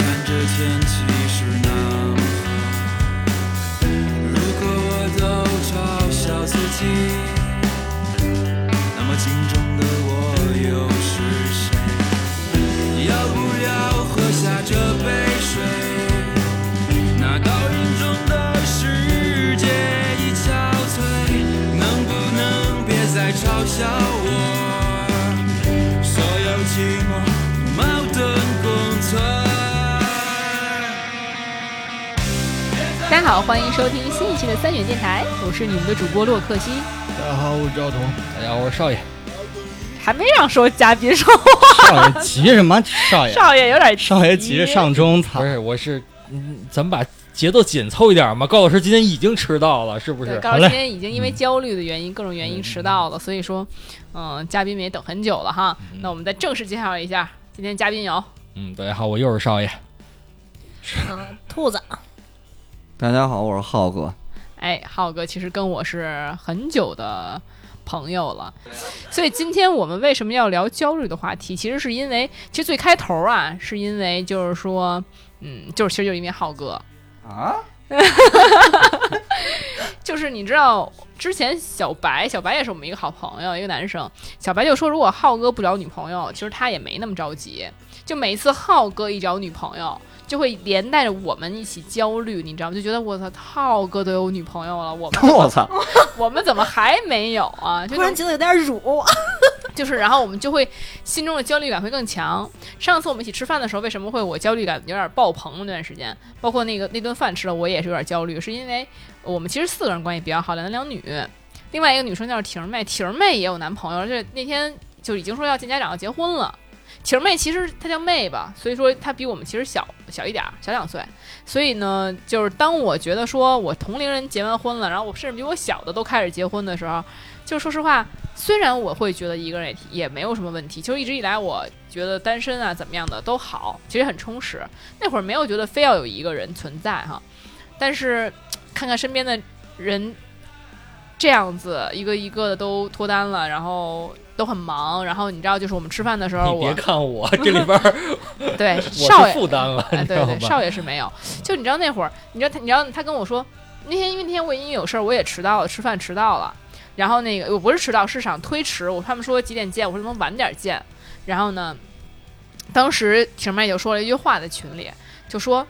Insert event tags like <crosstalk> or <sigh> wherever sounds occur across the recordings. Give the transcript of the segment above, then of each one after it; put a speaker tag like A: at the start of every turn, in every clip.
A: 间其实呢，如果我都嘲笑自己，那么镜中的我又是谁？要不要喝下这杯水？那倒影中的世界已憔悴，能不能别再嘲笑我？所有寂寞无矛盾共存。
B: 大家好，欢迎收听新一期的三元电台，我是你们的主播洛克西。
C: 大家好，我是赵彤。
D: 大家好，我是少爷。
B: 还没让说嘉宾说话，
C: 少爷急什么？少爷，
B: 少爷有点
C: 少爷急着上中，
D: 不
C: 操！
D: 是，我是，嗯，咱们把节奏紧凑一点嘛。高老师今天已经迟到了，是不
B: 对，
D: 是？
B: 高老
C: 好
B: 师
C: 嘞
B: 今天已经因为焦虑的原因，各种原因迟到了，所以说，嗯，嘉宾们也等很久了哈。
C: 嗯
B: 那我们再正式介绍一下今天嘉宾哦有
D: 嗯，大家好，我又是少爷。
E: 嗯，兔子，
F: 大家好，我是浩哥。
B: 哎，浩哥其实跟我是很久的朋友了，所以今天我们为什么要聊焦虑的话题？其实是因为，其实最开头啊，是因为就是说，嗯，就是其实就是因为浩哥，
F: 啊？
B: <laughs> 就是你知道之前小白，小白也是我们一个好朋友，一个男生，小白就说如果浩哥不找女朋友，其实他也没那么着急，就每一次浩哥一找女朋友。就会连带着我们一起焦虑，你知道吗？就觉得我操，浩哥都有女朋友了，我们
F: 我操！
B: 我们怎么还没有啊？就
E: 突然觉得有点辱。
B: <laughs> 就是，然后我们就会心中的焦虑感会更强。上次我们一起吃饭的时候，为什么会我焦虑感有点爆棚那段时间？包括那个那顿饭吃了，我也是有点焦虑，是因为我们其实四个人关系比较好，两男两女。另外一个女生叫婷妹，婷妹也有男朋友，而且那天就已经说要见家长要结婚了。婷妹其实她叫妹吧，所以说她比我们其实小小一点儿，小两岁。所以呢，就是当我觉得说我同龄人结完婚了，然后我甚至比我小的都开始结婚的时候，就说实话，虽然我会觉得一个人也也没有什么问题，就一直以来我觉得单身啊怎么样的都好，其实很充实。那会儿没有觉得非要有一个人存在哈，但是看看身边的人这样子一个一个的都脱单了，然后都很忙，然后你知道就是我们吃饭的时候
D: 你别
B: 啊我
D: 看我 <laughs> 这里边儿，
B: 对
D: <laughs> 我
B: 少
D: 是
B: 爷
D: 负担了，
B: 哎，
D: 你知
B: 对
D: 道
B: 对，
D: 吧？
B: 少爷是没有。就你知道那会儿，你知道他，你知道他跟我说，那天因为那天我因为有事儿，我也迟到了，吃饭迟到了。然后那个我不是迟到，是想推迟。我他们说几点见，我说能不能晚点见。然后呢，当时婷妹就说了一句话在群里，就说，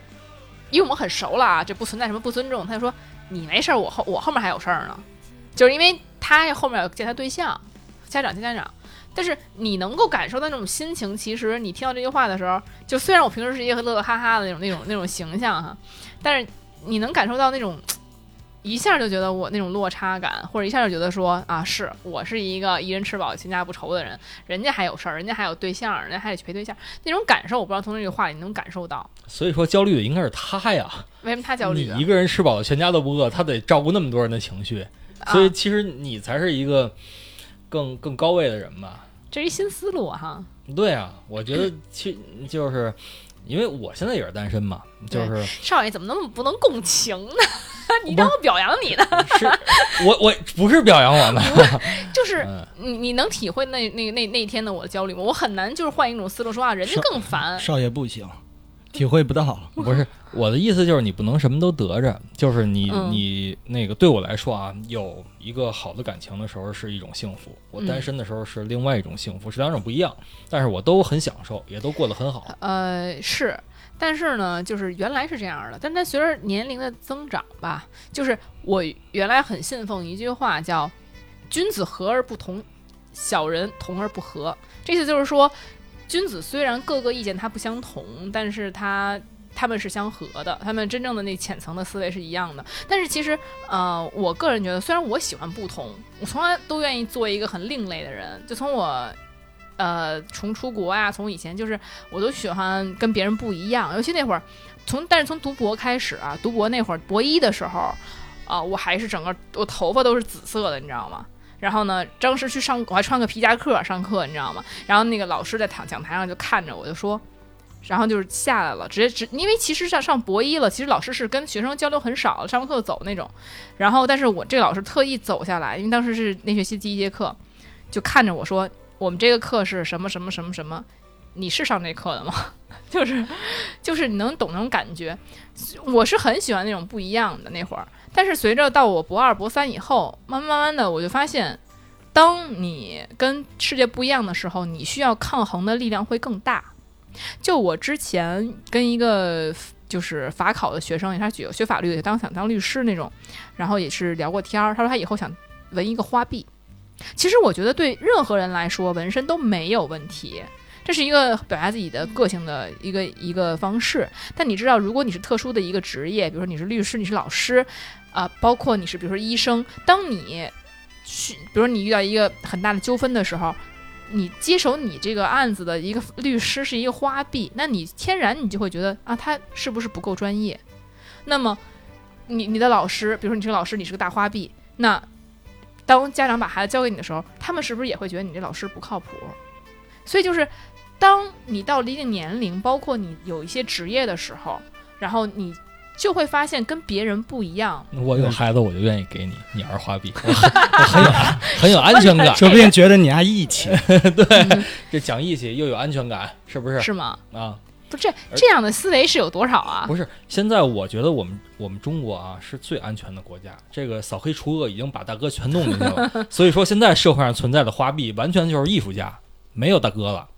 B: 因为我们很熟了啊，这不存在什么不尊重。他就说你没事儿，我后我后面还有事儿呢，就是因为他后面要见他对象，家长见家长。但是你能够感受到那种心情，其实你听到这句话的时候，就虽然我平时是一个乐乐哈哈的那种那种那种形象哈，但是你能感受到那种一下就觉得我那种落差感，或者一下就觉得说啊，是我是一个一人吃饱全家不愁的人，人家还有事儿，人家还有对象，人家还得去陪对象，那种感受我不知道从这句话里能感受到。
D: 所以说焦虑的应该是他呀。
B: 为什么他焦虑
D: 你
B: 啊
D: 一？个人吃饱了，全家都不饿，他得照顾那么多人的情绪，
B: 啊
D: 所以其实你才是一个更更高位的人吧。
B: 这是一新思路啊哈。
D: 对啊，我觉得其就是因为我现在也是单身嘛，就是
B: 少爷怎么那么不能共情呢？ <laughs> 你让我表扬你
D: <laughs>
B: 呢，
D: 是，我我不是表扬我呢，
B: 就是
D: 嗯
B: 你你能体会那那那那一天的我的焦虑吗？我很难就是换一种思路说啊，人家
C: 是
B: 更烦。
C: 少爷不行，体会不到。
D: 不是我的意思就是你不能什么都得着，就是你、
B: 嗯
D: 你那个对我来说啊，有一个好的感情的时候是一种幸福，我单身的时候是另外一种幸福，是两种不一样，但是我都很享受，也都过得很好。
B: 呃，是，但是呢，就是原来是这样的，但它随着年龄的增长吧，就是我原来很信奉一句话叫“君子和而不同，小人同而不和”，这意思就是说，君子虽然各个意见他不相同，但是他。他们是相合的，他们真正的那浅层的思维是一样的。但是其实，呃，我个人觉得，虽然我喜欢不同，我从来都愿意做一个很另类的人。就从我，呃，从出国啊，从以前就是我都喜欢跟别人不一样，尤其那会儿，从但是从读博开始啊，读博那会儿博一的时候，啊、我还是整个我头发都是紫色的，你知道吗？然后呢，当时去上我还穿个皮夹克上课，你知道吗？然后那个老师在讲讲台上就看着我，就说，然后就是下来了，直接直，因为其实上上博一了，其实老师是跟学生交流很少，上课走那种。然后，但是我这个老师特意走下来，因为当时是那学期第一节课，就看着我说，我们这个课是什么什么什么什么，你是上这课的吗？ <laughs> 就是就是你能懂那种感觉。我是很喜欢那种不一样的那会儿，但是随着到我博二、博三以后，慢慢慢慢的我就发现，当你跟世界不一样的时候，你需要抗衡的力量会更大。就我之前跟一个就是法考的学生，也他学学法律的，当想当律师那种，然后也是聊过天儿。他说他以后想纹一个花臂。其实我觉得对任何人来说，纹身都没有问题，这是一个表达自己的个性的一个一个方式。但你知道，如果你是特殊的一个职业，比如说你是律师，你是老师，啊、包括你是比如说医生，当你去，比如说你遇到一个很大的纠纷的时候，你接手你这个案子的一个律师是一个花臂，那你天然你就会觉得啊，他是不是不够专业？那么你你的老师，比如说你是个老师，你是个大花臂，那当家长把孩子交给你的时候，他们是不是也会觉得你这老师不靠谱？所以就是，当你到了一定年龄，包括你有一些职业的时候，然后你就会发现跟别人不一样。
D: 我有孩子，我就愿意给你，你还是花臂，我很我很 <laughs> 有很有安全感。
C: 说不定觉得你还义气，
B: 嗯
D: 这讲义气又有安全感，是不是
B: 是吗？
D: 啊？
B: 不是这这样的思维是有多少啊？
D: 不是，现在我觉得我们我们中国啊是最安全的国家，这个扫黑除恶已经把大哥全弄进去了，所以说现在社会上存在的花臂完全就是艺术家，没有大哥了。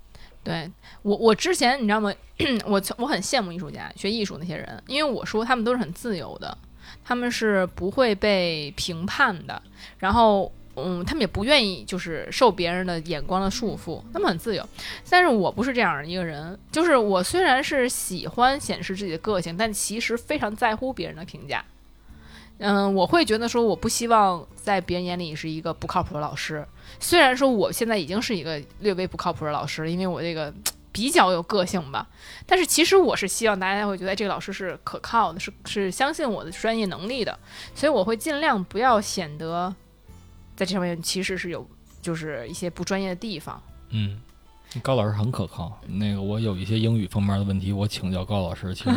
B: 对我，我之前你知道吗？ <clears throat> 我从我很羡慕艺术家学艺术那些人，因为我说他们都是很自由的，他们是不会被评判的，然后嗯，他们也不愿意就是受别人的眼光的束缚，他们很自由。但是我不是这样的一个人，就是我虽然是喜欢显示自己的个性，但其实非常在乎别人的评价。嗯，我会觉得说，我不希望在别人眼里是一个不靠谱的老师，虽然说我现在已经是一个略微不靠谱的老师了，因为我这个比较有个性吧，但是其实我是希望大家会觉得哎这个老师是可靠的，是是相信我的专业能力的，所以我会尽量不要显得在这上面其实是有就是一些不专业的地方。
D: 嗯，高老师很可靠。那个我有一些英语方面的问题，我请教高老师，其实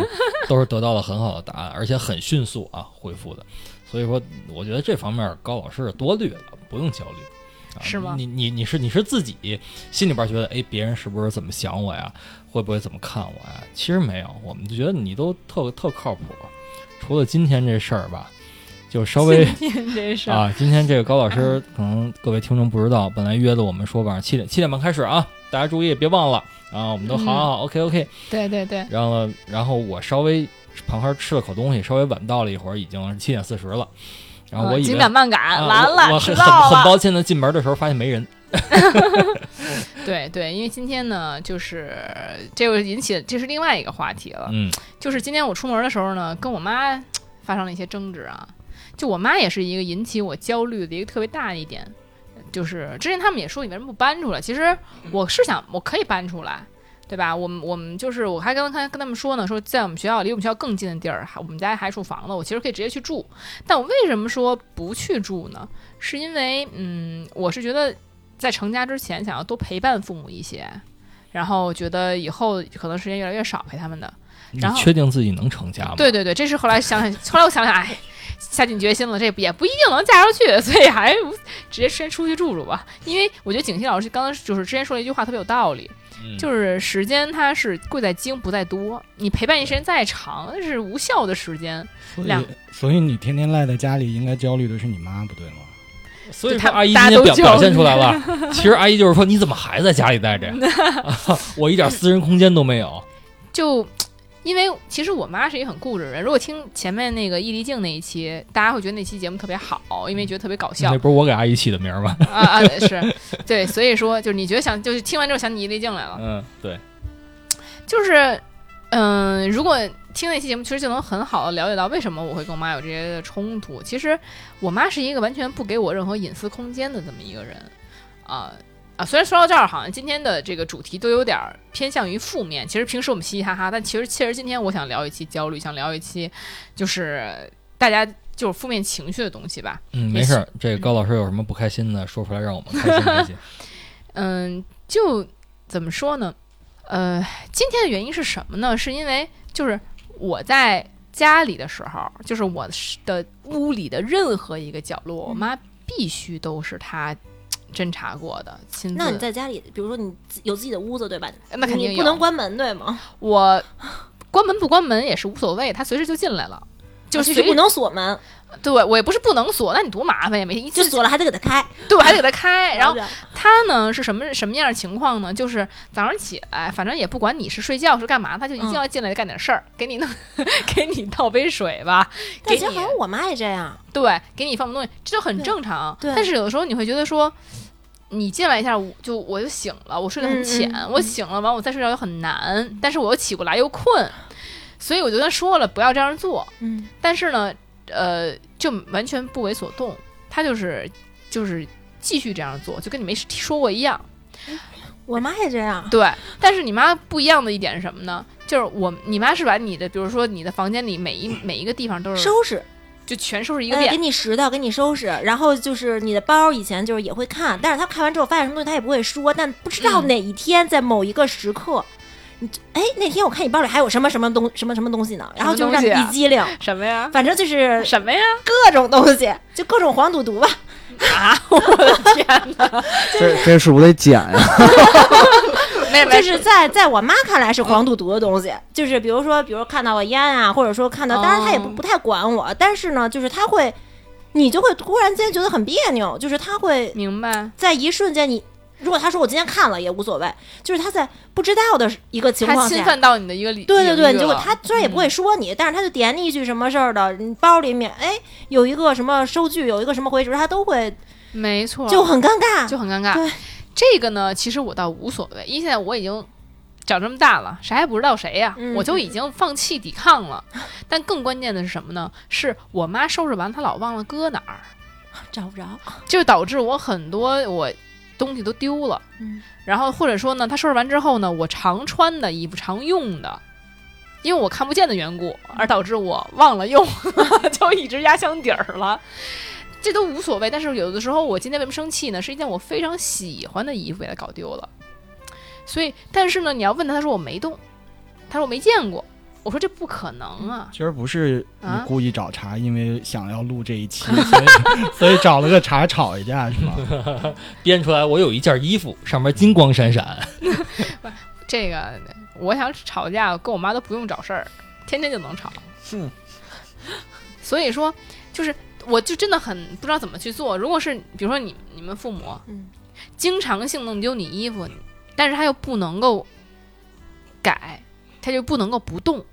D: 都是得到了很好的答案，而且很迅速啊回复的。所以说，我觉得这方面高老师是多虑了，不用焦虑。啊、
B: 是吗
D: 你你你是你是自己心里边觉得，哎，别人是不是怎么想我呀？会不会怎么看我呀？其实没有，我们就觉得你都特特靠谱。除了今天这事儿吧，就稍微
B: 今天 <laughs> 这事儿、
D: 啊，今天这个高老师，可能各位听众不知道，本来约的我们说晚上七点七点半开始啊，大家注意别忘了啊，我们都
B: 嗯
D: 好好好、OK OK。
B: 对对对，
D: 然后然后我稍微旁边吃了口东西，稍微晚到了一会儿，已经七点四十了。然后我
B: 啊
D: 以为
B: 紧赶慢赶，
D: 啊
B: 完
D: 我我
B: 了，迟到
D: 很很
B: 了。
D: 很抱歉的进门的时候发现没人，
B: 对对，因为今天呢，就是这个引起这是另外一个话题了。
D: 嗯，
B: 就是今天我出门的时候呢，跟我妈发生了一些争执啊。就我妈也是一个引起我焦虑的一个特别大的一点，就是之前他们也说你为什么不搬出来？其实我是想我可以搬出来，对吧？我们我们就是我还刚刚跟他们说呢，说在我们学校离我们学校更近的地儿，还我们家还有一处房子，我其实可以直接去住。但我为什么说不去住呢？是因为嗯，我是觉得在成家之前想要多陪伴父母一些，然后觉得以后可能时间越来越少陪他们的。
D: 你
B: 然后
D: 确定自己能成家吗？
B: 对对对，这是后来想想，后来我想想，哎，下定决心了，这也不一定能嫁出去，所以还无直接先出去住住吧。因为我觉得景熙老师刚刚就是之前说了一句话特别有道理，
D: 嗯，
B: 就是时间它是贵在精不在多，你陪伴你时间再长，那是无效的时间。
C: 所以
B: 两
C: 所以你天天赖在家里，应该焦虑的是你妈，不对吗？
D: 所以
B: 就他
D: 说阿姨
B: 大家
D: 今天
B: 都
D: 表
B: 焦
D: 表现
B: 虑
D: 出
B: <laughs>
D: 来了。其实阿姨就是说，你怎么还在家里待着呀？啊我一点私人空间都没有。
B: 就因为其实我妈是一个很固执的人，如果听前面那个易立竞那一期，大家会觉得那期节目特别好，
D: 嗯
B: 因为觉得特别搞笑
D: 那。不是我给阿姨起的名儿吗？
B: 啊啊，是对，所以说就是你觉得想就是听完之后想起易立竞来了。
D: 嗯，对。
B: 就是，嗯，如果听那期节目，其实就能很好的了解到为什么我会跟我妈有这些冲突。其实我妈是一个完全不给我任何隐私空间的这么一个人，啊、啊！虽然说到这儿，好像今天的这个主题都有点儿偏向于负面。其实平时我们嘻嘻哈哈，但其实其实今天我想聊一期焦虑，想聊一期就是大家就是负面情绪的东西吧。
D: 嗯，
B: 也
D: 没事
B: 是
D: 儿。这高老师有什么不开心的，说出来让我们开心
B: <laughs>
D: 开心。
B: 嗯，就怎么说呢？呃，今天的原因是什么呢？是因为就是我在家里的时候，就是
E: 嗯
B: 我的屋里的任何一个角落，我妈必须都是她侦查过的，亲自。
E: 那你在家里，比如说你自有自己的屋子对吧？
B: 嗯那肯定
E: 你
B: 有
E: 不能关门对吗？
B: 我关门不关门也是无所谓，他随时就进来了，就
E: 啊
B: 是
E: 是不能锁门，
B: 对我也不是不能锁，那你多麻烦呀，每天一
E: 就啊
B: 次
E: 锁了还得给它开。
B: 对我还得给他开，然后
E: 不了
B: 他呢是什么什么样的情况呢？就是早上起来，反正也不管你是睡觉是干
E: 嗯
B: 嘛，他就一定要进来干点事儿，给你弄， <laughs> 给你倒杯水吧，
E: 但
B: 给
E: 其实
B: 你
E: 好像我妈也这样，
B: 对，给你放东西，这就很正常。
E: 对对
B: 但是有的时候你会觉得说，你进来一下，我就我就醒了，我睡得很浅，
E: 嗯嗯嗯
B: 我醒了完我再睡觉又很难，但是我又起不来又困，所以我就跟他说了不要这样做。
E: 嗯，
B: 但是呢，呃，就完全不为所动，他就是就是继续这样做，就跟你没说过一样。
E: 我妈也这样。
B: 对，但是你妈不一样的一点是什么呢？就是我你妈是把你的，比如说你的房间里每一每一个地方都是
E: 收拾，
B: 就全收拾一个
E: 呃，
B: 遍
E: 给，你拾掇，给你收拾，然后就是你的包，以前就是也会看，但是他看完之后发现什么东西他也不会说，但不知道
B: 嗯
E: 哪一天在某一个时刻，你就哎那天我看你包里还有什么什么东什么什么东西呢，然后就让你
B: 什么东西啊
E: 一激灵，
B: 什么呀？
E: 反正就是
B: 什么呀？
E: 各种东西，就各种黄赌毒吧，
B: 啊
E: <laughs>
F: 这这是不是得剪呀？
B: <laughs> 没没
E: 就是在在我妈看来是黄赌毒的东西，就是比如说，比如看到了烟啊，或者说看到，当然她也不
B: 哦
E: 不太管我，但是呢，就是她会，你就会突然间觉得很别扭，就是她会
B: 明白。
E: 在一瞬间你，如果她说我今天看了也无所谓，就是她在不知道的一个情
B: 他
E: 况
B: 侵
E: 下。
B: 犯到你的一个理，
E: 对对
B: 领
E: 对，
B: 域
E: 你就会
B: 了嗯
E: 她虽然也不会说你，但是她就点你一句什么事儿的，你包里面哎有一个什么收据，有一个什么回执，她都会
B: 没错，
E: 就很尴尬。
B: 就很尴尬
E: 对。
B: 这个呢，其实我倒无所谓，因为现在我已经长这么大了，谁还不知道谁呀、
E: 嗯
B: 我就已经放弃抵抗了。但更关键的是什么呢？是我妈收拾完，她老忘了搁哪儿，
E: 找不着，
B: 就导致我很多我东西都丢了。
E: 嗯，
B: 然后或者说呢，她收拾完之后呢，我常穿的衣服、常用的。因为我看不见的缘故，而导致我忘了用， <laughs> 就一直压箱底儿了。这都无所谓，但是有的时候我今天为什么生气呢？是一件我非常喜欢的衣服给它搞丢了，所以但是呢，你要问他，他说我没动，他说我没见过，我说这不可能啊，
C: 今儿不是你
B: 啊
C: 故意找茬，因为想要录这一 <laughs> 期，所以所以找了个茬吵一架是吗？
D: 编出来我有一件衣服，上面金光闪
B: 嗯
D: 闪，
B: 这个我想吵架，跟我妈都不用找事儿，天天就能吵。
F: 嗯
B: 所以说，就是我就真的很不知道怎么去做。如果是比如说你你们父母，
E: 嗯，
B: 经常性弄丢你衣服，但是他又不能够改，他就不能够不动。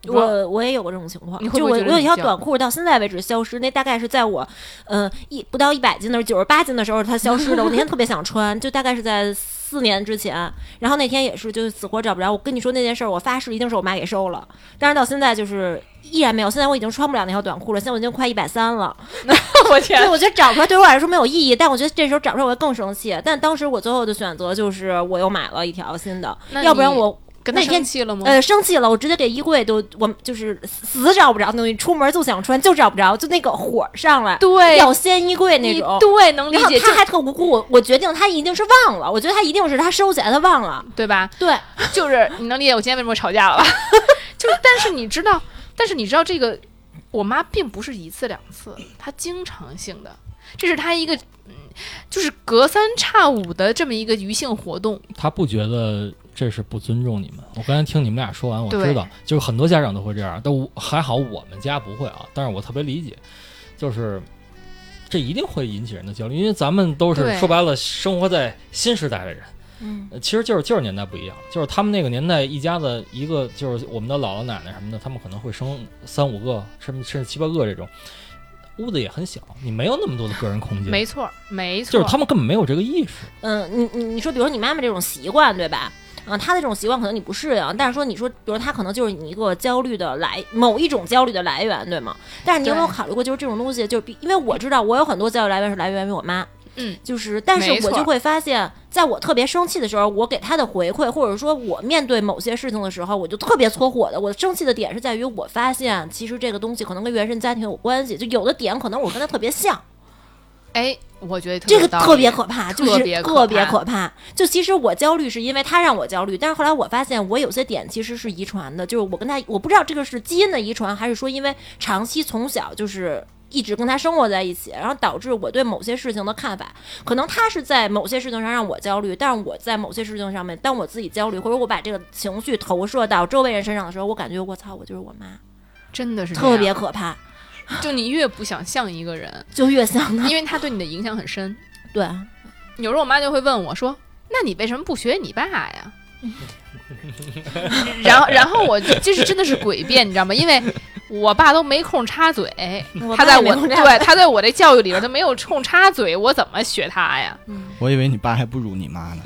B: 不知道
E: 我我也有过这种情况，
B: 你会不
E: 就
B: 会
E: 我
B: 觉得
E: 我有一
B: 你
E: 条
B: 犟
E: 短裤到现在为止消失，那大概是在我，呃一不到一百斤的时候，九十八斤的时候它消失的。我那天特别想穿，就大概是在四年之前。然后那天也是就是死活找不着。我跟你说那件事儿，我发誓一定是我妈给收了，但是到现在就是依然没有。现在我已经穿不了那条短裤了，现在我已经快一百三了。
B: 我
E: 对，
B: 天，
E: 我觉得找出来对我来说没有意义，但我觉得这时候找出来我会更生气。但当时我最后的选择就是我又买了一条新的，
B: 那
E: 要不然
B: 你
E: 我
B: 跟他
E: 那天
B: 生气了吗？
E: 呃，生气了，我直接给衣柜都，我就是死找不着那东西，出门就想穿，就找不着，就那个火上来，
B: 对，
E: 要掀衣柜那
B: 你
E: 种。
B: 对能理
E: 然后
B: 解，就
E: 他还特无辜，我我决定他一定是忘了，我觉得他一定是他收起来，他忘了。
B: 对吧？
E: 对，
B: 就是你能理解我今天为什么吵架了吧？ <laughs> 就是，但是你知道，但是你知道这个，我妈并不是一次两次，她经常性的，这是她一个，嗯，就是隔三差五的这么一个余性活动。
D: 他不觉得这是不尊重你们。我刚才听你们俩说完，我
B: 对
D: 知道，就是很多家长都会这样，但我还好我们家不会啊。但是我特别理解，就是这一定会引起人的焦虑，因为咱们都是
B: 对
D: 说白了生活在新时代的人。
E: 嗯，
D: 呃其实就是就是年代不一样，就是他们那个年代一家子一个就是我们的姥姥奶奶什么的，他们可能会生三五个，甚至甚至七八个这种，屋子也很小，你没有那么多的个人空间，
B: 没错儿，没错
D: 就
B: 儿，
D: 是他们根本没有这个意识。
E: 嗯，你你你说，比如说你妈妈这种习惯，对吧？啊，她的这种习惯可能你不适应，但是说你说，比如她可能就是你一个焦虑的来某一种焦虑的来源，对吗？但是你有没有
B: 对
E: 考虑过，就是这种东西，就是比因为我知道我有很多焦虑来源是来源于我妈，
B: 嗯，
E: 就是，但是
B: 没
E: 我
B: 错
E: 就会发现，在我特别生气的时候，我给她的回馈，或者说我面对某些事情的时候，我就特别搓火的。我生气的点是在于，我发现其实这个东西可能跟原生家庭有关系，就有的点可能我跟她特别像。
B: 哎，我觉得特别
E: 这个
B: 有道
E: 特
B: 理
E: 别可怕，就是
B: 特别可
E: 特别
B: 怕
E: 可怕。就其实我焦虑是因为他让我焦虑，但是后来我发现我有些点其实是遗传的，就是我跟他，我不知道这个是基因的遗传，还是说因为长期从小就是一直跟他生活在一起，然后导致我对某些事情的看法，可能他是在某些事情上让我焦虑，但是我在某些事情上面，当我自己焦虑或者我把这个情绪投射到周围人身上的时候，我感觉我操，我就是我妈，
B: 真的是这样
E: 特别，可怕，
B: 就你越不想像一个人，
E: 就
B: <laughs>
E: 越像他。
B: 因为他对你的影响很深。
E: 对，啊
B: 有时候我妈就会问我说：“那你为什么不学你爸呀？” <laughs> 然后，然后我就这是真的是诡辩，你知道吗？因为我爸都没空插嘴，
E: 我
B: 他
E: 爸
B: 在
E: 也没
B: 我
E: 空插
B: 对他在我这教育里边，他没有空插嘴，我怎么学他呀？
E: 嗯，
C: 我以为你爸还不如你妈呢。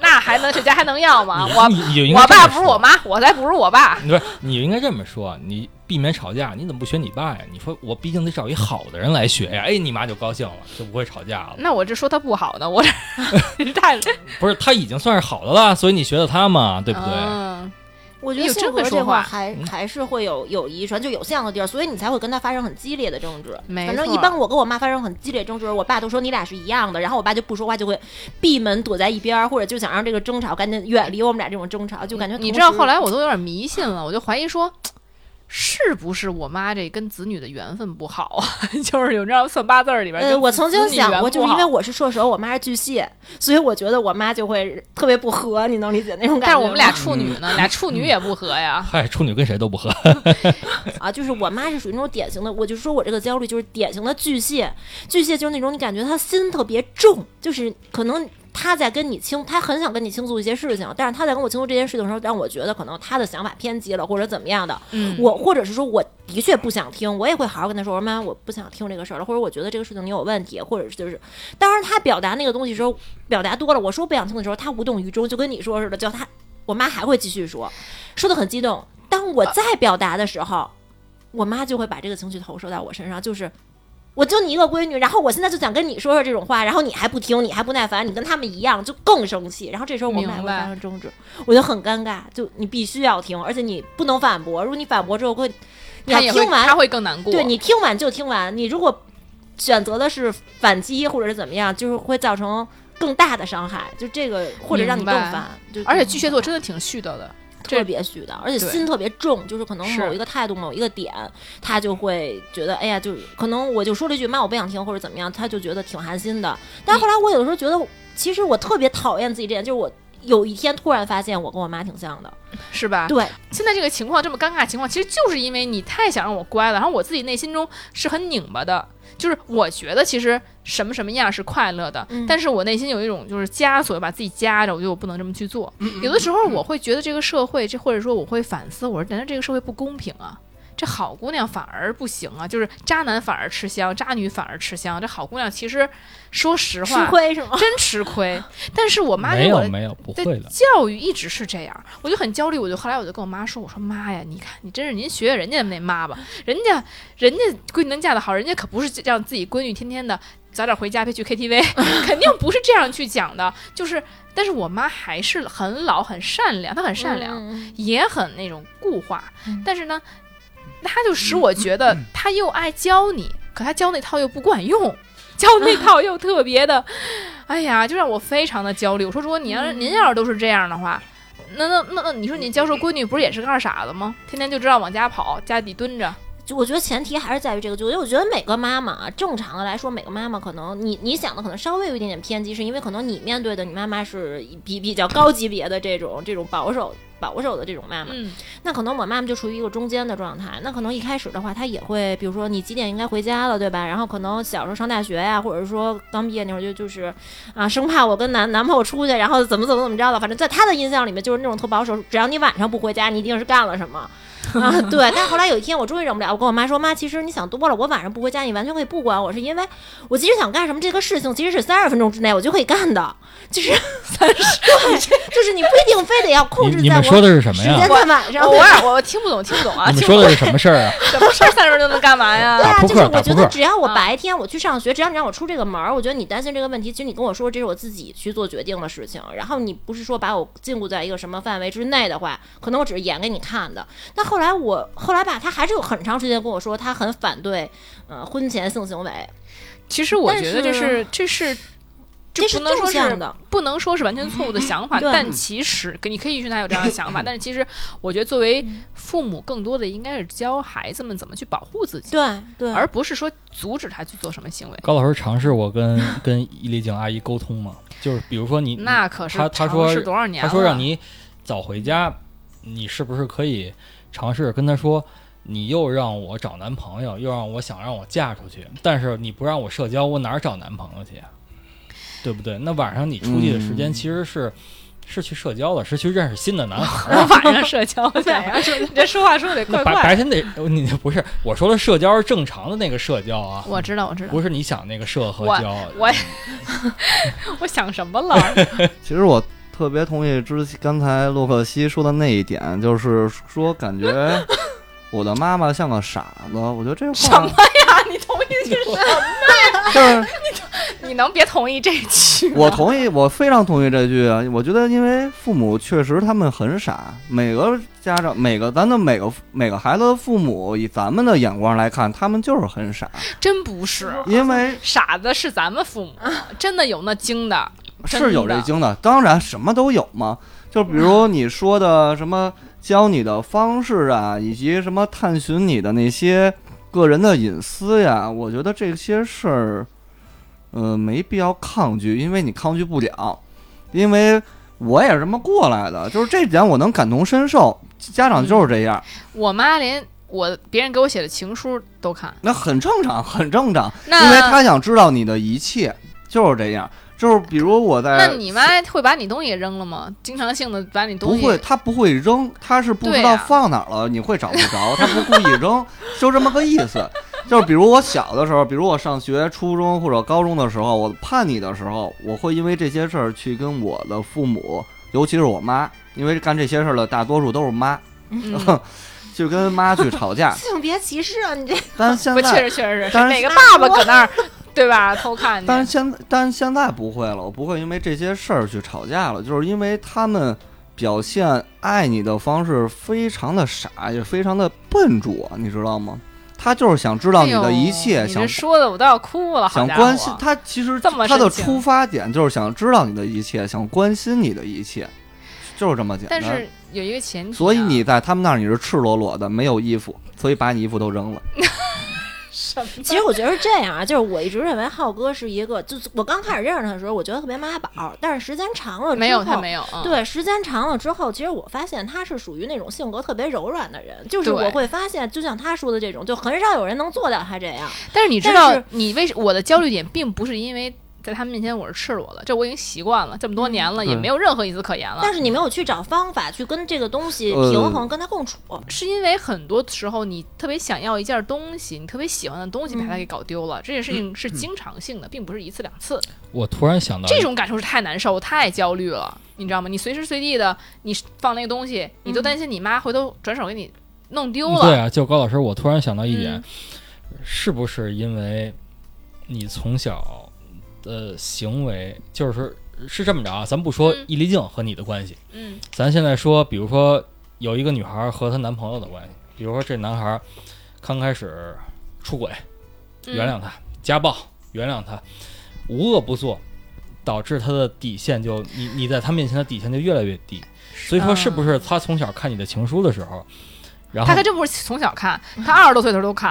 B: 那还能这家还能要吗？啊我
D: 你你应该
B: 我
D: 这么
B: 爸不是我
D: 说
B: 妈，我才不是我爸。
D: 你不是，你应该这么说，你避免吵架，你怎么不学你爸呀？你说我毕竟得找一好的人来学呀，哎，你妈就高兴了，就不会吵架了。
B: 那我这说他不好呢，我这 <laughs> 太
D: 不是，他已经算是好的了，所以你学的他嘛，对不对？
B: 嗯
E: 我觉
B: 哎
E: 得
B: 呦
E: 性
B: 真会
E: 格
B: 说
E: 这块
B: 话嗯
E: 儿还还是会有有遗传，就有像的地儿，所以你才会跟他发生很激烈的争执。
B: 没
E: 反正
B: 错
E: 一般我跟我妈发生很激烈争执，我爸都说你俩是一样的，然后我爸就不说话，就会闭门躲在一边儿，或者就想让这个争吵赶紧远离我们俩这种争吵，就感觉
B: 你知
E: 同
B: 道
E: 时
B: 后来我都有点迷信了，我就怀疑说，是不是我妈这跟子女的缘分不好啊？ <laughs> 就是有这样算八字儿里边儿跟子，
E: 呃，我曾经
B: 子女缘
E: 想过，就是
B: 不
E: 因为
B: 好。
E: 我是射手，我妈是巨蟹，所以我觉得我妈就会特别不合，你能理解那种感觉吗？嗯
B: 但是我们俩处女呢，俩处女也不合呀。
D: 嗨，处女跟谁都不合，
E: 啊，就是我妈是属于那种典型的，我就说我这个焦虑就是典型的巨蟹，巨蟹就是那种你感觉她心特别重，就是可能她在跟你倾，她很想跟你倾诉一些事情，但是她在跟我倾诉这件事情的时候，让我觉得可能她的想法偏激了或者怎么样的，
B: 嗯，
E: 我或者是说我的确不想听，我也会好好跟她说，我说妈，我不想听这个事儿了，或者我觉得这个事情你有问题，或者是就是，当然她表达那个东西时候表达多了，我说不想听的时候，她无动于衷，就跟你说似的，叫她我妈还会继续说，说的很激动。当我再表达的时候，我妈就会把这个情绪投射到我身上，就是我就你一个闺女，然后我现在就想跟你说说这种话，然后你还不听，你还不耐烦，你跟他们一样，就更生气。然后这时候我们俩
B: 明
E: 会
B: 白
E: 发生争执，我就很尴尬，就你必须要听，而且你不能反驳。如果你反驳之后会，你要
B: 他也会
E: 听完
B: 他会更难过。
E: 对你听完就听完，你如果选择的是反击或者是怎么样，就是会造成更大的伤害，就这个或者让你
B: 明
E: 更
B: 白
E: 烦。就
B: 而且巨蟹座真的挺絮叨的，
E: 特别虚的，而且
B: 对
E: 心特别重，就是可能
B: 是
E: 某一个态度、某一个点，他就会觉得，哎呀，就是可能我就说了一句妈，我不想听，或者怎么样，他就觉得挺寒心的。但后来我有的时候觉得，其实我特别讨厌自己这样，就是我有一天突然发现我跟我妈挺像的，
B: 是吧？
E: 对，
B: 现在这个情况这么尴尬的情况，其实就是因为你太想让我乖了，然后我自己内心中是很拧巴的，就是我觉得其实什么什么样是快乐的，
E: 嗯
B: 但是我内心有一种就是枷锁，把自己夹着，我觉得我不能这么去做。
E: 嗯
B: 有的时候我会觉得这个社会，这或者说我会反思，我说难道这个社会不公平啊？这好姑娘反而不行啊，就是渣男反而吃香，渣女反而吃香。这好姑娘其实说实
E: 吃
B: 话，
E: 亏是吗？
B: 真吃亏。但是我妈
D: 没
B: 给我
D: 有
B: 的
D: 没有，不
B: 对
D: 会的。
B: 教育一直是这样，我就很焦虑。我就后来我就跟我妈说：“我说妈呀，你看你真是您学学人家那妈吧，人家人家闺女能嫁得好，人家可不是让自己闺女天天的早点回家别去 KTV，肯定不是这样去讲的。就是，但是我妈还是很老很善良，她很善良，
E: 嗯
B: 也很那种固化
E: 嗯，
B: 但是呢，她就使我觉
D: 嗯
B: 得她又爱教你，可她教那套又不管 <laughs> 用，教那套又特别 <laughs> 的，哎呀，就让我非常的焦虑。我说，如果你要是
E: 嗯
B: 您要是都是这样的话。那那那那，你说你教授闺女不是也是个二傻子吗？天天就知道往家跑，家底蹲着，
E: 就我觉得前提还是在于这个，就因为我觉得每个妈妈啊，正常的来说，每个妈妈可能你你想的可能稍微有一点点偏激，是因为可能你面对的你妈妈是比比较高级别的这种这种保守保守的这种妈妈，
B: 嗯，
E: 那可能我妈妈就处于一个中间的状态。那可能一开始的话，她也会，比如说你几点应该回家了，对吧？然后可能小时候上大学呀、或者说刚毕业那会儿就就是啊，生怕我跟男男朋友出去，然后怎么怎么怎么着了。反正在她的印象里面就是那种特保守，只要你晚上不回家，你一定是干了什么。啊，对，但后来有一天我终于忍不了，我跟我妈说：“妈，其实你想多了，我晚上不回家，你完全可以不管我，是因为我即使想干什么，这个事情其实是三十分钟之内我就可以干的，就是三十，对，就是你不一定非得要控
D: 你
E: 制
D: 你
E: 在
D: 们
E: 我
D: 说的是什么
E: 时
D: 呀
E: 间？在晚上。
B: 偶尔我听不懂，听不懂啊，
D: 你们
B: 听
D: 说
B: 不
D: 的
B: 懂
D: 是什么事儿啊？ <laughs>
B: 什么事儿三十分钟能干嘛
E: 对
B: 呀？
E: 啊，
D: 打扑
E: 就是
D: 克
E: 我
D: 打
E: 觉
D: 扑
E: 得
D: 克
E: 只要我
B: 啊
E: 白天我去上学，只要你让我出这个门儿，我觉得你担心这个问题，其实你跟我说这是我自己去做决定的事情，然后你不是说把我禁锢在一个什么范围之内的话，可能我只是演给你看的。但后来我后来吧，他还是有很长时间跟我说他很反对，呃，婚前性行为。
B: <laughs> 其实我
E: 但
B: 觉得这
E: 是
B: 是这是就
E: 这
B: 不
E: 是
B: 能
E: 正
B: 说
E: 向
B: 是
E: 的，
B: 不能说是完全
D: 嗯
B: 错误的想法，
E: 对
B: 但其实你可以允许他有这样的想
D: <laughs>
B: 法，但是其实我觉得作为
D: 嗯
B: 父母，更多的应该是教孩子们怎么去保护自己，
E: 对对， <laughs>
B: 而不是说阻止他去做什么行为。
D: 高老师尝试我跟跟伊丽静阿姨沟通嘛，就是比如说你
B: 那可是
D: 他他说
B: 尝试多少年
D: 他说
B: <laughs>
D: 让
B: 了
D: 你 <laughs> 早回家，你是不是可以尝试跟他说，你又让我找男朋友，又让我想让我嫁出去，但是你不让我社交，我哪儿找男朋友去啊？对不对？那晚上你出去的时间
F: 嗯
D: 其实是、是去社交了，是去认识新的男孩儿。
B: 然后晚上社交，
D: <laughs>
E: 晚上。
B: 社交，你这说话说的得
D: 那
B: 快
D: 白
B: 快。
D: 白天得你不是我说的社交是正常的那个社交啊，
B: 我知道，我知道，
D: 不是你想那个社和
B: 我
D: 交。啊
B: 我 <laughs> 我想什么
D: <laughs>
B: 了？
F: 其实我特别同意之前刚才洛克西说的那一点，就是说感觉我的妈妈像个傻子。我觉得这
B: 什么
F: 话
B: 呀？你同意这是？
F: 就是
B: 你能别同意这一句吗？
F: 我同意，我非常同意这句。啊！我觉得因为父母确实他们很傻，每个家长每个咱的每个每个孩子的父母，以咱们的眼光来看，他们就是很傻，
B: 真不哦
D: <laughs>
B: 是，
F: 因为
B: 傻子是咱们父母，真的有那精的。真
F: 是有这
B: 的
F: 经的，当然什么都有嘛。就比如你说的什么教你的方式啊，以及什么探寻你的那些个人的隐私呀，我觉得这些事儿，呃，没必要抗拒，因为你抗拒不了，因为我也是这么过来的，就是这点我能感同身受。家长就是这样，
B: 我妈连我别人给我写的情书都看，
F: 那很正常，很正常，
B: 那
F: 因为他想知道你的一切，就是这样。就是比如我在，
B: 那你妈会把你东西扔了吗？经常性的把你
F: 不
B: 东
F: <laughs>
B: 西
F: 会，他不会扔，他是不知
B: 对
F: 道
B: 呀
F: 放哪儿了，你会找不
B: 啊
F: 着，他不故意扔，就这么个意思。就是比如我小的时候，比如我上学、初中或者高中的时候，我叛逆的时候，我会因为这些事儿去跟我的父母，尤其是我妈，因为干这些事儿的大多数都是妈，
B: 嗯
F: 就跟妈去吵架
B: <laughs>
E: 性别歧视啊！你这
F: 但现
B: 不，确
F: 在，
B: 实确实是
F: 但是
B: 哪个爸爸搁那
F: <laughs>
B: 儿，对吧？偷看去，
F: 但是现但是现在不会了，我不会因为这些事儿去吵架了，就是因为他们。表现爱你的方式非常的傻，也非常的笨拙，你知道吗？他就是想知道你的一切，
B: 哎呦你
F: 想
B: 这说的我都要哭了，好
F: 想
B: 家伙
F: 关心他。其实
B: 这么
F: 他的
B: 深情
F: 出发点就是想知道你的一切，想关心你的一切，就是这么简单。
B: 但是有一个前提啊、
F: 所以你在他们那儿你是赤裸裸的，没有衣服，所以把你衣服都扔了。
B: 什么
E: 其实我觉得是这样啊，就是我一直认为浩哥是一个，就是我刚开始认识他的时候，我觉得特别妈宝，但是时间长了之后，
B: 没有他没有，嗯、
E: 对，时间长了之后，其实我发现他是属于那种性格特别柔软的人，就是
B: 对
E: 我会发现，就像他说的这种，就很少有人能做到他这样。
B: 但是你知
E: 但
B: 道
E: 是，
B: 你为什我的焦虑点并不是因为在他们面前我是赤裸的，这我已经习惯了，这么多年了，也
F: 对
B: 没有任何一次可言了。
E: 但是你没有去找方法去跟这个东西
F: 呃
E: 平衡，跟他共处。
B: 是因为很多时候你特别想要一件东西，你特别喜欢的东西把它给搞丢了，这件事
D: 嗯
B: 情是经常性的，并不是一次两次。
D: 我突然想到一
B: 这种感受是太难受、太焦虑了，你知道吗？你随时随地的你放那个东西，你都担心你妈回头转手给你弄丢了。
D: 对啊，就高老师，我突然想到一点，
B: 嗯
D: 是不是因为你从小的行为就是是这么着啊？咱不说
B: 嗯
D: 易立静和你的关系，
B: 嗯，
D: 咱现在说，比如说有一个女孩和她男朋友的关系，比如说这男孩刚开始出轨，
B: 嗯
D: 原谅他；家暴，原谅他；无恶不作，导致他的底线就你你在他面前的底线就越来越低。所以说，是
B: 嗯
D: 不是他从小看你的情书的时候，然后
B: 他还真不是从小看，他二十多岁的时候都看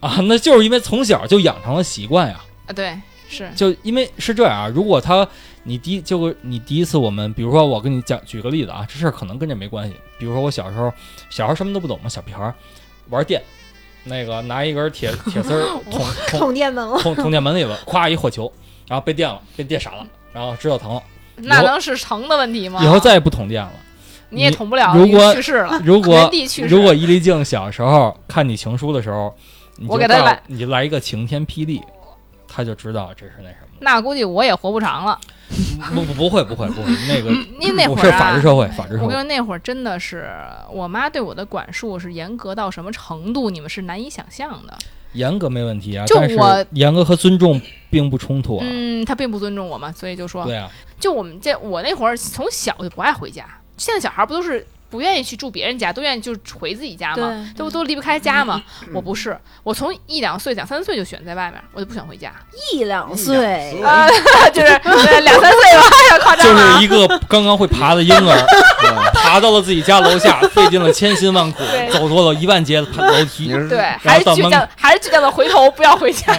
D: 啊，那就是因为从小就养成了习惯呀。
B: 啊，对，是
D: 就因为是这样啊，如果他你第一就你第一次我们，比如说我跟你讲举个例子啊，这事儿可能跟这没关系。比如说我小时候，小孩儿什么都不懂嘛，小屁孩儿玩电，那个拿一根铁铁丝
B: <laughs>
D: 儿捅捅
E: 捅电门了，
D: 捅捅电门里了，咵一火球，然后被电了，被电傻了，然后知道疼了，
B: 那能是成的问题吗？
D: 以后再也不捅电了。
B: 你也捅不了，
D: 如
B: 你
D: 果
B: 去世了。
D: 如
B: 原
D: 果
B: 地去世
D: 如果伊丽静小时候看你情书的时候，你
B: 我
D: 就
B: 给她
D: 告
B: 来
D: 你来一个晴天霹雳，他就知道这是那什么了。
B: 那估计我也活不长
D: <clears throat>
B: 了。
D: 不不不会不会不会，那个
B: 因为那
D: 我
B: 会
D: 是
B: 儿
D: 法
B: 啊
D: 治，社会，法治社
B: 我跟你说
D: 会。
B: 那会儿真的是我妈对我的管束是严格到什么程度，你们是难以想象的。
D: 严格没问题啊，
B: 就
D: 但是
B: 我
D: 严格和尊重并不冲突啊。
B: 嗯，她并不尊重我嘛，所以就说，
D: 对啊，
B: 就我们这我那会儿从小就不爱回家。现在小孩不都是不愿意去住别人家，都愿意就回自己家嘛
E: 对，
B: 都都离不开家
D: 嗯
B: 嘛。我不是，我从一两岁、两三岁就喜欢在外面，我就不想回家，
E: 一两岁，
D: 嗯
B: 啊， <laughs> 就是对两三岁吧，要夸张
D: 就
B: 了啊
D: 是一个刚刚会爬的婴儿， <laughs> 爬到了自己家楼下，费尽了千辛万苦
B: 对，
D: 走过了一万阶爬楼梯
F: 你。是
B: 对，还是
D: 嗯到
B: 倔
D: 门
B: 强，还是倔强的回头不要回家。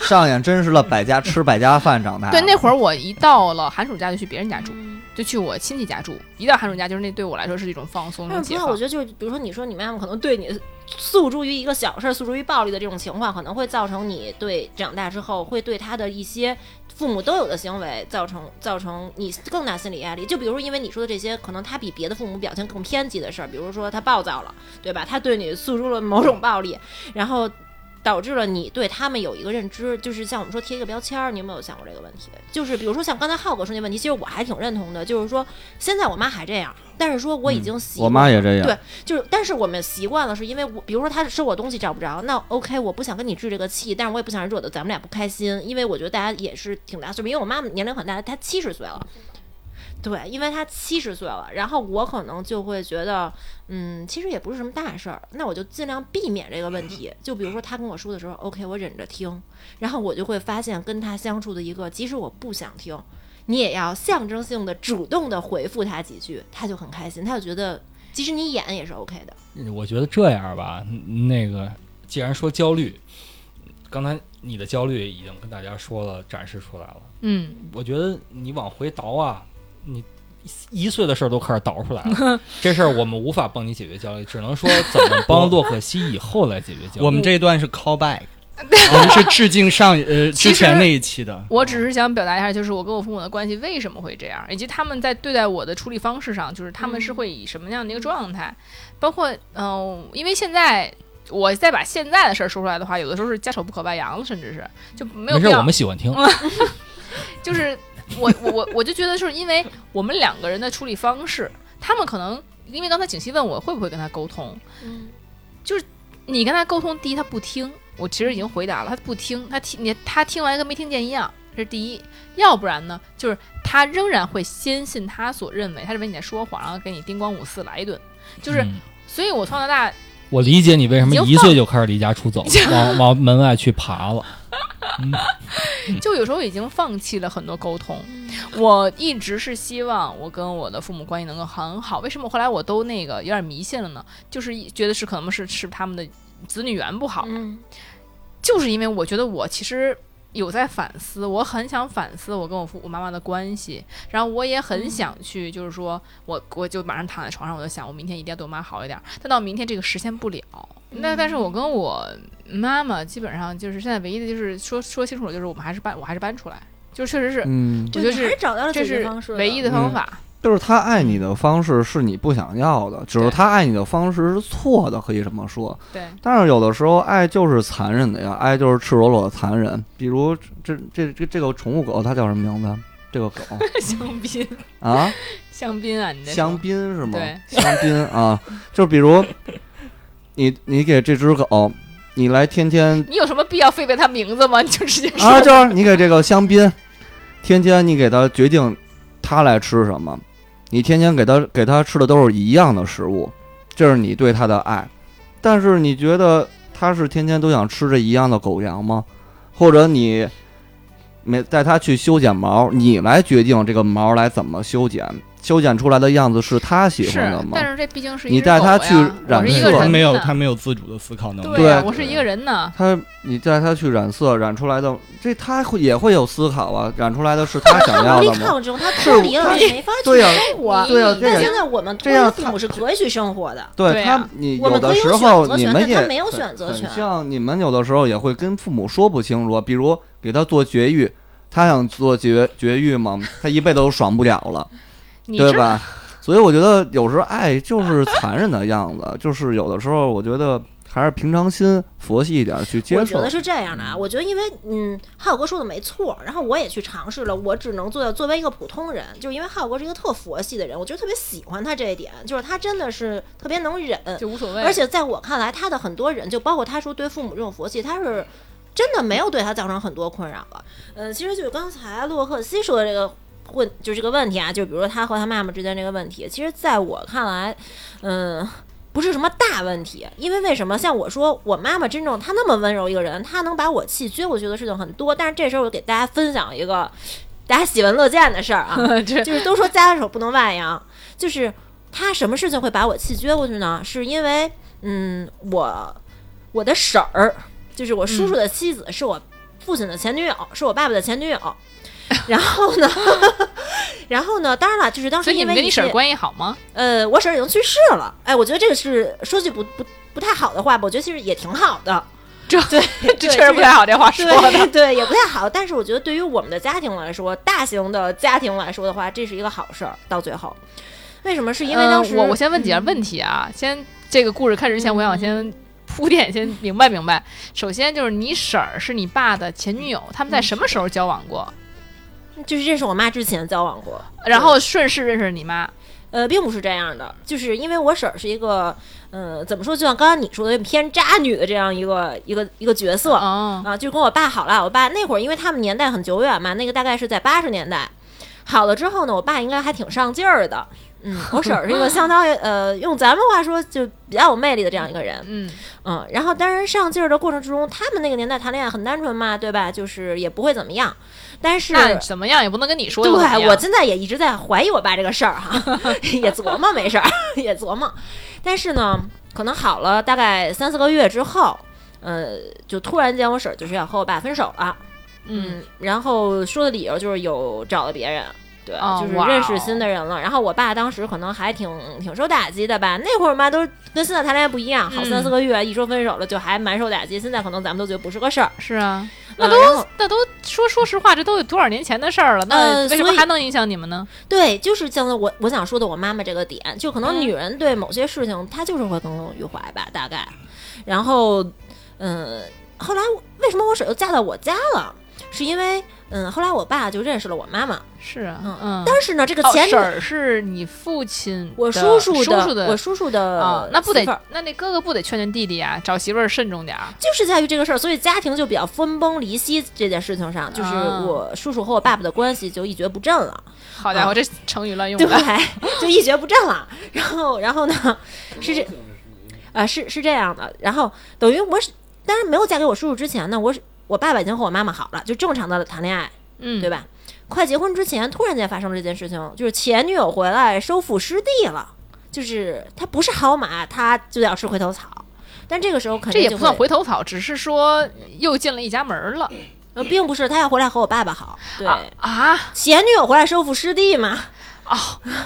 F: 上演真实了百家吃百家饭长大。
D: 啊
B: 对，那会儿我一到了寒暑假就去别人家住，
E: 嗯
B: 就去我亲戚家住。一到寒暑假，就是那对我来说是一种放松，一
E: 但
B: 种解
E: 是不是，
B: 放。
E: 哎我觉得就是，比如说，你说你妈妈可能对你诉诸于一个小事儿，诉诸于暴力的这种情况，可能会造成你对长大之后会对他的一些父母都有的行为造成造成你更大心理压力。就比如说，因为你说的这些，可能他比别的父母表现更偏激的事儿，比如说他暴躁了，对吧？他对你诉诸了某种暴力，然后。导致了你对他们有一个认知，就是像我们说贴一个标签儿，你有没有想过这个问题？就是比如说像刚才浩哥说那问题，其实我还挺认同的，就是说现在我妈还这样，但是说我已经习惯
F: 嗯我妈也这样。
E: 对就是，但是我们习惯了，是因为我，比如说他收我东西找不着，那 OK，我不想跟你置这个气，但是我也不想惹得咱们俩不开心，因为我觉得大家也是挺大岁数，因为我妈妈年龄很大，她七十岁了，对，因为她七十岁了，然后我可能就会觉得，嗯，其实也不是什么大事儿，那我就尽量避免这个问题。就比如说她跟我说的时候，OK，我忍着听，然后我就会发现跟她相处的一个，即使我不想听。你也要象征性的、主动的回复她几句，她就很开心，她就觉得即使你演也是 OK 的。
D: 我觉得这样吧，嗯那个既然说焦虑，刚才你的焦虑已经跟大家说了，展示出来了。
B: 嗯，
D: 我觉得你往回倒啊，你一岁的事儿都开始倒出来
B: <laughs>
D: 了。这事儿我们无法帮你解决焦虑，只能说怎么帮洛可西以后来解决焦虑。
C: 我们这一段是 callback，我 <laughs> 们是致敬上呃
B: 其实
C: 之前那一期的。
B: 我只是想表达一下，就是我跟我父母的关系为什么会这样，以及他们在对待我的处理方式上，就是他们
E: 嗯
B: 是会以什么样的一个状态，包括嗯、呃因为现在。我再把现在的事儿说出来的话，有的时候是家丑不可外扬了，甚至是就没有必
D: 没事，
B: 要。嗯
D: 我们喜欢听。
B: 就是我我我我就觉得，就是因为我们两个人的处理方式，他们可能因为刚才景熙问我会不会跟他沟通，
E: 嗯，
B: 就是你跟他沟通，第一他不听，我其实已经回答了，他不听，他听你他听完跟没听见一样，这是第一。要不然呢，就是他仍然会坚信他所认为，他认为你在说谎，然后给你叮咣五四来一顿。就是，
D: 嗯
B: 所以我从小到大，
D: 我理解你为什么
B: 已经
D: 一岁就开始离家
B: <laughs>
D: 出走，往往门外去爬了。
B: 就有时候已经放弃了很多沟通。
E: 嗯
B: 我一直是希望我跟我的父母关系能够很好。为什么后来我都那个有点迷信了呢？就是一觉得是可能是是他们的子女缘不好，
E: 嗯，
B: 就是因为我觉得我其实有在反思，我很想反思我跟我父我妈妈的关系，然后我也
E: 嗯
B: 很想去，就是说我我就马上躺在床上，我就想我明天一定要对我妈好一点儿，但到明天这个实现不了。那但是
E: 嗯
B: 我跟我妈妈基本上就是现在唯一的就是说说清楚了，就是我们还是搬我还是搬出来，就确实是。
F: 嗯，
B: 我觉得
E: 对你还
B: 是
E: 是找到了
B: 这
E: 解决
B: 是
E: 方式，
B: 唯一
E: 的。
B: 的方法，
F: 就是他爱你的方式是你不想要的，只是他爱你的方式是错的，可以这么说。
B: 对，
F: 但是有的时候爱就是残忍的呀，爱就是赤裸裸的残忍。比如这这这这个宠物狗，它叫什么名字？这
B: <laughs>
F: 个狗
B: <laughs> 香槟，
F: 啊，
B: 香槟啊，你这
F: 香槟是吗
B: 对？
F: 香槟啊，就比如你你给这只狗，你来天天
B: 你有什么必要非背他名字吗？你就直接说，
F: 啊，就是你给这个香槟，天天你给它决定它来吃什么，你天天给它给它吃的都是一样的食物，这是你对它的爱。但是你觉得它是天天都想吃这一样的狗粮吗？或者你没带它去修剪毛，你来决定这个毛来怎么修剪，修剪出来的样子是它喜
B: 是
F: 欢的，吗？
B: 但是这毕竟是
F: 你
B: 一只
F: 带
B: 狗
F: 它
B: 呀
F: 去
B: 我
F: 染
B: 是一个
F: 色
B: 人
C: 他
B: 呢，
C: 没有他没有自主的思考能力。
B: 对呀、
F: 对
B: 我是一个人呢，
F: 它，你带它去染色，染出来的这它会也会有思考啊，染出来的是它想
E: 他
F: 要
E: 无力 <laughs>
F: 的吗？
E: 抗争，他脱离了，也没法去
F: 对呀、
E: 生活。
F: 对啊呀这
E: 但
F: 也
E: 现在我们脱
F: 这
E: 离
F: 样
E: 父母是可以去生活的，
F: 对
B: 对
F: 他
B: 啊，
F: 你
E: 我
F: 有
E: 们
F: 的
E: 可以
F: 时
E: 有
F: 候
E: 选择
F: 你
E: 权
F: 们
E: 但
F: 也
E: 他没有
F: 很
E: 选择
F: 很
E: 权
F: 像你们有的时候也会跟父母说不清楚，比如给他做绝育，他想做绝绝育嘛，他一辈子都爽不了
E: <laughs>
F: 了，
B: 你
F: 对
B: 知道
F: 吧？所以我觉得有时候爱就是残忍的样子，就是有的时候我觉得还是平常心、佛系一点去接
E: 我觉
F: 受
E: 得。是这样的啊。我觉得因为嗯，浩哥说的没错，然后我也去尝试了，我只能做到作为一个普通人，就是因为浩哥是一个特佛系的人，我觉得特别喜欢他这一点，就是他真的是特别能忍，
B: 就无所谓， <laughs>
E: 而且在我看来，他的很多人，就包括他说对父母这种佛系，他是啊真的没有对他造成很多困扰了。嗯，其实就是刚才洛克西说的这个混就这个问题啊，就比如说他和他妈妈之间这个问题，其实在我看来，嗯。不是什么大问题，因为为什么？像我说，我妈妈真正她那么温柔一个人，她能把我气撅过去的事情很多。但是这时候我给大家分享一个大家喜闻乐见的
B: <laughs>
E: 事儿啊，
B: 这
E: <laughs> 就是都说家丑不能外扬，就是他什么事情会把我气撅过去呢？是因为，嗯，我我的婶儿，就是我
B: 嗯
E: 叔叔的妻子，是我父亲的前女友，是我爸爸的前女友。然后呢， <laughs> 然后呢，当然了，就是当
B: 所
E: 时
B: 以你
E: 因
B: 们
E: 为
B: 跟
E: 一
B: 你
E: 些
B: 婶儿关系好吗？
E: 呃，我婶儿已经去世了。哎，我觉得这个是说句不不不太好的话吧，我觉得其实也挺好的。
B: 这
E: 对，
B: <laughs> 这
E: 对
B: 确实不
E: 就是
B: 太好，这话
E: <laughs>
B: 说的。
E: 对对，也不太好。但是我觉得对于我们的家庭来说，大型的家庭来说的话，这是一个好事儿。到最后，为什么？是因为
B: 嗯
E: 当时、
B: 我我先问几样问题啊，先这个故事开始之前，我
E: 嗯
B: 想先铺垫，先明白明白。首先就是你婶儿是你爸的前女友，他们在
E: 嗯
B: 什么时候交往过？
E: 就是认识我妈之前交往过，
B: 然后顺势认识你妈，
E: 呃，并不是这样的，就是因为我婶儿是一个，呃，怎么说？就像刚刚你说的，偏渣女的这样一个一个一个角色啊、
B: 哦，
E: 就跟我爸好了。我爸那会儿，因为他们年代很久远嘛，那个大概是在八十年代。好了之后呢，我爸应该还挺上劲儿的。嗯，我婶儿是一个相当于呃，用咱们话说就比较有魅力的这样一个人。
B: 嗯，
E: 嗯，然后当然上劲儿的过程之中，他们那个年代谈恋爱很单纯嘛，对吧？就是也不会怎么样。但是
B: 那怎么样也不能跟你说。
E: 对我现在也一直在怀疑我爸这个事
B: <laughs>
E: 儿哈，也琢磨没事儿，也琢磨。但是呢，可能好了大概三四个月之后，呃，就突然间我婶儿就是要和我爸分手了。
B: 嗯，
E: 嗯，然后说的理由就是有找了别人，对，
B: 哦
E: 就是
B: 哇哦
E: 认识新的人了。然后我爸当时可能还挺挺受打击的吧，那会儿嘛都跟现在谈恋爱不一样，好
B: 嗯
E: 三四个月、一说分手了就还蛮受打击。现在可能咱们都觉得不是个事儿，
B: 是啊，
E: 那
B: 都
E: 都
B: 那都说说实话，这都有多少年前的事儿了，那
E: 呃
B: 为什么
E: 所以
B: 还能影响你们呢？
E: 对，就是像我我想说的，我妈妈这个点，就可能
B: 嗯
E: 女人对某些事情她就是会耿耿于怀吧，大概。然后，嗯，后来为什么我婶又嫁到我家了？是因为，嗯，后来我爸就认识了我妈妈，
B: 是啊
E: 嗯，
B: 嗯，
E: 但是呢，这个
B: 哦
E: 前女、
B: 婶儿是你父亲，
E: 我叔
B: 叔
E: 叔
B: 叔的
E: 我叔呃叔的、
B: 啊，那不得，那那哥哥不得劝劝弟弟啊，找媳妇儿慎重点儿。
E: 就是在于这个事儿，所以家庭就比较分崩离析这件事情上，就是
B: 啊
E: 我叔叔和我爸爸的关系就一蹶不振了。
B: 好家伙，这成语乱用
E: 嗯对 <laughs>
B: 的，
E: 就一蹶不振了。然后，然 <laughs> 后呢，是这，啊，是是这样的。然后等于我是，当然没有嫁给我叔叔之前呢，我是我爸爸已经和我妈妈好了，就正常的谈恋爱，
B: 嗯，
E: 对？吧？快结婚之前，突然间发生了这件事情，就是前女友回来收复失地了，就是她不是好马，她就要吃回头草。但这个时候肯
B: 这
E: 定
B: 也
E: 就
B: 不算
E: 会
B: 回头草，只是说又进了一家门儿了。
E: 呃，并不是她要回来和我爸爸好，对，
B: 啊啊！
E: 前女友回来收复失地嘛，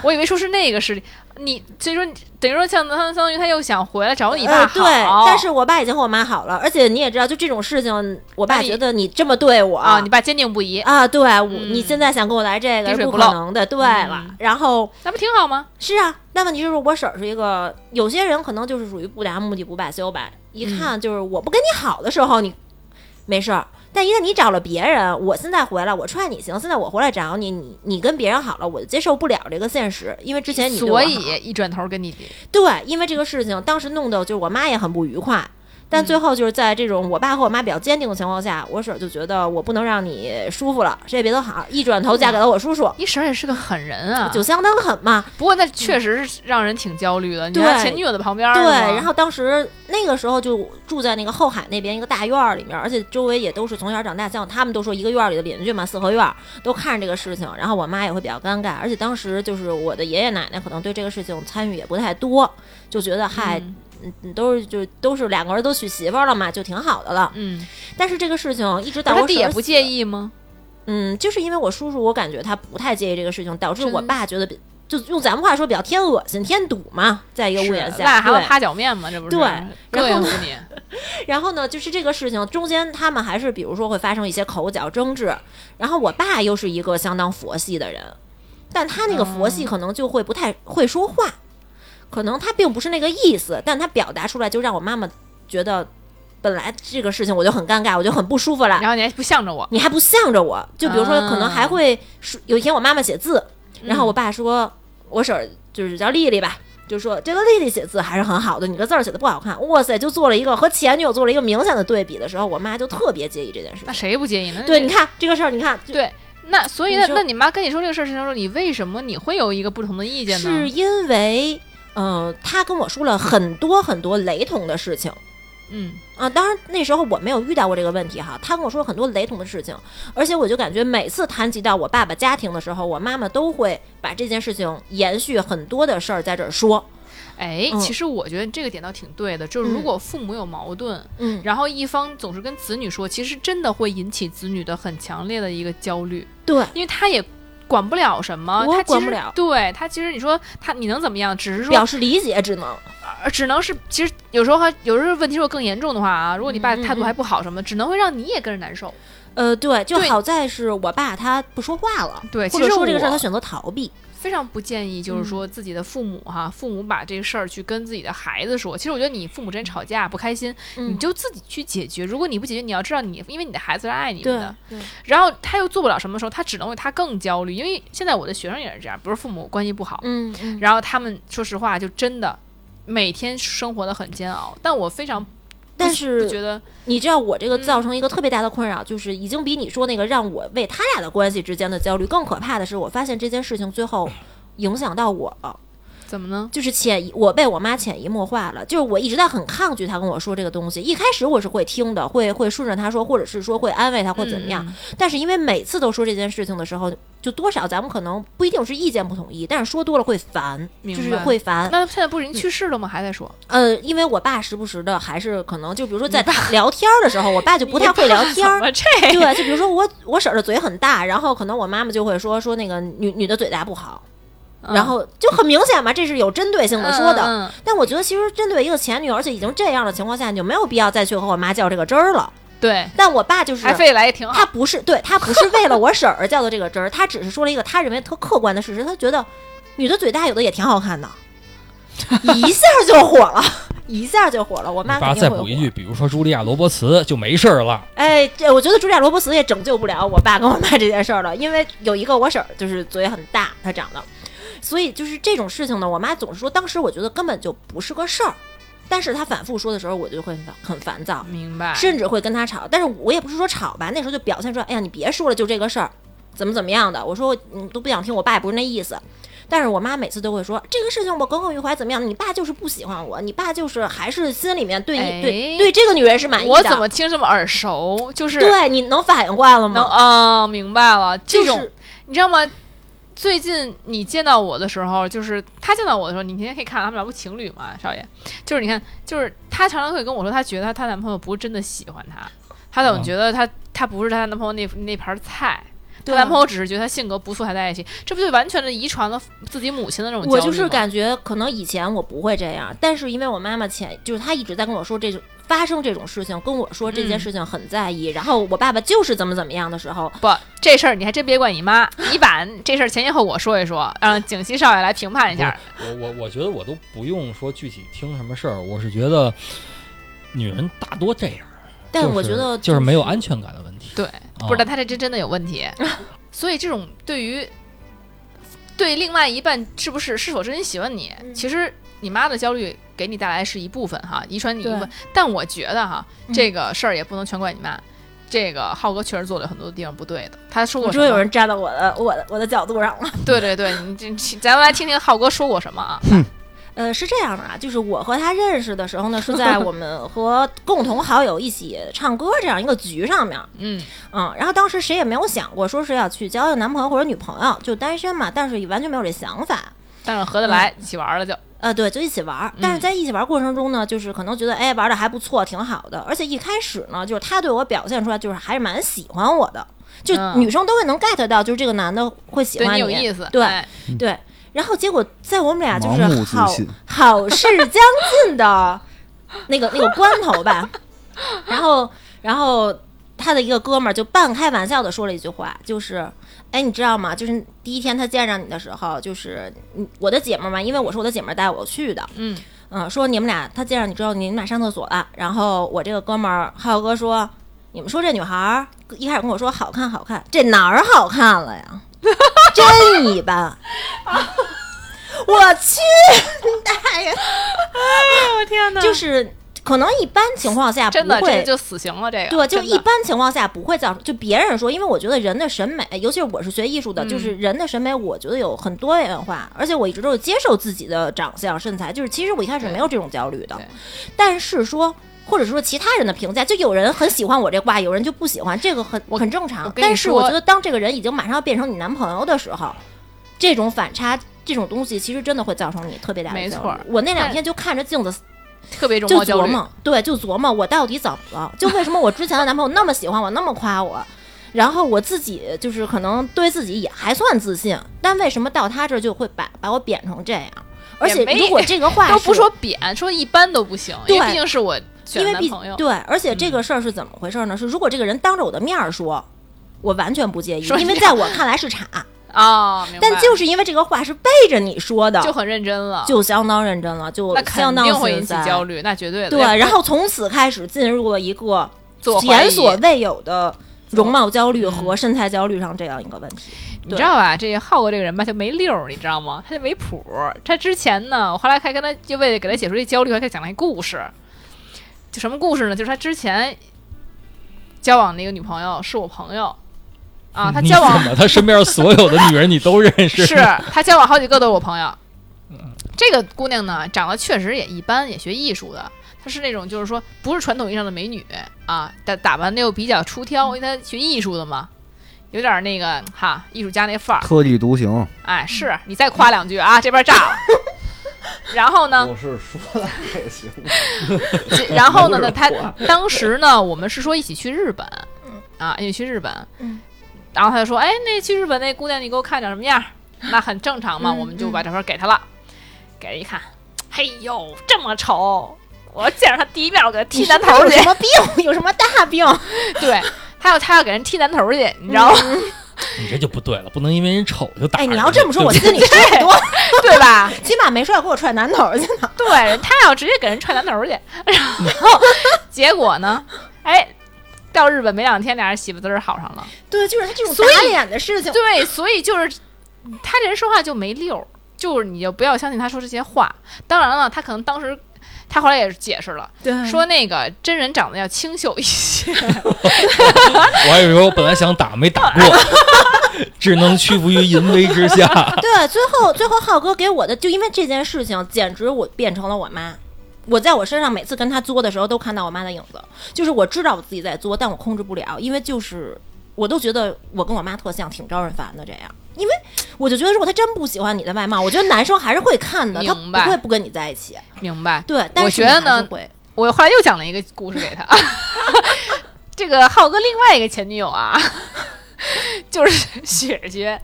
B: 我以为说是那个势力，你所以说等于说像他相当于他又想回来找你爸
E: 呃，
B: 好，
E: 对，但是我爸已经和我妈好了，而且你也知道，就这种事情，我
B: 那
E: 爸
B: 你
E: 觉得你这么对我
B: 啊，你爸坚定不移，
E: 啊，对我、你
B: 嗯
E: 现在想跟我来这个
B: 滴
E: 是
B: 水
E: 不
B: 不
E: 可
B: 漏嗯
E: 能的，对了。然后
B: 那不挺好吗？
E: 是啊，那问题就是我婶儿是一个，有些人可能就是属于不达目的不罢休吧，一
B: 嗯
E: 看就是我不跟你好的时候你没事儿。但一旦你找了别人，我现在回来，我踹你行。现在我回来找你，你你跟别人好了，我就接受不了这个现实，因为之前你对我
B: 所
E: 好
B: 以一转头跟你
E: 对，因为这个事情，当时弄得就是我妈也很不愉快。但
B: 嗯
E: 最后就是在这种我爸和我妈比较坚定的情况下，我婶儿就觉得我不能让你舒服了，谁也别得好，一
B: 嗯
E: 转头嫁给了我叔叔，
B: 你婶儿也是个狠人啊，
E: 就相当狠嘛。
B: 不过那确实是让人挺焦虑的。你
E: 嗯对
B: 看前女友的旁边儿
E: 对，
B: 是吗嗯
E: 然后当时那个时候就住在那个后海那边一个大院儿里面，而且周围也都是从小长大，像他们都说一个院儿里的邻居嘛，四合院儿都看着这个事情，然后我妈也会比较尴尬，而且当时就是我的爷爷奶奶可能对这个事情参与也不太多，就觉得嗨，
B: 嗯
E: 嗯，都是就都是两个人都娶媳妇儿了嘛，就挺好的了。
B: 嗯，
E: 但是这个事情一直到
B: 他
E: 我
B: 弟也不介
E: 意，
B: 意吗？
E: 嗯，就是因为我叔叔，我感觉他不太介意这个事情，导致
B: 真
E: 我爸觉得比就用咱们话说比较添恶心、添堵嘛，在一个屋檐
B: 是那
E: 下。
B: 还要
E: 对，
B: 擦脚面吗？这不是
E: 对
B: 更
E: 然
B: 应
E: 后
B: 付你。
E: 然后呢，就是这个事情中间他们还是比如说会发生一些口角争执，然后我爸又是一个相当佛系的人，但他那个佛系可能就会不太会说话，可能他并不是那个意思，但他表达出来就让我妈妈觉得。本来这个事情我就很尴尬，我就很不舒服了。
B: 然后你还不向着我，
E: 你还不向着我。就比如说，
B: 啊
E: 可能还会说，有一天我妈妈写字，然后
B: 嗯
E: 我爸说，我婶儿就是叫丽丽吧。就说这个丽丽写字还是很好的，你这字儿写的不好看，哇塞！就做了一个和前女友做了一个明显的对比的时候，我妈就特别介意这件事
B: 那
E: 情。
B: 谁不介意呢？
E: 对，你看这个事儿，你看，就
B: 嗯对，那所以那
E: 你说
B: 那你妈跟你说这个事儿的时候，你为什么你会有一个不同的意见
E: 是
B: 呢？
E: 因为，嗯、他跟我说了很多很多雷同的事情。
B: 嗯，
E: 啊，当然那时候我没有遇到过这个问题哈，他跟我说了很多雷同的事情，而且我就感觉每次谈及到我爸爸家庭的时候，我妈妈都会把这件事情延续很多的事儿在这儿说，
B: 哎，
E: 嗯
B: 其实我觉得这个点倒挺对的，就是如
E: 嗯
B: 果父母有矛盾，
E: 嗯，
B: 然后一方总是跟子女说，其实真的会引起子女的很强烈的一个焦虑，
E: 对，
B: 因为他也管不了什么，
E: 我
B: 他其
E: 管
B: 实
E: 不了
B: 对他其实你说他你能怎么样？只是
E: 表
B: 说，
E: 示理解只能，
B: 呃只能是其实有时候还有时候问题如果更严重的话啊，如果你爸
E: 嗯嗯
B: 态度
E: 嗯
B: 还不好什么，只能会让你也跟着难受。
E: 呃，对，就
B: 对
E: 好在是我爸他不说话了，
B: 对，
E: 或
B: 其
E: 者
B: 实
E: 说这个事儿
B: 我
E: 他选择逃避，
B: 非常不建议，就是
E: 嗯
B: 说自己的父母哈，父母把这个事儿去跟自己的孩子说。其实我觉得你父母之间吵架不开心，你
E: 嗯，
B: 就自己去解决。如果你不解决，你要知道你，因为你的孩子是爱你们
E: 对
B: 的。
E: 对，
B: 然后他又做不了什么的时候，他只能为他更焦虑。因为现在我的学生也是这样，比如父母关系不好，
E: 嗯，嗯
B: 然后他们说实话就真的每天生活的很煎熬。但我非常不
E: 但
B: 不
E: 是
B: 觉得
E: 你知道我这个
B: 嗯
E: 造成一个特别大的困扰，就是已经比你说那个让我为他俩的关系之间的焦虑更可怕的是，我发现这件事情最后影响到我了。
B: 怎么呢？
E: 就是潜移，我被我妈潜移默化了，就是我一直在很抗拒她跟我说这个东西。一开始我是会听的，会会顺着她说，或者是说会安慰她或怎么样。
B: 嗯？
E: 但是因为每次都说这件事情的时候，就多少咱们可能不一定是意见不统一，但是说多了会烦，就
B: 明
E: 是
B: 白
E: 会烦。
B: 那现在不是已经去世了吗？还在说？
E: 呃，因为我爸时不时的还是可能就比如说在 <laughs> 聊天儿的时候，我爸就不太会聊天
B: 嗯怎。
E: 儿
B: 么这
E: 对，就比如说我我婶儿的嘴很大，然后可能我妈妈就会说说那个女女的嘴大不好，然后就很明显嘛，这是有针对性的说
B: 嗯
E: 的。
B: 嗯嗯嗯
E: 但我觉得，其实针对一个前女友，而且已经这样的情况下，你就没有必要再去和我妈较这个真儿了。
B: 对，
E: 但我爸就是
B: 还，非得来也挺好
E: 他。不是对他不是为了我婶儿较的这个真儿，他只是说了一个他认为特客观的事实，他觉得女的嘴大有的也挺好看的，一下就火了，一下就火了。我
D: 你
E: 妈
D: 爸
E: 肯
D: 再
E: 定会
D: 补
E: 火
D: 一。句，比如说茱莉亚·罗伯茨就没事儿了。
E: 哎，这我觉得茱莉亚·罗伯茨也拯救不了我爸跟我妈这件事儿了，因为有一个我婶儿就是嘴很大，她长得，所以就是这种事情呢，我妈总是说，当时我觉得根本就不是个事儿，但是她反复说的时候，我就会很很烦躁，
B: 明白，
E: 甚至会跟她吵。但是我也不是说吵吧，那时候就表现出来，哎呀，你别说了，就这个事儿，怎么怎么样的，我说我嗯都不想听，我爸也不是那意思。但是我妈每次都会说这个事情我耿耿于怀，怎么样？你爸就是不喜欢我，你爸就是还是心里面对你、
B: 哎
E: 对对这个女人是满意的。
B: 我怎么听这么耳熟？就是
E: 对，你能反应过来了
B: 能
E: 吗？
B: 哦，明白了。这种、
E: 就是
B: 你知道吗？最近你见到我的时候，就是他见到我的时候，你今天可以看到他们俩不情侣吗？少爷，就是你看，就是他常常会跟我说，他觉得他她男朋友不是真的喜欢她，她总
D: 嗯
B: 觉得她她不是她男朋友那那盘菜。她
E: 对
B: 男朋友只是觉得她性格不错才在一起，这不就完全的遗传了自己母亲的那种焦虑
E: 我就是
B: 吗
E: 感觉可能以前我不会这样，但是因为我妈妈前就是她一直在跟我说这种发生这种事情，跟我说这件事情很在意，然后我爸爸就是怎么怎么样的时候，
B: 不，这事儿你还真别怪你妈，你把这事儿前因后果说一说，让景熙少爷来评判一下。
D: 我我我觉得我都不用说具体听什么事儿，我是觉得女人大多这样，
E: 但
D: 就是
E: 我觉得
D: 就是没有安全感的问题。
B: 对，不
D: 啊
B: 是，但他这真真的有问 <laughs> 题。所以这种对于对另外一半是不是是否真心喜欢你，
E: 嗯
B: 其实你妈的焦虑给你带来是一部分哈，遗传你一部分。但我觉得哈，
E: 嗯
B: 这个事儿也不能全怪你妈。这个浩哥确实做了很多地方不对的，他说
E: 我
B: 过什
E: 终于有
B: 么？
E: 人站到我的我的我的角度上了。 <laughs>
B: 对对对，你这咱们来听听浩哥说过什么啊？
E: 呃，是这样的啊，就是我和他认识的时候呢，是在我们和共同好友一起唱歌这样一个局上面，
B: 嗯，
E: 嗯，然后当时谁也没有想过说是要去交一个男朋友或者女朋友，就单身嘛，但是也完全没有这想法。
B: 但是合得来，一起玩了就。
E: 呃，对，就一起玩儿。但
B: 嗯
E: 是在一起玩儿过程中呢，就是可能觉得哎玩的还不错，挺好的。而且一开始呢，就是他对我表现出来就是还是蛮喜欢我的，就
B: 嗯
E: 女生都会能 get 到，就是这个男的会喜
B: 对
E: 欢
B: 你有意思，
E: 对
B: 哎
E: 对。然后结果在我们俩啊就
F: 盲目
E: 是
F: 自
E: 好
F: 信
E: 好事将近的那个那个关头吧，然后然后他的一个哥们儿就半开玩笑的说了一句话，就是。哎，你知道吗？就是第一天他见着你的时候，就是你我的姐们儿嘛，因为我是我的姐们儿带我去的，
B: 嗯，
E: 嗯，说你们俩，他介绍你之后，你们俩上厕所了。然后我这个哥们儿浩哥说，你们说这女孩儿一开始跟我说好看好看，这哪儿好看了呀？ <laughs> 真一般。我去，大爷！
B: 哦我天哪
E: 就是可能一般情况下不
B: 真的，这
E: 会。
B: 就死刑了。这个
E: 对，就
B: 真的
E: 一般情况下不会造成，就别人说，因为我觉得人的审美，尤其是我是学艺术的，
B: 嗯
E: 就是人的审美，我觉得有很多元化，而且我一直都是接受自己的长相、身材，就是其实我一开始
B: 对
E: 没有这种焦虑的
B: 对，
E: 但是说。或者说其他人的评价，就有人很喜欢我这挂，有人就不喜欢，这个很
B: 我
E: 很正
B: 我
E: 常。
B: 跟你
E: 但是
B: 说
E: 我觉得，当这个人已经马上要变成你男朋友的时候，这种反差，这种东西，其实真的会造成你特别大的
B: 没
E: 焦
B: 错
E: 虑我那两
B: 但
E: 天就看着镜子
B: 特别容
E: 就
B: 貌焦
E: 琢
B: 虑。
E: 磨，对，就琢磨我到底怎么了？就为什么我之前的男朋友那么喜欢我，那么夸我，然后我自己就是可能对自己也还算自信，但为什么到他这儿就会把把我贬成这样？而且
B: 也没
E: 如果这个话
B: 都不
E: 是
B: 说扁，说一般都不行，因为
E: 对
B: 毕竟是我选的
E: 因为
B: 男
E: 毕
B: 朋友。嗯
E: 对，而且这个事儿是怎么回事呢？是如果这个人当着我的面儿说，我完全不介意，
B: 说
E: 因为
B: 你
E: 在我看来是茬。
B: 啊，明白
E: 但就是因为这个话是背着你说的，
B: 就很认真了，
E: 就相当认真了，就
B: 那
E: 相
B: 肯
E: 当
B: 定会引
E: 心
B: 起
E: 塞
B: 焦虑，那绝对的。
E: 对，然后从此开始进入了一个
B: 自我怀疑嗯
E: 前所未有的容貌焦虑和身材焦虑上这样一个问题。
B: 你知道吧，这浩哥这个人吧，就没溜儿，你知道吗？他就没谱儿。他之前呢，我后来还跟他就为了给他解除这焦虑，还给他讲了一故事。就什么故事呢？就是他之前交往的一个女朋友是我朋友
D: <laughs>
E: 嗯
B: 啊，他
D: 你
B: 交往
D: 怎么他身边所有的女人你都认识？
B: 是他交往好几个都是我朋友。这个姑娘呢，长得确实也一般，也学艺术的。她是那种就是说不是传统意义上的美女啊，打打扮的又比较出挑，因为她学艺术的嘛，有点那个哈艺术家那范儿。
F: 特立独行。
B: 哎，是你再夸两句啊，这边炸了。然后
E: 啊
B: 呢，
F: 是说的也行，
E: <laughs>
B: 这然后呢，
F: 不
B: 那
F: 是
B: 他当时呢，我们是说一起去日本，啊，一起去日本，
E: 嗯
B: 然后他就说，哎，那去日本那姑娘你给我看长什么
E: <laughs>
B: 样儿？那很正常嘛，
E: 嗯
B: 我们就把照片给他了，给他一看，嘿呦，这么丑，我要见着他第一面我给他
E: 你
B: 剃男
E: 是不是
B: 头嗯
E: 有
B: 去
E: <laughs> 什，么病？有什么大病？
B: 对，他要他要给人剃男头去，你知道
E: 嗯
B: 吗？
D: 你这就不对了，不能因为人丑就打
E: 哎，
D: 人。
E: 你要这么说，
D: 对
E: 我
D: 不对
E: 心里舒服多了，
B: <laughs>
E: 啊
B: 对吧？
E: 起码没说要给我踹男头去呢。
B: 对他要直接给人踹男头去，然后结果呢，哎，到日本没两天，俩人媳妇滋儿好上了。
E: 对，就是他这种
B: 所以
E: 打脸的 <laughs> 事情。
B: 对，所以就是他这人说话就没溜儿，就是你就不要相信他说这些话。当然了，他可能当时他后来也是解释了，
E: 对
B: 说那个真人长得要清秀一些。 <laughs>
D: 我还以为我本来想打没打
B: <laughs>
D: 过，只能屈服于淫威之
B: <laughs>
D: 下。
E: 对，最后最后浩哥给我的，就因为这件事情，简直我变成了我妈。我在我身上每次跟他作的时候，都看到我妈的影子。就是我知道我自己在作，但我控制不了，因为就是我都觉得我跟我妈特像，挺招人烦的这样。因为我就觉得，如果他真不喜欢你的外貌，我觉得男生还是会看的，他
B: 明白
E: 不会不跟你在一起。
B: 明白？
E: 对，但是
B: 我觉得呢
E: 还是会
B: 我后来又讲了一个故事给他， <laughs> 这个浩哥另外一个前女友啊， <laughs> 就是雪雪，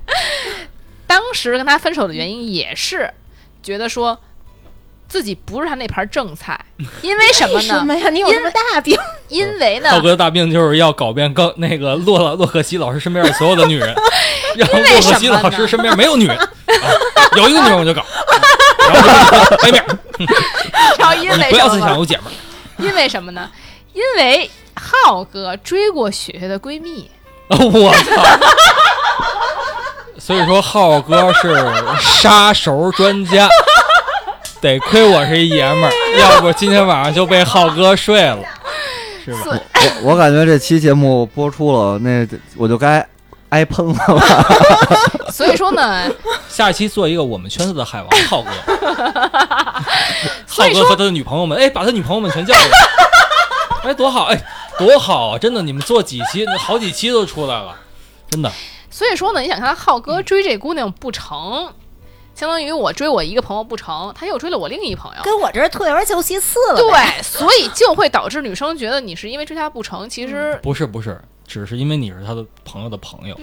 B: 当时跟他分手的原因也是觉得说自己不是他那盘正菜，因为什么
E: 为 <laughs> 什
B: 呢？
E: 么呀？你有什么大病？
B: 因为呢，
D: 浩哥的大病就是要搞遍高那个洛洛洛可西老师身边的所有的
B: <laughs>
D: 女人，然后洛可西老师身边没有女人，啊有一个女人
B: <laughs>
D: 我就搞，然后就没哎面儿，
B: 然后因
D: 你
B: 为
D: 不要
B: 什
D: 再想
B: 么？
D: 有姐们儿。
B: 因为什么呢？因为浩哥追过雪雪的闺蜜，
D: <laughs> 我操！所以说，浩哥是杀手专
B: <laughs>
D: 家，得亏我是一爷们
B: 哎
D: 儿，要不今天晚上就被浩哥睡了，是吧？
F: <laughs> 我我感觉这期节目播出了，那我就该挨喷了吧？
B: 所以说呢，
D: 下期做一个我们圈子的海王
B: <laughs>
D: 浩哥，
B: 所
D: 浩
B: 以
D: 哥
B: 说
D: 和他的女朋友们，哎，把他女朋友们全叫
B: <laughs>
D: 过来，哎，多好，哎，多好啊！真的，你们做几期，好几期都出来了，真的。
B: 所以说呢，你想看浩哥追这姑娘不成，相当于我追我一个朋友不成，他又追了我另一朋友。
E: 跟我这儿退而求其次了。
B: 对，所以就会导致女生觉得你是因为追她不成，其实，
D: 不是不是，只是因为你是他的朋友的朋友，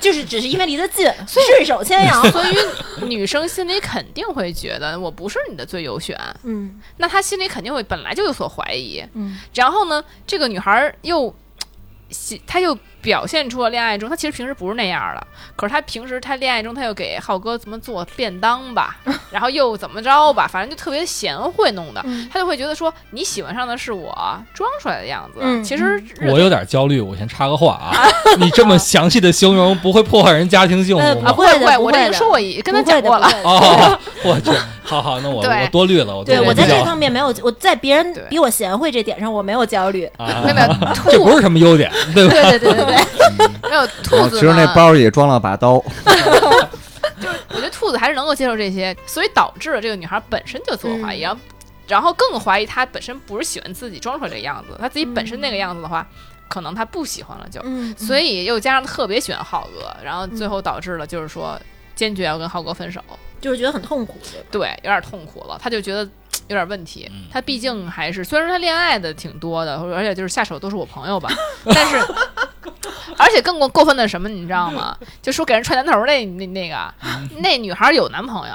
E: 就是只是因为离得近，顺手牵羊。
B: 所以女生心里肯定会觉得我不是你的最优选，
E: 嗯
B: 那她心里肯定会本来就有所怀疑，
E: 嗯，
B: 呃然后呢，这个女孩儿又，喜她又表现出了恋爱中，他其实平时不是那样的，可是他平时他恋爱中他又给浩哥怎么做便当
E: <laughs>
B: 吧，然后又怎么着吧，反正就特别贤惠弄的，
E: 嗯
B: 他就会觉得说你喜欢上的是我装出来的样子，
E: 嗯
B: 其实
D: <laughs> 我有点焦虑，我先插个话啊，你这么详细的形容，不会破坏人家庭幸
E: 呃
D: 福
B: 啊
D: 吗？
B: 不
E: 不会
B: 会，
E: 的
B: 我
E: 不
B: 这
E: 会
B: 已经
E: 的
B: 说过一跟他
E: 不会
B: 讲
E: 的
B: 过了
E: 不，会的
D: 哦，我去，好好，那我
B: 对
D: 我多虑了，我多
E: 对
D: 虑
E: 我
D: 了
E: 在
D: 比较
E: 这方面没有，我在别人
B: 对
E: 比我贤惠这点上我没有焦虑。
D: 啊
B: 没有没有，
D: 这
B: 兔
D: 不是什么优点，对吧？
E: 对对对对对，
B: <laughs> 没有
F: 然
B: 兔
F: 后
B: 子
F: 其实那
B: 呢
F: 包里装了把刀，
B: 我觉得兔子还是能够接受这些，所以导致了这个女孩本身就自我怀疑，
E: 嗯
B: 然后然后更怀疑她本身不是喜欢自己装出来这个样子，她自己本身那个样子的话，可能她不喜欢了就，
E: 嗯，
B: <laughs> 所以又加上特别喜欢浩哥，然后最后导致了就是说坚决要跟浩哥分手，
E: 就是觉得很痛苦。对吧
B: 对，有点痛苦了，她就觉得。嘖有点问题
D: 嗯，
B: 她毕竟还是虽然说她恋爱的挺多的，而且就是下手都是我朋友吧，但是，而且更过过分的是什么，你知道吗？就说给人踹男头儿那那那个， <laughs> 那女孩有男朋友，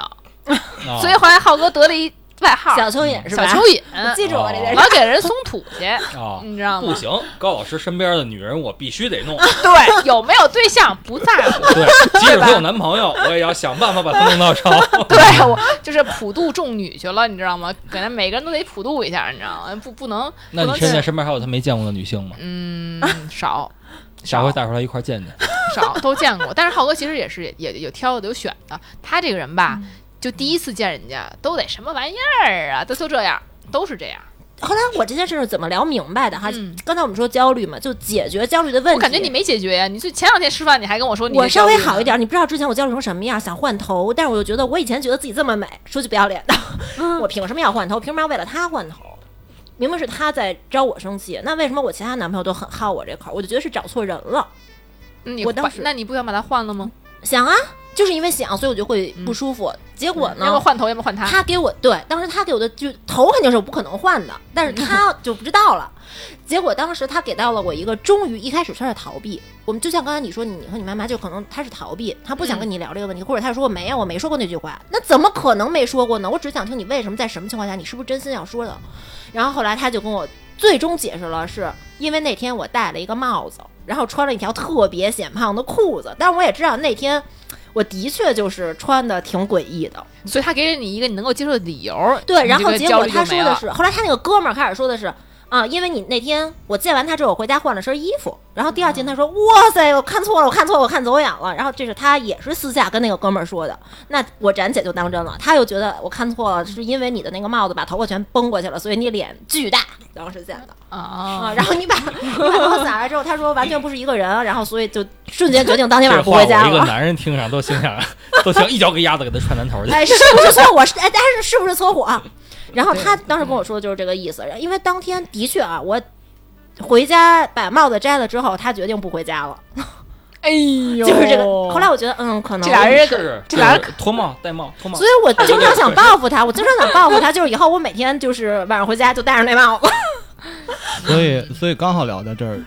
B: <laughs>
D: 啊
B: 所以后来浩哥得了一外号
E: 小蚯蚓是吧？
B: 嗯小蚯
E: <laughs>
B: 蚓，
E: 我记住我这件事
B: 老给人松土去，
D: 啊，
B: 你知道
D: 不
B: 吗？
D: 行，高老师身边的女人我必须得弄，
B: 对，有没有对象不在
D: <laughs>
B: 乎，
D: 对，即使她有男朋友，我也要想办法把她弄到手。
B: 对我就是普渡众女去了，你知道吗？给他每个人都得普渡一下，你知道吗？不不能
D: 那你现在身边还有她没见过的女性吗？
B: 嗯少
D: 下回带出来一块儿见见。
B: 少都见过，但是浩哥其实也是也也有挑的有选的，他这个人吧，就第一次见人家都得什么玩意儿啊，都就这样，都是这样。
E: 后来我这件事是怎么聊明白的哈？
B: 嗯
E: 刚才我们说焦虑嘛，就解决焦虑的问题。
B: 我感觉你没解决呀，你就前两天吃饭你还跟我说你
E: 我稍微好
B: 点。
E: 一点，你不知道之前我焦虑成什么样，想换头，但是我就觉得我以前觉得自己这么美，说句不要脸的，
B: 嗯
E: <laughs> 我凭什么要换头？凭什么要为了他换头？明明是他在招我生气，那为什么我其他男朋友都很好我这口？我就觉得是找错人了。
B: 嗯你
E: 我当
B: 换
E: 时
B: 那你不想把它换了吗？
E: 想啊，就是因为想，所以我就会不舒服。结果
B: 嗯要不
E: 呢，
B: 换头，要不换他。
E: 他给我对当时他给我的就头肯定是我不可能换的，但是他就不知道了。结果当时他给到了我一个，终于一开始他是逃避。我们就像刚才你说，你和你妈妈就可能他是逃避，他不想跟你聊这个问题，或者他说我没有，我没说过那句话，那怎么可能没说过呢？我只想听你为什么在什么情况下，你是不是真心要说的？然后后来他就跟我最终解释了，是因为那天我戴了一个帽子，然后穿了一条特别显胖的裤子，但是我也知道那天我的确就是穿的挺诡异的。
B: 所以他给了你一个你能够接受的理由。
E: 对，
B: 你
E: 然
B: 这
E: 后
B: 个
E: 结
B: 焦
E: 果
B: 虑
E: 他
B: 就
E: 说
B: 没
E: 的
B: 了
E: 是，后来他那个哥们儿开始说的是。啊，因为你那天我见完他之后，我回家换了身衣服，然后第二
B: 嗯
E: 天他说：“哇塞，我看错了，我看错了，我看走眼了。”然后这是他也是私下跟那个哥们儿说的，那我展姐就当真了，她又觉得我看错了，是因为你的那个帽子把头发全崩过去了，所以你脸巨大，当时见的啊。
B: 啊，
E: 然后你把你把头发撒了之后，他说完全不是一个人，然后所以就瞬间决定当天晚
D: 这
E: 上不
D: 话我
E: 回家
D: 一个
E: 了。
D: 男人听上都心想，都想一脚给鸭子给他踹南头去。
E: <laughs> 哎，是不是搓火？是哎，但是是不是搓火？然后他当时跟我说的就是这个意思，因为当天的确啊，我回家把帽子摘了之后，他决定不回家了，
B: 哎呦
E: <laughs> 就是这个。后来我觉得，嗯，可能
B: 这俩人
D: 是是
B: 这俩人
D: 脱帽戴帽脱帽
E: 所，以我经常想报复他，我经常想报复 <laughs> 他，就是以后我每天就是晚上回家就戴上那帽子。
C: 所以，所以刚好聊到这儿，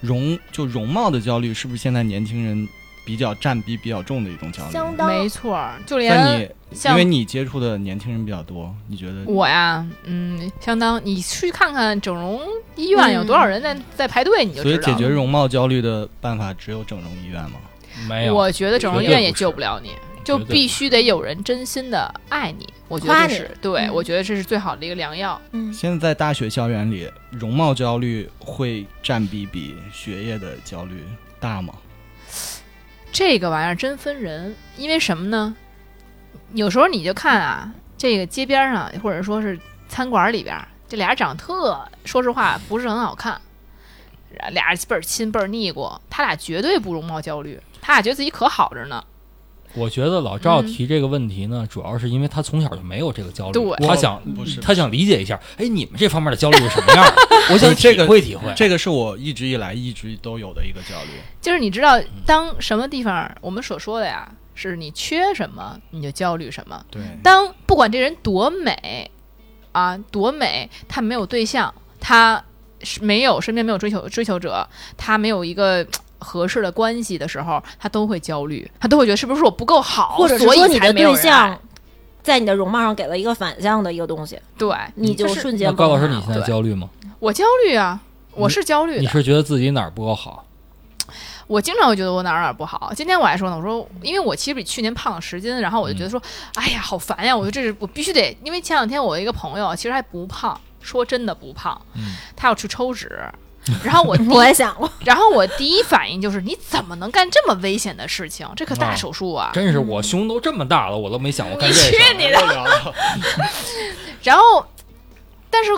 C: 容就容貌的焦虑，是不是现在年轻人比较占比比较重的一种焦虑？
E: 相当
B: 没错儿，就
C: 那
B: 连
C: 你因
B: 像
C: 为你接触的年轻人比较多，你觉得
B: 我呀，嗯，相当你去看看整容医
E: 嗯
B: 院有多少人在、在排队，你就
C: 所以
B: 知道
C: 解
B: 了。
C: 决容貌焦虑的办法只有整容医院吗？
D: 没有，
B: 我觉得整容医
D: 哎绝对
B: 院
D: 不
B: 也
D: 是
B: 救不了你，就
D: 绝对
B: 必
D: 不
B: 须得有人真心的爱你。我觉
E: 夸
B: 得
E: 你
B: 这是对、
E: 嗯
B: 我觉得这是最好的一个良药。
E: 嗯，
C: 现在在大学校园里，容貌焦虑会占比比学业的焦虑大吗？
B: 这个玩意儿真分人，因为什么呢？有时候你就看啊，这个街边儿上或者说是餐馆里边儿，这俩人长得特，说实话不是很好看，俩人倍儿亲倍儿腻过，他俩绝对不容貌焦虑，他俩觉得自己可好着呢。
D: 我觉得老赵
B: 嗯
D: 提这个问题呢，主要是因为他从小就没有这个焦虑，
B: 对
D: 他想
C: 嗯不是
D: 他想理解一下，哎，你们这方面的焦虑是什么
E: <laughs>
D: 样儿？我想
C: 你这
D: 体
C: 个
D: 会体会。
C: 这个是我一直以来一直都有的一个焦虑。
B: 就是你知道，当什么地方我们所说的呀，是你缺什么你就焦虑什么。
C: 对，
B: 当不管这人多美啊，多美，她没有对象，她是没有呃身边没有追求追求者，她没有一个。嘖合适的关系的时候，她都会焦虑，她都会觉得是不是我不够好，
E: 或者是
B: 哦所
E: 说
B: 以
E: 你
B: 才
E: 的
B: 没有
E: 对
B: 人爱
E: 象。在你的容貌上给了一个反向的一个东西，
B: 对
E: 你就
B: 就是
E: 瞬
D: 那
E: 间
D: 高老师，
E: 崩
D: 你
E: 塌
D: 现在
E: 了
D: 焦虑吗？
B: 我焦虑啊，我是焦虑
D: 你
B: 的，
D: 是觉得自己哪儿不够好？
B: 我经常会觉得我哪儿哪儿不好。今天我还说呢，我说因为我其实比去年胖了十斤，然后我
D: 嗯
B: 就觉得说，哎呀，好烦呀！我就这是我必须得，因为前两天我一个朋友其实还不胖，说真的不胖，
D: 嗯
B: 他要去抽脂。然后
E: <laughs>
B: 我第一
E: 我也想过，
B: 然后我第一反应就是，你怎么能干这么危险的事情？这可大
D: 啊
B: 手术啊！
D: 真是我胸都这么大了，我都没想过干
B: 你
D: 这
B: 去
D: 事儿。
B: 你的！ <laughs> 然后，但是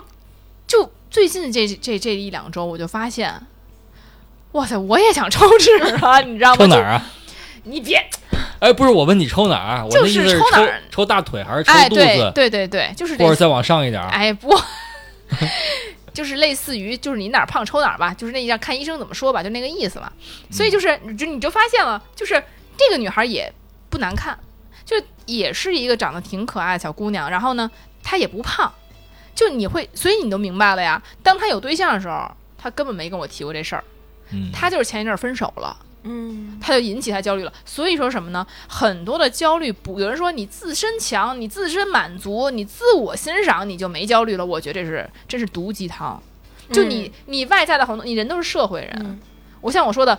B: 就最近这这这一两周，我就发现，哇塞，我也想抽脂了，你知道吗？
D: 抽哪
B: 就
D: 儿啊？
B: 你别
D: 哎，不是，我问你抽哪儿啊？我
B: 就
D: 的意思
B: 是
D: 是
B: 抽哪
D: 抽
B: 儿
D: 抽大腿还是抽
B: 哎，
D: 肚
B: 对
D: 子，
B: 对对对，就是
D: 或
B: 这
D: 者，再往上一点儿？
B: 哎不。 <laughs> 就是类似于，就是你哪儿胖抽哪儿吧，就是那一样，看医生怎么说吧，就那个意思嘛。所以就是，
D: 嗯
B: 就你就发现了，就是这个女孩也不难看，就也是一个长得挺可爱的小姑娘。然后呢，她也不胖，就你会，所以你都明白了呀。当她有对象的时候，她根本没跟我提过这事儿，
D: 嗯，
B: 她就是前一阵儿分手了。
E: 嗯，
B: 他就引起他焦虑了。所以说什么呢？很多的焦虑不，有人说你自身强，你自身满足，你自我欣赏，你就没焦虑了。我觉得这是真是毒鸡汤。就你，你外在的很多，你人都是社会人。
E: 嗯
B: 我像我说的，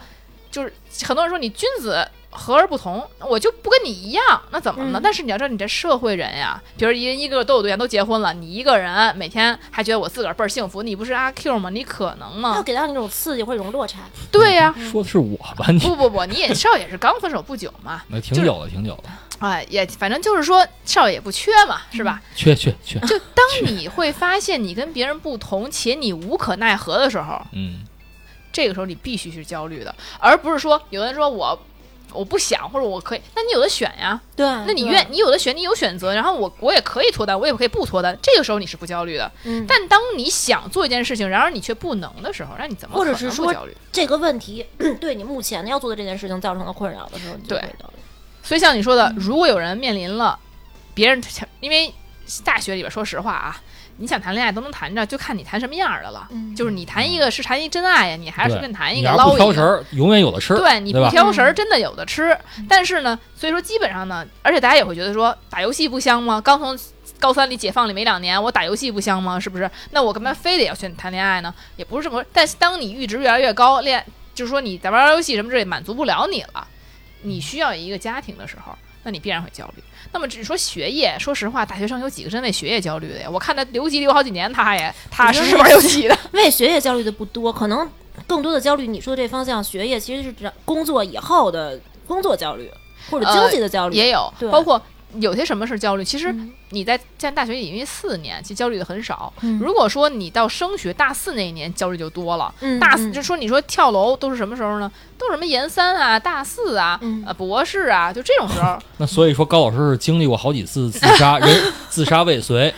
B: 就是很多人说你君子和而不同，我就不跟你一样，那怎么了呢？
E: 嗯
B: 但是你要知道，你这社会人呀，比如一人一个都有对象，都结婚了，你一个人每天还觉得我自个儿倍儿幸福，你不是阿 Q 吗？你可能
E: 嗯要
B: 吗？
E: 给到你一种刺激或者一种落差，
B: 对呀、
D: 说的是我吧？你
B: 不不不，你也少也是刚分手不久嘛。
D: 那挺久了，挺久了，
B: 哎，也反正就是说，少爷也不缺嘛，是吧？
D: 去去
B: <laughs>
D: 去，
E: 嗯
B: 就当
E: <laughs>
B: 你会发现你跟别人不同，且你无可奈何的时候，
D: 嗯，
B: 这个时候你必须是焦虑的，而不是说有的人说我我不想或者我可以，那你有的选呀，
E: 嗯对，
B: 那你愿你有的选，你有选择，然后我我也可以脱单，我也可以不脱单，这个时候你是不焦虑的。
E: 嗯，
B: 但当你想做一件事情，然而你却不能的时候，那你怎么
E: 或者
B: 可
E: 是
B: 能不
E: 说
B: 焦虑？
E: 这个问题 <clears throat> 对你目前要做的这件事情造成了困扰的时候，你就
B: 对
E: 会焦虑
B: 所以像你说的，如果有人面临了别人，因为大学里边，说实话啊，你想谈恋爱都能谈着，就看你谈什么样儿的了。
E: 嗯
B: 就是你谈一个是谈一真爱呀，你还是随便谈一
D: 你
B: 个
D: 要是
B: 捞
D: 不
B: 一
D: 挑食
B: 个。
D: 儿，永远有的吃。
B: 对，你
D: 对
B: 不
D: 吧
B: 挑食儿，真的有的吃。但是呢，所以说基本上呢，而且大家也会觉得说，打游戏不香吗？刚从高三里解放里没两年，我打游戏不香吗？是不是？那我干嘛非得要选谈恋爱呢？也不是这么回事。但是当你阈值越来越高，恋就是说你在玩儿游戏什么之类满足不了你了，你需要一个家庭的时候，那你必然会焦虑。那么只说学业，说实话，大学生有几个真为学业焦虑的呀？我看他留级留好几年，他也踏踏实实玩游戏的。
E: 为学业焦虑的不多，可能更多的焦虑，你说这方向学业其实是指工作以后的工作焦虑或者经济的焦虑，
B: 呃也有，
E: 对
B: 包括有些什么是焦虑。其实
E: 嗯
B: 你在在大学里，因为四年，其实焦虑的很少。
E: 嗯
B: 如果说你到升学大四那一年，焦虑就多了。
E: 嗯
B: 大四
E: 嗯
B: 就说你说跳楼都是什么时候呢？都是什么研三啊、大四啊、
E: 嗯
B: 呃博士啊，就这种时候。
D: 那所以说，高老师是经历过好几次自杀，
B: <laughs>
D: 人自杀未遂，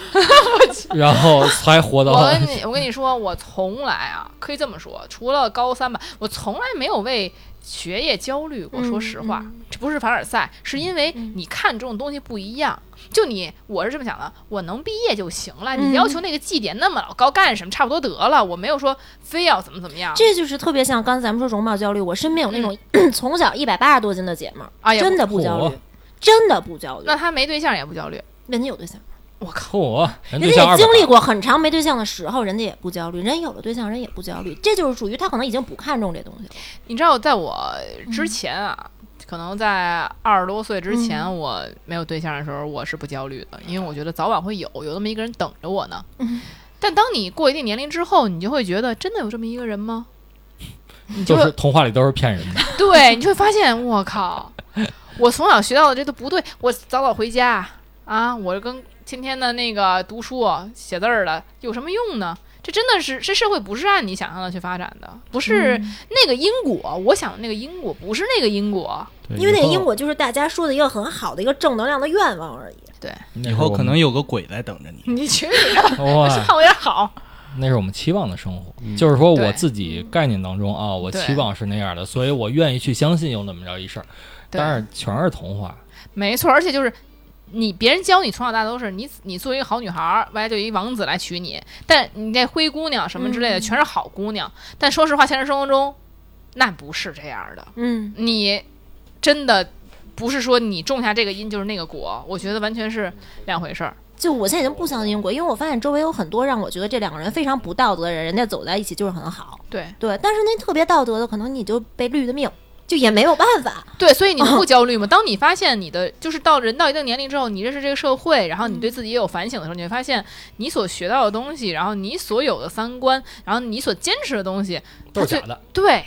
D: 然后才活到
B: 我跟你，我跟你说，我从来啊，可以这么说，除了高三吧，我从来没有为学业焦虑过。
E: 嗯
B: 说实话，
E: 嗯
B: 这不是凡尔赛，是因为你看重的东西不一样。就你，我是这么想的，我能毕业就行了。
E: 嗯
B: 你要求那个绩点那么老高干什么？差不多得了，我没有说非要怎么怎么样。
E: 这就是特别像刚才咱们说容貌焦虑，我身边有那种、 <clears throat> 从小一百八十多斤的姐们儿，
B: 嗯哎呀
E: 真的不焦
D: 嚯
E: 虑，真的不焦虑
B: 那。他没对象也不焦虑，
E: 人家有对象，
B: 我靠！
D: 扣 <laughs> 我，人
E: 人
D: 对
E: 家
D: 象
E: 也
D: 二
E: 经
D: 百
E: 历过很长没对象的时候，人家也不焦虑，人有了对象，人也不焦虑，这就是属于他可能已经不看重这东西了。
B: 你知道，在我
E: 嗯
B: 之前啊。可能在二十多岁之前，
E: 嗯
B: 我没有对象的时候，我是不焦虑的，因为我觉得早晚会有，有那么一个人等着我呢。
E: 嗯
B: 但当你过一定年龄之后，你就会觉得真的有这么一个人
E: <laughs>
B: 吗？你就
D: 就
B: 会、
D: 是童话里都是骗人的。
B: 对，你就会发现，我靠，我从小学到的这都不对。我早早回家啊，我跟天天的那个读书啊写字儿的有什么用呢？这真的是这社会不是按你想象的去发展的，不是
E: 嗯
B: 那个因果。我想的那个因果不是那个 <laughs> 因果。
C: 对
E: 因为那
C: 以
E: 个
C: 后
E: 因果就是大家说的一个很好的一个正能量的愿望而已。
C: 以后可能有个鬼在等着你。
B: <laughs> 你去你的，
D: <laughs> 哇，
B: 看我也 <laughs> 好。
D: 那是我们期望的生活，
C: 嗯
D: 就是说
B: 对
D: 我自己概念当中啊，我
B: 对
D: 期望是那样的，所以我愿意去相信有那么着一事儿，
B: 对
D: 但是全是童话。
B: 没错，而且就是你别人教你从小到大都是你你作为一个好女孩儿，未来就有一王子来娶你，但你这灰姑娘什么之类的、全是好姑娘，但说实话，现实生活中那不是这样的，
E: 嗯，
B: 你真的。不是说你种下这个因就是那个果，我觉得完全是两回事儿。
E: 就我现在已经不相信因果，因为我发现周围有很多让我觉得这两个人非常不道德的人，人家走在一起就是很好。
B: 对，
E: 对，但是那特别道德的，可能你就被绿的命，就也没有办法。
B: 对，所以你们不焦虑吗？当你发现你的就是到人到一定年龄之后，你认识这个社会，然后你对自己也有反省的时候，你会发现你所学到的东西，然后你所有的三观，然后你所坚持的东西，
D: 都
B: 它
D: 是
B: 最
D: 假的，
B: 对，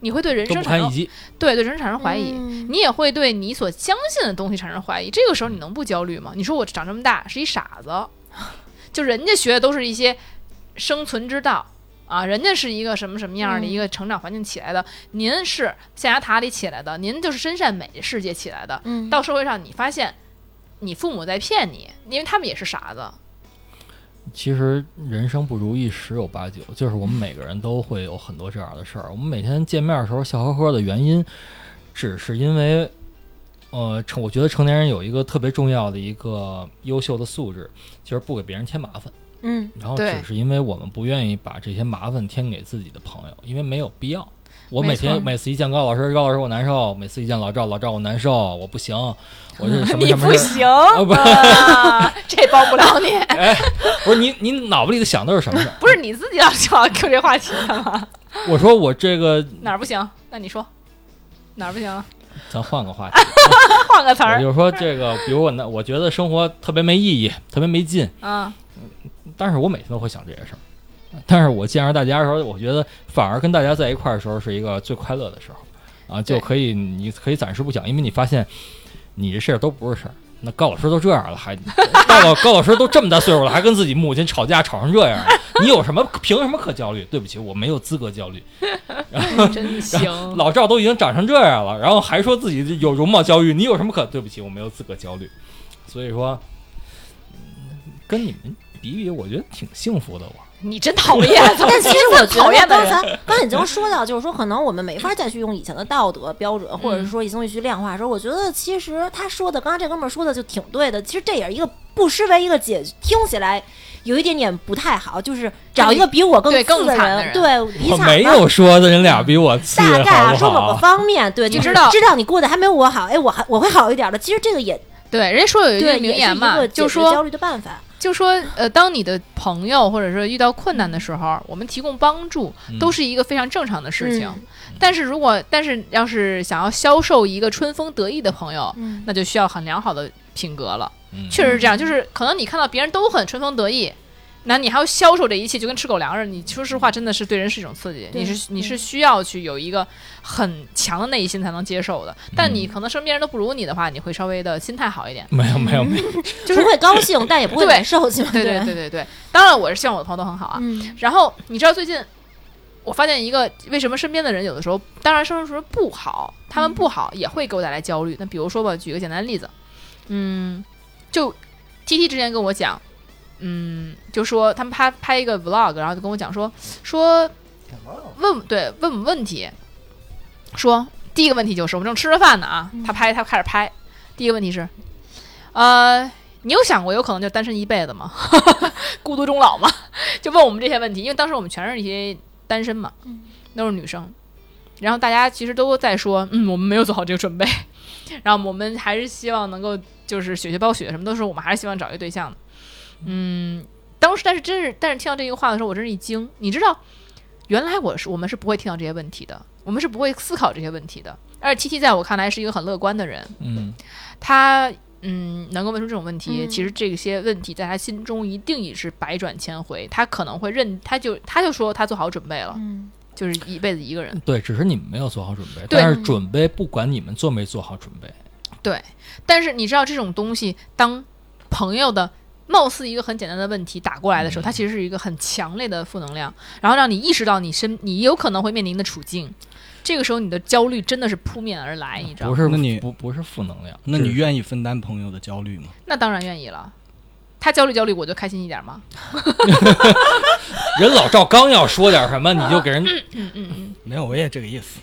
B: 你会对人
D: 都
B: 生
D: 不
B: 产
D: 堪一
B: 生
D: 击。
B: 对对人生产生怀疑。
E: 嗯
B: 你也会对你所相信的东西产生怀疑。这个时候你能不焦虑吗？你说我长这么大是一傻子，就人家学的都是一些生存之道啊，人家是一个什么什么样的
E: 嗯
B: 一个成长环境起来的，您是象牙塔里起来的，您就是真善美世界起来的。
E: 嗯，
B: 到社会上，你发现你父母在骗你，因为他们也是傻子。
D: 其实人生不如意十有八九，就是我们每个人都会有很多这样的事儿。我们每天见面的时候笑呵呵的原因，只是因为，呃，成我觉得成年人有一个特别重要的一个优秀的素质，就是不给别人添麻烦。
E: 嗯
D: 然后
B: 对
D: 只是因为我们不愿意把这些麻烦添给自己的朋友，因为没有必要。我
B: 没
D: 每
B: 错
D: 天每次一见高老师，高老师我难受；每次一见老赵，老赵我难受，我不行，我这什么
B: <laughs> 你
D: 什么
B: 不
D: 事儿
B: 行
D: 不
B: 啊， <laughs> 这帮不了你，
D: 不是你，你脑子里想都是什么事儿？ <laughs>
B: 不是你自己老就要 Q 这话题干嘛？
D: 我说我这个，
B: 哪儿不行？那你说哪儿不行啊？
D: 咱换个话题。
B: 换个词
D: 我
B: 儿
D: 就说这个，比如我呢，我觉得生活特别没意义，特别没劲，
B: 啊！
D: 但是我每天都会想这些事儿。但是我见着大家的时候，我觉得反而跟大家在一块儿的时候是一个最快乐的时候，啊，就
B: 对
D: 可以你可以暂时不想，因为你发现你这事儿都不是事儿。那高老师都这样了，还 <laughs> 大老高老师都这么大岁数了，还跟自己母亲吵架吵成这样儿，你有什么凭什么可焦虑？对不起，我没有资格焦虑。
B: 真
E: <laughs>
B: 行，
D: 老赵都已经长成这样了，然后还说自己有容貌焦虑，你有什么可对不起？我没有资格焦虑。所以说，嗯跟你们比比，我觉得挺幸福的。我
B: 你真讨厌！
E: 但其实我觉
B: 讨
E: 得
B: 厌的
E: 刚
B: 人，
E: 才刚才已经说到，就是说可能我们没法再去用以前的道德标准，或者是说已经去量化的时候，我觉得其实他说的，刚刚这哥们儿说的就挺对的。其实这也是一个不失为一个解，听起来有一点点不太好，就是找一个比我更
B: 对
E: 次
B: 更惨的
E: 人，对，比
D: 我
E: 惨
D: 没
E: 吧
D: 有说的人俩比我次，
E: 大概啊，
D: 好不
E: 说某个
D: 好？
E: 方面，对，
B: 你
E: 就是
B: 知道
E: 知道你过得还没有我好，哎，我还我会好一点的。其实这个也
B: <laughs> 对，人家说有一
E: 对，
B: 句
E: 也
B: 名
E: 是
B: 言
E: 一
B: 嘛，
E: 个
B: 就
E: 解决焦
B: 说
E: 虑的办法。
B: 就说呃，当你的朋友或者是遇到困难的时候，我们提供帮助
D: 嗯
B: 都是一个非常正常的事情
E: 嗯。
B: 但是如果但是要是想要销售一个春风得意的朋友，
E: 嗯
B: 那就需要很良好的品格了。
D: 嗯
B: 确实是这样，就是可能你看到别人都很春风得意，那你还要销售这一切，就跟吃狗粮似的。你说实话，真的是对人是一种刺激，
E: 对
B: 你是你是
E: 对
B: 需要去有一个很强的内心才能接受的。但你可能身边人都不如你的话，你会稍微的心态好一点。
D: 没有没有没有，
E: 不会高兴，但也不会
B: 对
E: 难受，起码
B: 对对对对对，当然我是希望我的朋友都很好啊。
E: 嗯
B: 然后你知道最近我发现一个，为什么身边的人有的时候，当然生活说不好，他们不好也会给我带来焦虑。那比如说吧，举个简单的例子，嗯，就 T T 之前跟我讲，嗯，就说他们拍拍一个 vlog，然后就跟我讲说说问对问我问题，说第一个问题就是我们正吃着饭呢啊，他拍他开始拍，第一个问题是，呃。你有想过有可能就单身一辈子吗？ <laughs> 孤独终老吗？ <laughs> 就问我们这些问题，因为当时我们全是一些单身嘛，都是女生，然后大家其实都在说，嗯，我们没有做好这个准备， <laughs> 然后我们还是希望能够就是雪雪包雪什么都是，我们还是希望找一个对象的，嗯，当时但是真是，但是听到这个话的时候，我真是一惊，你知道，原来我是我们是不会听到这些问题的，我们是不会思考这些问题的，而且 T T 在我看来是一个很乐观的人，
D: 嗯，
B: 他嗯能够问出这种问题，
E: 嗯
B: 其实这些问题在他心中一定也是百转千回，他可能会认，他就他就说他做好准备了，
E: 嗯，
B: 就是一辈子一个人。
D: 嗯对，只是你们没有做好准备，
B: 对
D: 但是准备不管你们做没做好准备，
B: 对，但是你知道这种东西，当朋友的貌似一个很简单的问题打过来的时候，
D: 嗯
B: 它其实是一个很强烈的负能量，然后让你意识到你身你有可能会面临的处境，这个时候你的焦虑真的是扑面而来，你知道
D: 不
B: 吗？
D: 是
C: 那你
D: 不不是负能量，
C: 那你
D: 只是
C: 愿意分担朋友的焦虑吗？
B: 那当然愿意了。他焦虑焦虑，我就开心一点嘛。
D: 人老赵刚要说点什么，你就给人
C: 没有，我也这个意思。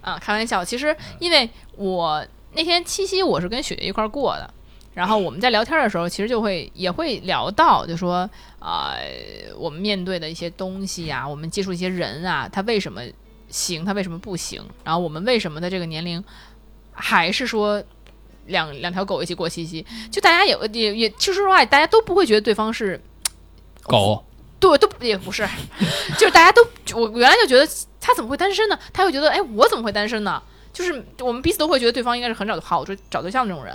B: 啊，开玩笑。其实因为我那天七夕我是跟雪姐一块儿过的，然后我们在聊天的时候，其实就会也会聊到，就说啊、呃我们面对的一些东西啊，我们接触一些人啊，他为什么行，他为什么不行，然后我们为什么在这个年龄还是说。两两条狗一起过七夕，就大家也也也，其实说实话，大家都不会觉得对方是
D: 狗，
B: 对，都也不是，就是大家都我我原来就觉得他怎么会单身呢？他会觉得，哎，我怎么会单身呢？就是我们彼此都会觉得对方应该是很找好找对象这种人，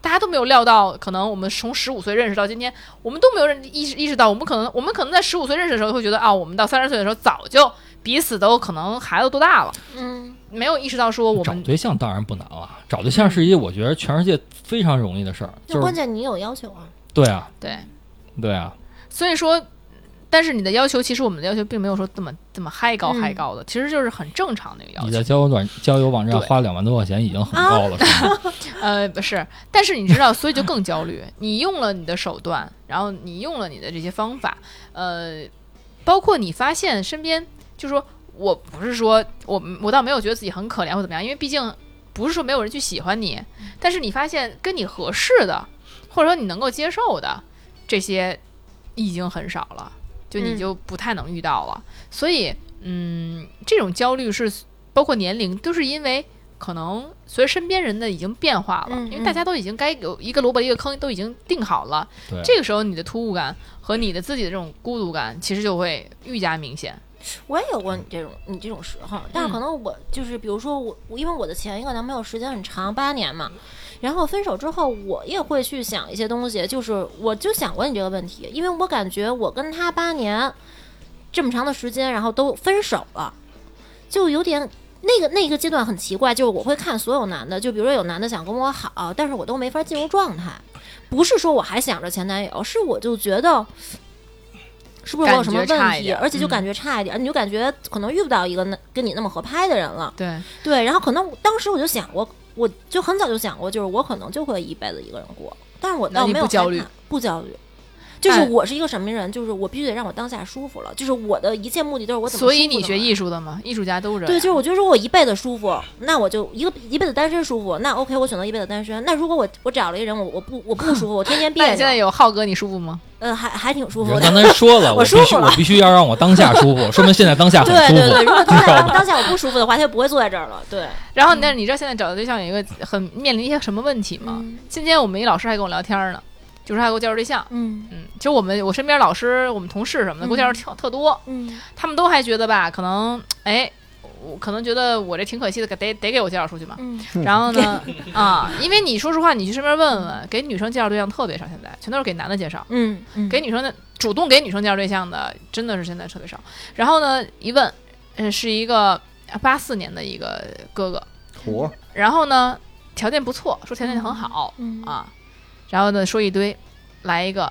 B: 大家都没有料到，可能我们从十五岁认识到今天，我们都没有认意识意识到，我们可能我们可能在十五岁认识的时候会觉得啊，我们到三十岁的时候早就彼此都可能孩子多大了，
E: 嗯，
B: 没有意识到说我
D: 找
B: 们
D: 对象当然不难了，找对象是一我觉得全世界非常容易的事儿，
E: 就
D: 就
E: 关
D: 是
E: 键你有要求啊，
D: 对啊，
B: 对，
D: 对啊，
B: 所以说。但是你的要求，其实我们的要求并没有说这么这么嗨高
E: 嗯
B: 嗨高的，其实就是很正常的一个要求。
D: 你在交友软交友网站
B: 对啊
D: 花两万多块钱已经很高了，是吗？
B: 呃，不是，但是你知道，所以就更焦虑。你用了你的手段，然后你用了你的这些方法，呃，包括你发现身边，就是说我不是说我我倒没有觉得自己很可怜或怎么样，因为毕竟不是说没有人去喜欢你，但是你发现跟你合适的，或者说你能够接受的这些已经很少了，就你
E: 嗯
B: 就不太能遇到了。所以，嗯，这种焦虑是包括年龄，都是因为可能随着身边人的已经变化了，
E: 嗯
B: 因为大家都已经该有一个萝卜一个坑都已经定好了，
D: 对，
B: 这个时候你的突兀感和你的自己的这种孤独感其实就会愈加明显。
E: 我也有过你这种你这种时候，
B: 嗯
E: 但是可能我就是，比如说我，我因为我的前一个男朋友时间很长，八年嘛，然后分手之后，我也会去想一些东西，就是我就想过你这个问题，因为我感觉我跟他八年这么长的时间，然后都分手了，就有点。那个那个阶段很奇怪，就是我会看所有男的，就比如说有男的想跟我好，但是我都没法进入状态，不是说我还想着前男友，是我就觉得是不是我有什么
B: 感觉差
E: 问
B: 一
E: 题，
B: 点
E: 而且
B: 嗯
E: 就感觉差一点，你就感觉可能遇不到一个那跟你那么合拍的人了。
B: 对，
E: 对，然后可能当时我就想过，我就很早就想过，就是我可能就会一辈子一个人过，但是我
B: 那
E: 倒
B: 你
E: 没有
B: 不焦
E: 害
B: 虑
E: 怕，不焦虑。就是
B: 哎
E: 我是一个什么人，就是我必须得让我当下舒服了，就是我的一切目的都是我怎么舒服
B: 所以你
E: 的
B: 学
E: 嘛
B: 艺术的啊嘛，艺术家都这样。
E: 对，就是我觉得如果我一辈子舒服，那我就一个一辈子单身舒服，那 OK，我选择一辈子单身。那如果我我找了一个人，我我不我不舒服，我天天
B: <laughs> 那
E: 别
B: 你现在
E: 扭，
B: 有浩哥，你舒服吗？
E: 呃，还还挺舒服
D: 人
E: 的
D: 刚。才说
B: <laughs>
D: 了，
E: 我
D: 我必
E: 舒
D: 须
E: 服了
D: 我必须要让我当下舒服，说明现在当下很
E: 对
D: 舒
E: 对对，
D: 服。
E: 如果当
D: <laughs>
E: 下当下我不舒服的话，他就不会坐在这儿了。对，
B: 然后，但是你知道现在找的对象有一个很面临一些什么问题吗？
E: 嗯
B: 今天我们一老师还跟我聊天呢，就是他给我介绍对象。
E: 嗯
B: 嗯，就我们我身边老师、我们同事什么的，给我介绍特特多，
E: 嗯
B: 他们都还觉得吧，可能哎，我可能觉得我这挺可惜的，给得得给我介绍出去嘛。
E: 嗯，
B: 然后呢，啊，因为你说实话，你去身边问问，给女生介绍对象特别少，现在全都是给男的介绍，
E: 嗯嗯，
B: 给女生的主动给女生介绍对象的真的是现在特别少。然后呢，一问，呃，是一个八四年的一个哥哥，
F: 我
B: 然后呢，条件不错，说条件很好，
E: 嗯
B: 啊，然后呢说一堆，来一个，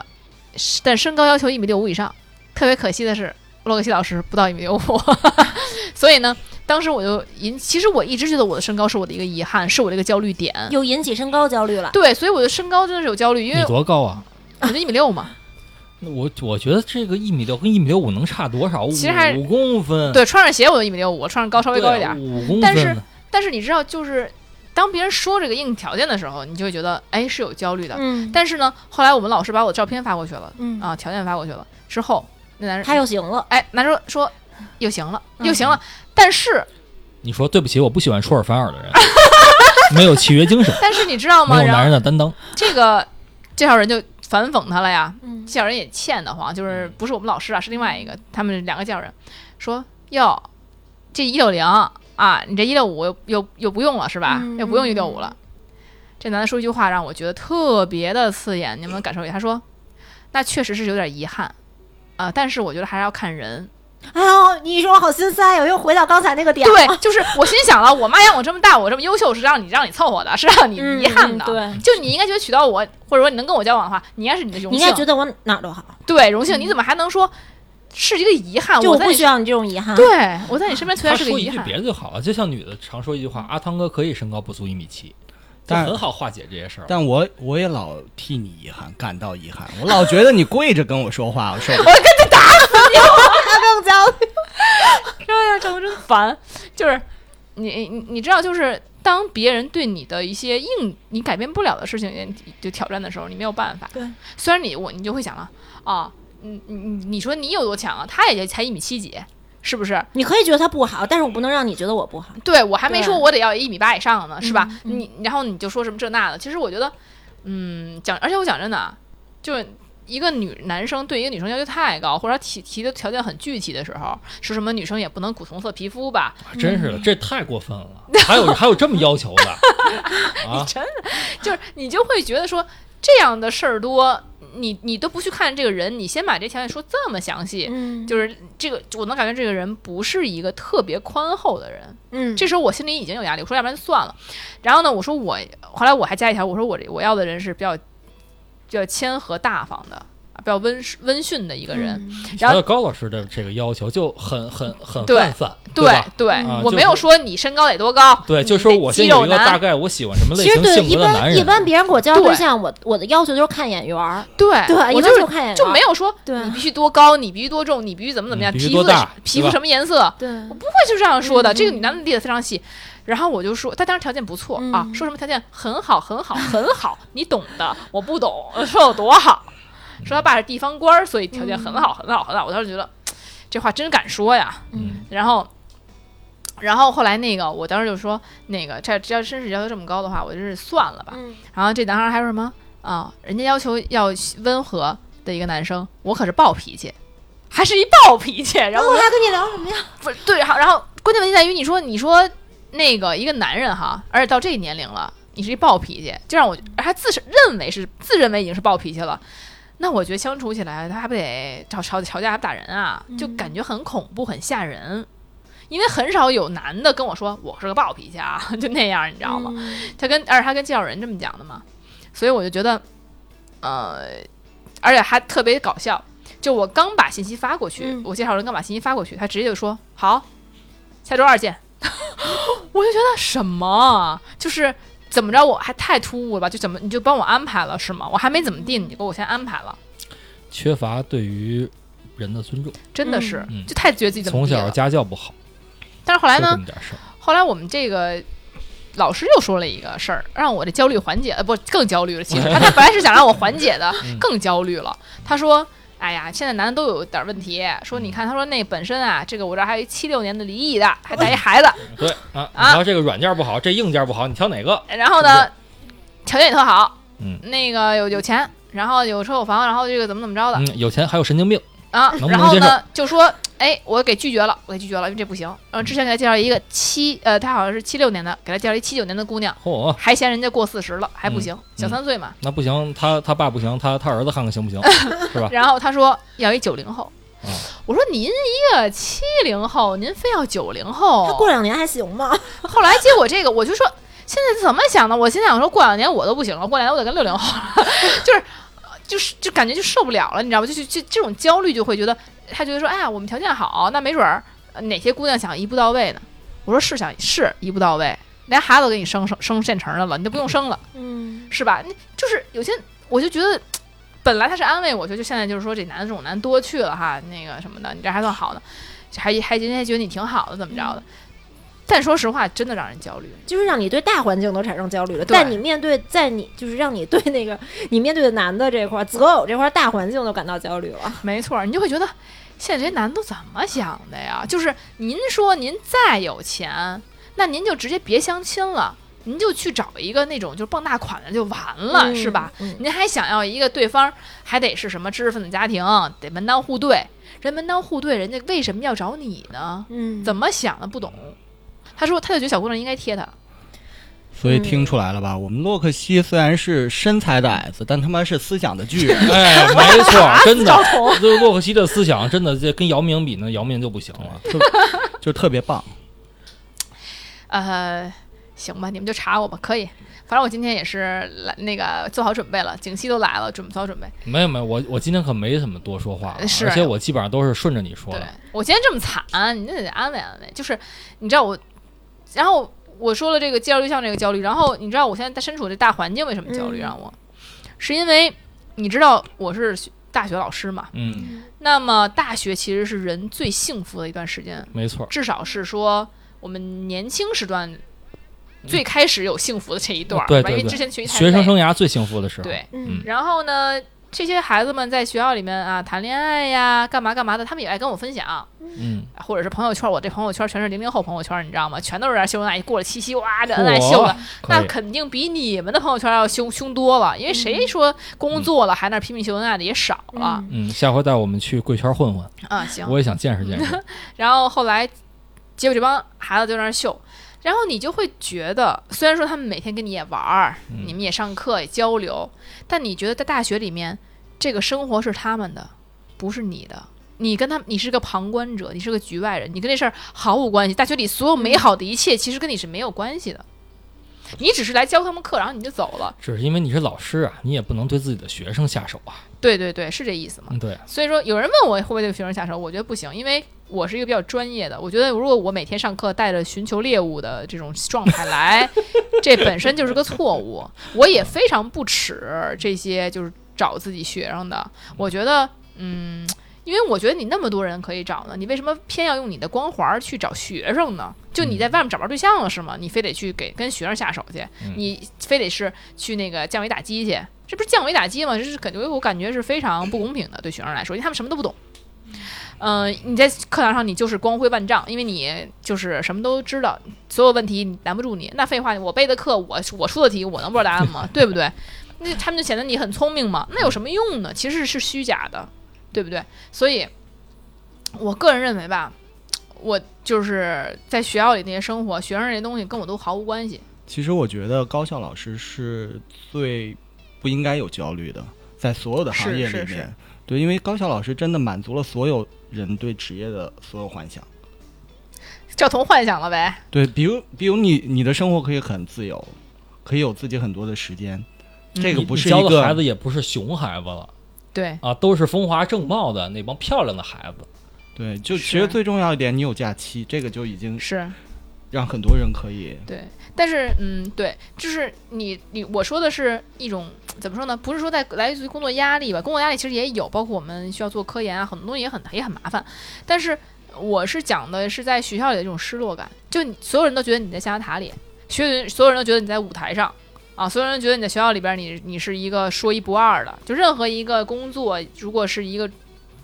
B: 是但身高要求一米六五以上。特别可惜的是，洛克希老师不到一米六五， <laughs> 所以呢，当时我就引，其实我一直觉得我的身高是我的一个遗憾，是我的一个焦虑点。
E: 又引起身高焦虑了。
B: 对，所以我的身高真的是有焦虑，因
D: 你
B: 为
D: 多高啊？
B: 我就一米六嘛，
D: 那我我觉得这个一米六跟一米六五能差多少？
B: 其实还
D: 五公分，
B: 对，穿上鞋我就一米六五，穿上高稍微
D: 嗯对，啊
B: 高一点儿。
D: 五公
B: 但
D: 分
B: 是。但是你知道，就是当别人说这个硬条件的时候，你就会觉得，哎，是有焦虑的。
E: 嗯，
B: 但是呢，后来我们老师把我照片发过去了，
E: 嗯
B: 啊，条件发过去了之后，那男人
E: 他又行了。
B: 哎，男生说又行了，
E: 嗯
B: 又行了，但是
D: 你说对不起，我不喜欢出尔反尔
B: <laughs>
D: 的人，没有契约精神，
B: 但是你知道
D: 没
B: 吗？
D: 有
B: 然
D: 男
B: 后
D: 人的担当。
B: 这个介绍人就反讽他了呀，
E: 嗯
B: 介绍人也欠得慌，就是不是我们老师啊，是另外一个，他们两个介绍人说哟，这一六零啊，你这一六五又又又不用了是吧？
E: 嗯
B: 又不用一六五了。这男的说一句话让我觉得特别的刺眼，你们能感受一下？他说：“那确实是有点遗憾啊、但是我觉得还是要看人。”
E: 哎呦，你说我好心塞哟，又回到刚才那个点了。 <laughs>
B: 对，就是我心想了，我妈养我这么大，我这么优秀是让你让你凑合的，是让你
E: 嗯，
B: 遗憾的。
E: 对，
B: 就你应该觉得娶到我，或者说你能跟我交往的话，你应该是你的荣幸。
E: 你应该觉得我哪儿都好，
B: 对荣幸，你怎么还能说是一个遗憾？
E: 就
B: 啊我
E: 我
B: 在
E: 不
B: 你
E: 需要你啊这种遗憾。
B: 对我在你身边虽
D: 他
B: 然是个
D: 说
B: 遗
D: 一句
B: 憾，
D: 别的就好了，就像女的常说一句话：“阿汤哥可以身高不足一米七。”这
C: 但
D: 很好化解这些事儿。
C: 但我我也老替你遗憾感到遗憾，我老觉得你跪着跟我说话，我受
D: 哎
C: 不了。
E: 更焦虑。
B: 哎呀，这我真烦。就是你你你知道，就是当别人对你的一些硬你改变不了的事情就挑战的时候，你没有办法。
E: 对，
B: 虽然你我你就会想了啊，你你你你说你有多强啊？他也才一米七几，是不是？
E: 你可以觉得他不好，但是我不能让你觉得我不好。
B: 对我还没
E: 对
B: 说我得要一米八以上呢，是吧？
E: 嗯嗯
B: 你然后你就说什么这那的，其实我觉得，嗯，讲，而且我讲真的，啊，就是一个女男生对一个女生要求太高，或者他提提的条件很具体的时候，说什么女生也不能古铜色皮肤吧？
D: 啊真
B: 嗯
D: 是的，这太过分了。还有还有这么要求的啊？
B: 就是你就会觉得说这样的事儿多，你你都不去看这个人，你先把这条件说这么详细，
E: 嗯
B: 就是这个我能感觉这个人不是一个特别宽厚的人。
E: 嗯，
B: 这时候我心里已经有压力，我说要不然就算了。然后呢，我说我后来我还加一条，我说我这我要的人是比较比较谦和大方的，啊比较温顺温驯的一个人。 <laughs>
E: 嗯
B: 然
D: 还
B: 后
D: 有高老师的这个要求就很很很
B: 对
D: 泛泛，对
B: 对
D: 吧？
B: 对、
D: 啊
B: 我
D: 就
B: 没有
D: 是
B: 说你身高得多高，
D: 对，就说我
B: 肌
D: 先有
B: 肉
D: 一个
B: 男
D: 大概我喜欢什么类
E: 其实
D: 型
E: 对
D: 性
E: 一
D: 格的男
E: 般一
D: 人，
E: 般别人给我介绍对
B: 对
E: 象，我我的要求就是看眼缘儿，
B: 对
E: 对，
B: 我
E: 一
B: 就
E: 般就是看眼缘儿，
B: 就没有说
E: 对
B: 你必须多高，你必须多重，你必须怎么怎么样，
D: 嗯必须
B: 皮
D: 多
B: 肤的
D: 大
B: 皮
D: 对
B: 肤
D: 吧
B: 什么颜色，
E: 对，
B: 会就这样说的。
E: 嗯
B: 这个女男的列的非常细，然后我就说，他当时条件不错、
E: 嗯
B: 啊，说什么条件很好很好很好，你懂的，我不懂，呃说有多好，说他爸是地方官儿，所以条件很好
E: 嗯
B: 很好很好。我当时觉得这话真敢说呀，
D: 嗯，
B: 然后，然后后来那个，我当时就说，那个这这要真是要求这么高的话，我就是算了吧。
E: 嗯
B: 然后这男孩还说什么啊？人家要求要温和的一个男生，我可是暴脾气，还是一暴脾气。然
E: 然
B: 后
E: 后
B: 我
E: 我
B: 说
E: 还跟你聊什么呀？
B: 不是对，好然后关键问题在于，你说你说那个一个男人哈，而且到这个年龄了，你是一暴脾气，就让我还自是认为是自认为已经是暴脾气了。那我觉得相处起来，他还不得吵吵吵架，还不打人啊，就感觉很恐怖、很吓人。因为很少有男的跟我说我是个暴脾气啊， <laughs> 就那样，你知道吗？
E: 嗯
B: 他跟而且他跟介绍人这么讲的嘛，所以我就觉得，呃，而且还特别搞笑。就我刚把信息发过去，
E: 嗯
B: 我介绍人刚把信息发过去，他直接就说好，下周二见。 <laughs> 我就觉得什么啊，就是怎么着我还太突兀了吧？就怎么你就帮我安排了是吗？我还没怎么地，你就给我先安排了，
D: 缺乏对于人的尊重，
B: 真的是、
D: 嗯
B: 就太觉得自己怎么
D: 从
B: 地
D: 小
B: 了
D: 家教不好，
B: 但是后来
D: 就
B: 呢
D: 这，么点事儿。
B: 后来我们这个老师又说了一个事儿，让我这焦虑缓解，呃，不，更焦虑了。其实他他本来是想让我缓解
D: <laughs>
B: 的，
D: 嗯
B: 更焦虑了。他说：“哎呀，现在男的都有点问题，说你看，他说那本身啊，这个我这儿还有一七六年的离异的，还带一孩子，
D: 对啊，你
B: 啊
D: 挑这个软件不好，这硬件不好，你挑哪个？
B: 然后呢，条件也特好，
D: 嗯
B: 那个有有钱，然后有车有房，然后这个怎么怎么着的、
D: 嗯，有钱还有神经病，
B: 啊
D: 能不，能
B: 然后
D: 接
B: 呢就说。”哎，我给拒绝了，我给拒绝了，因为这不行。然后之前给他介绍一个七，呃，他好像是七六年的，给他介绍一七九年的姑娘，
D: 嚯、
B: 还嫌人家过四十了，还
E: 嗯
B: 不行，小三岁嘛。
D: 那不行，他他爸不行，他他儿子看看
B: <laughs>
D: 行不行，是
E: 啊
D: 吧？
B: 然后他说要一九零后，
D: 哦
B: 我说您一个七零后，您非要九零
E: 他
B: 后
E: 过，两年还行吗？
B: 后来结果这个我就说现在怎么想的？我心想说过两年我都不行了，过两年我得跟六零后
E: <laughs>
B: 了，就是就是就感觉就受不了了，你知道吗？就是就这种焦虑就会觉得他觉得说哎呀我们条件好，那没准儿呃哪些姑娘想一步到位呢？我说是想是一步到位，连孩子都给你生生生现成的了，你就不用生了。
E: 嗯
B: 是吧？那就是有些，我就觉得，本来他是安慰我，就就现在就是说这男的这种男多去了哈，那个什么的，你这还算好的，还还人家觉得你挺好的，怎么着的？但说实话，真的让人焦虑。
E: 就是让你对大环境都产生焦虑了，
B: 对
E: 但你面对在你就是让你对那个 <laughs> 你面对的男的这块儿择偶这块儿大环境都感到焦虑了。
B: 没错，你就会觉得现在这些男的都怎么想的呀？就是您说您再有钱，那您就直接别相亲了，您就去找一个那种就是傍大款的就完了，
E: 嗯
B: 是吧？
E: 嗯
B: 您还想要一个对方还得是什么知识分子家庭，得门当户对，人门当户对，人家为什么要找你呢？
E: 嗯
B: 怎么想的不懂。他说，他就觉得小姑娘应该贴他，
C: 所以
D: 嗯
C: 听出来了吧？我们洛克希虽然是身材的矮子，但他妈是思想的巨
D: <laughs>
C: 人。
D: 哎，没
B: <laughs>
D: 错，
B: 啊
D: 真的，就是洛克希的思想真的，这跟姚明比呢，姚明就不行了。
C: 就就特别棒，
B: 呃，行吧，你们就查我吧，可以。反正我今天也是来那个做好准备了，景熙都来了，准备做好准备。
D: 没有没有，我我今天可没怎么多说话了，
B: 呃是啊
D: 而且我基本上都是顺着你说
B: 对
D: 的。
B: 我今天这么惨，你那得安慰安慰。就是你知道我，然后我说了这个介绍对象这个焦虑，然后你知道我现在在身处这大环境为什么焦虑
E: 嗯
B: 让我，是因为你知道我是学大学老师嘛？
D: 嗯，
B: 那么大学其实是人最幸福的一段时间，
D: 没错，
B: 至少是说我们年轻时段最开始有幸福的这一段儿，
D: 嗯对
B: 吧
D: 对
B: 因为
D: 对
B: 之前学习太
D: 学生
B: 累
D: 生涯最幸福的时候。
B: 对，
E: 嗯
B: 然后呢，这些孩子们在学校里面啊谈恋爱呀，干嘛干嘛的，他们也爱跟我分享，
D: 嗯，
B: 啊或者是朋友圈，我这朋友圈全是零零后朋友圈，你知道吗？全都是在秀恩爱，过了七夕哇，这恩爱秀了，
D: 可
B: 那
D: 以
B: 肯定比你们的朋友圈要凶凶多了，因为谁说工作了还那儿拼命秀恩爱的也少了、
D: 嗯，下回带我们去贵圈混混，
B: 啊？行，嗯
D: 我也想见识见识。
B: 然后后来，结果这帮孩子就在那儿秀，然后你就会觉得，虽然说他们每天跟你也玩儿，
D: 嗯
B: 你们也上课也交流，但你觉得在大学里面，这个生活是他们的，不是你的。你跟他，你是个旁观者，你是个局外人，你跟这事儿毫无关系。大学里所有美好的一切，其实跟你是没有关系的，你只是来教他们课，然后你就走了。
D: 只是因为你是老师啊，你也不能对自己的学生下手啊。
B: 对对对，是这意思吗？
D: 嗯，对，
B: 所以说，有人问我会不会对学生下手，我觉得不行，因为我是一个比较专业的。我觉得如果我每天上课带着寻求猎物的这种状态
D: <laughs>
B: 来，这本身就是个错误。我也非常不耻这些就是找自己学生的。我觉得，嗯，因为我觉得你那么多人可以找呢，你为什么偏要用你的光环儿去找学生呢？就你在外面找不着对象了是吗？你非得去给跟学生下手去，
D: 嗯
B: 你非得是去那个降维打击去，这不是降维打击吗？这是感觉我感觉是非常不公平的，对学生来说，因为他们什么都不懂。嗯、你在课堂上你就是光辉万丈，因为你就是什么都知道，所有问题你难不住你。那废话，我备的课，我我出的题，我能不知道答案吗？对不对？那他们就显得你很聪明嘛，那有什么用呢？其实是虚假的，对不对？所以，我个人认为吧，我就是在学校里那些生活，学生这些东西跟我都毫无关系。
C: 其实我觉得高校老师是最不应该有焦虑的，在所有的行业里
B: 是
C: 面，
B: 是是
C: 对，因为高校老师真的满足了所有人对职业的所有幻想。
B: 教童幻想了呗，
C: 对，比如比如你你的生活可以很自由，可以有自己很多的时间，这
D: 嗯
C: 个
D: 你
C: 不
D: 你
C: 是
D: 教
C: 一
D: 的孩
C: 个
D: 子也不是熊孩子了
B: 对，
D: 啊，都是风华正茂的那帮漂亮的孩子。 <laughs>
C: 对，就其
B: 是
C: 实最重要一点，你有假期，这个就已经
B: 是
C: 让很多人可以
B: 对。但是，嗯，对，就是你你我说的是一种怎么说呢？不是说在来自于工作压力吧，工作压力其实也有，包括我们需要做科研啊，很多东西也很也很麻烦。但是我是讲的是在学校里的这种失落感，就你所有人都觉得你在象牙塔里，学所有人都觉得你在舞台上。啊，所有人觉得你在学校里边你，你是一个说一不二的。就任何一个工作，如果是一个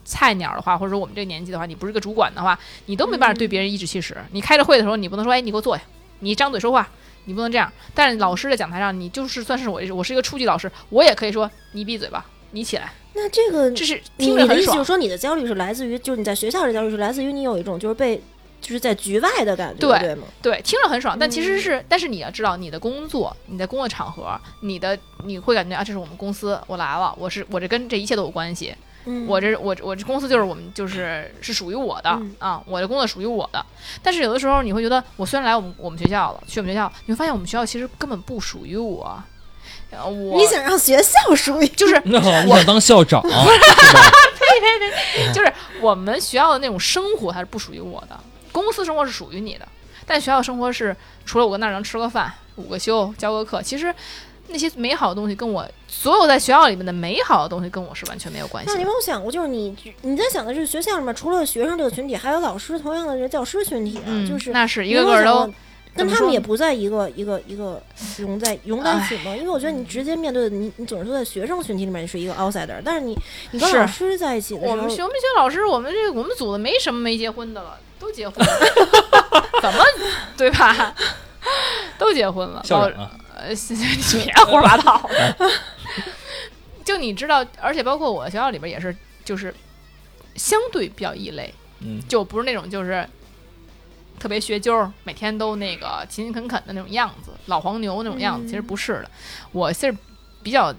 B: 菜鸟的话，或者说我们这个年纪的话，你不是个主管的话，你都没办法对别人颐指气使。你开着会的时候，你不能说，哎，你给我坐下，你张嘴说话，你不能这样。但是老师在讲台上，你就是算是我，我是一个初级老师，我也可以说，你闭嘴吧，你起来，
E: 那这个
B: 这是
E: 你
B: 听
E: 你
B: 着
E: 的
B: 很
E: 意思就是
B: 爽。
E: 说，你的焦虑是来自于，就是你在学校的焦虑是来自于你有一种就是被就是在局外的感觉，
B: 对
E: 对吗？
B: 对，听着很爽，但其实
E: 嗯
B: 是，但是你要知道，你的工作，你的工作场合，你的你会感觉啊，这是我们公司，我来了，我是我这跟这一切都有关系。
E: 嗯，
B: 我这我我这公司就是我们就是是属于我的、
E: 嗯
B: 啊，我的工作属于我的。但是有的时候你会觉得，我虽然来我们我们学校了，去我们学校，你会发现我们学校其实根本不属于我。呃我
E: 你想让学校属于
B: 就是
D: 那我想当校长，啊是吧 <laughs>
B: 就是我们学校的那种生活，它是不属于我的。公司生活是属于你的，但学校生活是除了我跟那儿能吃个饭、午个休、教个课，其实那些美好的东西跟我所有在学校里面的美好的东西跟我是完全没有关系
E: <laughs> 那你有
B: 的。
E: 没有想过，就是你你在想的是学校里面除了学生这个群体，还有老师同样的这教师群体啊，
B: 嗯，
E: 就是
B: 那是
E: 你
B: 一
E: 有
B: 个
E: 没
B: 个儿
E: 有想
B: 都
E: 过跟
B: 怎么
E: 他
B: 说
E: 们也
B: 呢
E: 不在一个一个一个融在融在一起吗？因为我觉得
B: 嗯
E: 你直接面对的你，你总是在学生群体里面你是一个 outsider，但是你你跟
B: 是
E: 老师在一起的时
B: 我们
E: 候，
B: 学我们学老师，我们这个我们组的没什么没结婚的了，都结婚
D: <laughs>
B: 了，怎么对吧？都结婚了，
D: 校长啊，
B: 呃，你别 <laughs> 胡说八道。就你知道，而且包括我学校里边也是，就是相对比较异类，
D: 嗯，
B: 就不是那种就是特别学究，每天都那个勤勤恳恳的那种样子，老黄牛那种样子，
E: 嗯
B: 其实不是的。我是比较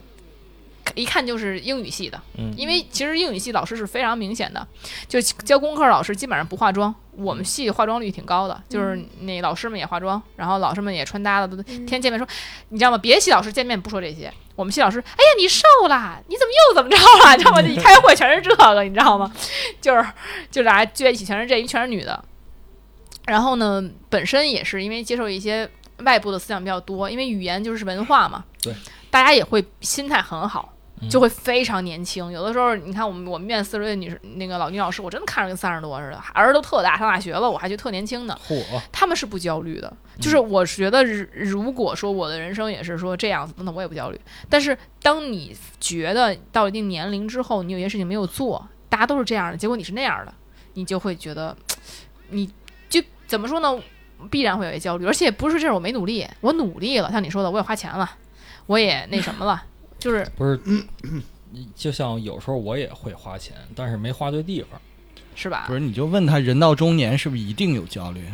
B: 一看就是英语系的，
D: 嗯
B: 因为其实英语系老师是非常明显的，就教功课老师基本上不化妆。我们系化妆率挺高的，就是那老师们也化妆，然后老师们也穿搭的，都
E: 嗯
B: 天天见面说，哎你知道吗？别的系老师见面不说这些，我们系老师，哎呀，你瘦啦，你怎么又怎么着了？你知道吗？就一开会全是这个，你知道吗？就是就是大家聚在一起全是这，因为全是女的。然后呢，本身也是因为接受一些外部的思想比较多，因为语言就是文化嘛，
D: 对，
B: 大家也会心态很好，
D: 嗯
B: 就会非常年轻。有的时候，你看我们我们院四十岁女士那个老女老师，我真的看着跟三十多似的，孩儿都特大，上大学了，我还觉得特年轻呢。
D: 嚯，
B: 他们是不焦虑的，就是我觉得如，如果说我的人生也是说这样子，那我也不焦虑。但是当你觉得到一定年龄之后，你有些事情没有做，大家都是这样的，结果你是那样的，你就会觉得，你就怎么说呢？必然会有些焦虑，而且不是这是我没努力，我努力了，像你说的，我也花钱了，我也那什么了，就是
D: 不是，就像有时候我也会花钱，但是没花对地方。
B: 是吧
C: 不？是，你就问他人到中年是不是一定有焦虑，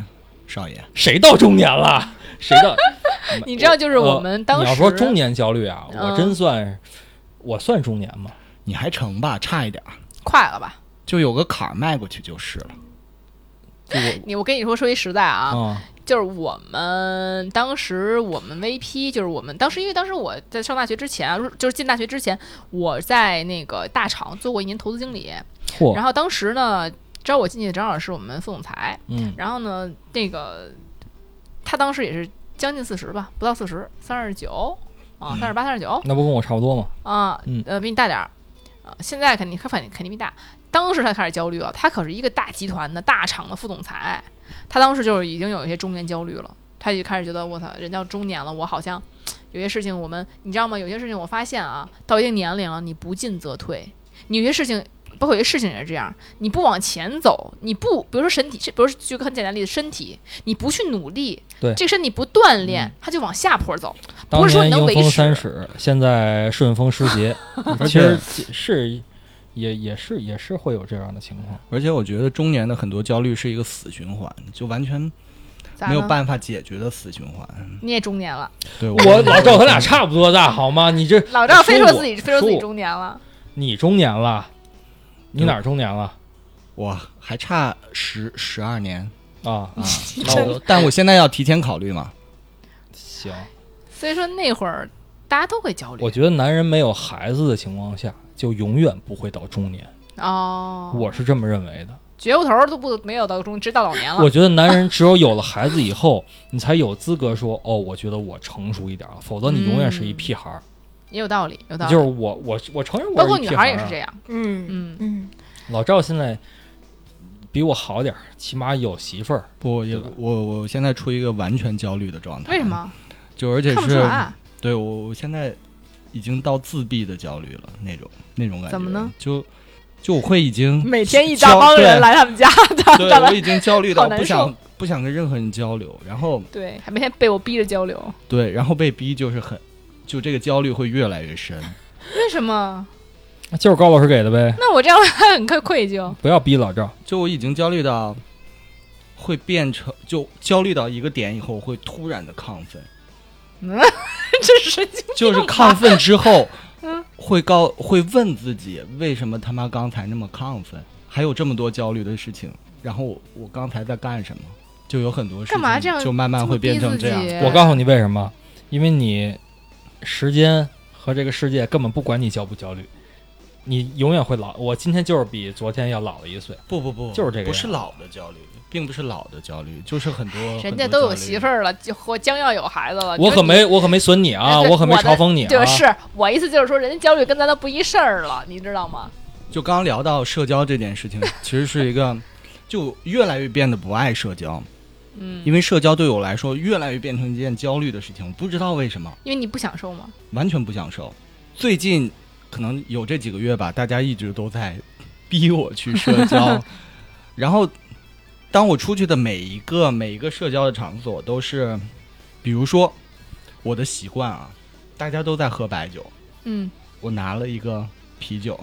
C: 少爷？
D: 谁到中年了？谁到？呃
B: 你知道， <laughs> 就是我们当时、
D: 你要说中年焦虑啊，
B: 嗯
D: 我真算，我算中年吗？
C: 你还成吧，差一点儿，
B: 快了吧？
C: 就有个坎儿迈过去就是了。
D: 就我
B: 你我跟你说说一实在啊，
D: 啊，
B: 就是我们当时我们 VP，就是我们当时因为当时我在上大学之前啊，就是进大学之前，我在那个大厂做过一年投资经理，然
D: 嚯，
B: 后当时呢招我进去的正好是我们副总裁，
D: 嗯，
B: 然后呢那个他当时也是将近四十吧，不到四十，三十九啊，三十八、三十九，
D: 那不跟我差不多吗？
B: 啊
D: 嗯，
B: 呃，比你大点儿，啊，现在肯定他肯定肯定比你大。当时他开始焦虑了，他可是一个大集团的大厂的副总裁，他当时就是已经有一些中年焦虑了，他就开始觉得我操，人到中年了，我好像有些事情我们你知道吗？有些事情我发现啊，到一定年龄了，你不进则退，你有些事情。包括有些事情也是这样，你不往前走，你不，比如说身体，比如说举个很简单的例子，身体，你不去努力，
D: 对
B: 这个身体不锻炼，
C: 嗯
B: 它就往下坡走。
D: 当
B: 不是说你能
D: 年迎
B: 维
D: 风
B: 持
D: 三尺，现在顺风湿
B: <laughs>
D: 鞋，其实是也也是也是会有这样的情
B: <laughs>
D: 况。
C: 而且我觉得中年的很多焦虑是一个死循环，就完全
B: 咋
C: 没有
B: 呢
C: 办法解决的死循环。
B: 你也中年了。
C: 对
D: 我老赵，咱俩差不多大，好吗？你这
B: 老赵非
D: 说
B: 说
D: 我
B: 自己非说自己
D: 我
B: 中年了，，
D: 你中年了，你哪儿中年了
C: 我还差十十二年
D: 啊？
C: 啊
B: 真
C: 那我但我现在要提前考虑嘛。
D: 行，
B: 所以说那会儿大家都会焦虑
D: 我觉得男人没有孩子的情况下，就永远不会到中年，
B: 哦。
D: 我是这么认为的。
B: 绝户头儿都不没有到中，直到老年了
D: 我。觉得男人只有有了孩子以后， <laughs> 你才有资格说哦，我觉得我成熟一点了，啊否则你永远是一屁孩儿。
B: 也有道理，有道理。
D: 就是我，我我承认我
B: 嗯包括
D: 一啊
B: 女
D: 屁
B: 孩
D: 孩
B: 儿也是这
D: 样。
B: 样，
E: 嗯
B: 嗯，
E: 嗯，
D: 老赵现在比我好点儿，起码有媳妇儿。
C: 不，我也
D: 对吧
C: 我我现在处于一个完全焦虑的状态。
B: 嗯为什？么
C: 就而且
B: 看不出
C: 是
B: 来？
C: 对我我现在已经到自闭的焦虑了那种那种感觉。
B: 怎么呢？
C: 就就我会已经
B: 每天一大
C: 交
B: 帮
C: 对
B: 人
D: <laughs>
B: 来他们家， <laughs> 他
C: 对
B: 他
C: 我
B: 来
C: 已经焦虑
B: 好
C: 到
B: 难
C: 不想不想跟任何人交流，然后
B: 对，还每天被我逼着交流。
C: 对，然后被逼就是很，就这个焦虑会越来越深。
B: 为什么？
D: 就是高老师给的呗，
B: 那我这样还很愧愧
D: <laughs>
B: 疚。
D: 不要逼老赵。
C: 就我已经焦虑到会变成，就焦虑到一个点以后，我会突然的亢奋，
B: 嗯，这神经
C: 就是亢奋之后，
B: 嗯
C: 会告会问自己为什么他妈刚才那么亢奋，还有这么多焦虑的事情，然后我我刚才在干什么，就有很多事情
B: 干嘛这样
C: 就慢慢会变成这样。
D: 我告诉你为什么，因为你时间和这个世界根本不管你焦不焦虑，你永远会老。我今天就是比昨天要老了一岁。
C: 不不不，
D: 就是这个
C: 不是
D: 样
C: 老的焦虑，并不是老的焦虑，就是很多
B: <laughs> 人家都有媳妇
C: 儿。
B: 儿了，就或将要有孩子了。
D: 我
B: 啊就
D: 可
B: 你
D: 没，我可没损你啊，
B: 对
D: 我可没
B: 我的
D: 嘲讽你啊。
B: 就是我意思就是说，人家焦虑跟咱都不一事儿了，你知道吗？
C: 就刚聊到社交这件事情，其实是一个，就越来越变得不爱社交，
B: 嗯，
C: 因为社交对我来说越来越变成一件焦虑的事情，我不知道为什么，
B: 因为你不享受嘛。
C: 完全不享受。最近可能有这几个月吧，大家一直都在逼我去社交，
D: <laughs>
C: 然后当我出去的每一个每一个社交的场所都是，比如说我的习惯啊，大家都在喝白酒，
B: 嗯，
C: 我拿了一个啤酒，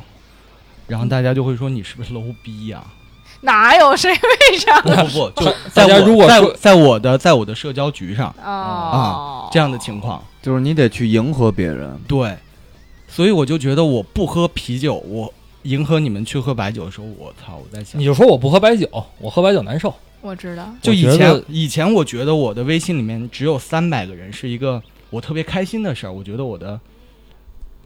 C: 然后大家就会说你是不是 low 逼呀、
D: <laughs>
B: 哪有谁为 <laughs> 啥
C: 不不不，就
D: 大
C: 在
D: 家
C: 我
D: 如果
C: 在
D: 说
C: 在我的在我的社交局上啊
D: 啊
B: 哦
C: 这样的情况，
F: 就是你得去迎合别人，
C: 对，所以我就觉得我不喝啤酒，我迎合你们去喝白酒的时候，我操，我在想
D: 你，就说我不喝白酒，我喝白酒难受。
B: 我知道，
C: 就以
D: 我觉
C: 前
D: 得
C: 以前我觉得我的微信里面只有三百个人是一个我特别开心的事儿，我觉得我的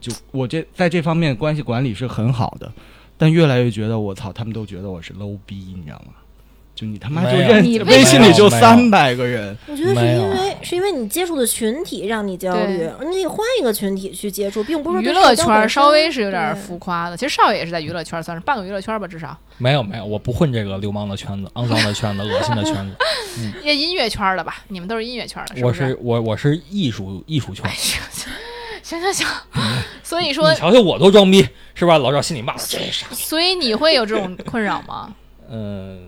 C: 就我这在这方面关系管理是很好的，但越来越觉得我操，他们都觉得我是 low 逼，你知道吗？就你他妈就
D: 没有
C: 认
G: 你为
C: 微信里就
D: 什么
C: 三百个人，
E: 我觉得是
D: 没有
E: 因为是因为你接触的群体让你焦虑，你得换一个群体去接触，并不是
B: 娱
E: 对
B: 乐
E: 社交本
B: 圈
E: 身
B: 稍微是有点
E: 对
B: 浮夸的，其实少爷也是在娱乐圈，算是半个娱乐圈吧，至少
D: 没有没有，我不混这个流氓的圈
B: <laughs>
D: 子、肮脏的圈子、恶心的圈子。
B: 也音乐圈的吧。你们都 <laughs> 是音乐圈的，
D: 我
B: 不是？
D: 我我是艺术艺术圈
B: 哎，行行行行，所以说
D: 嗯你，瞧瞧我都装逼是吧？老赵心里骂我这
B: <laughs>
D: 傻。
B: 所以你会有这种困扰吗？
D: 嗯，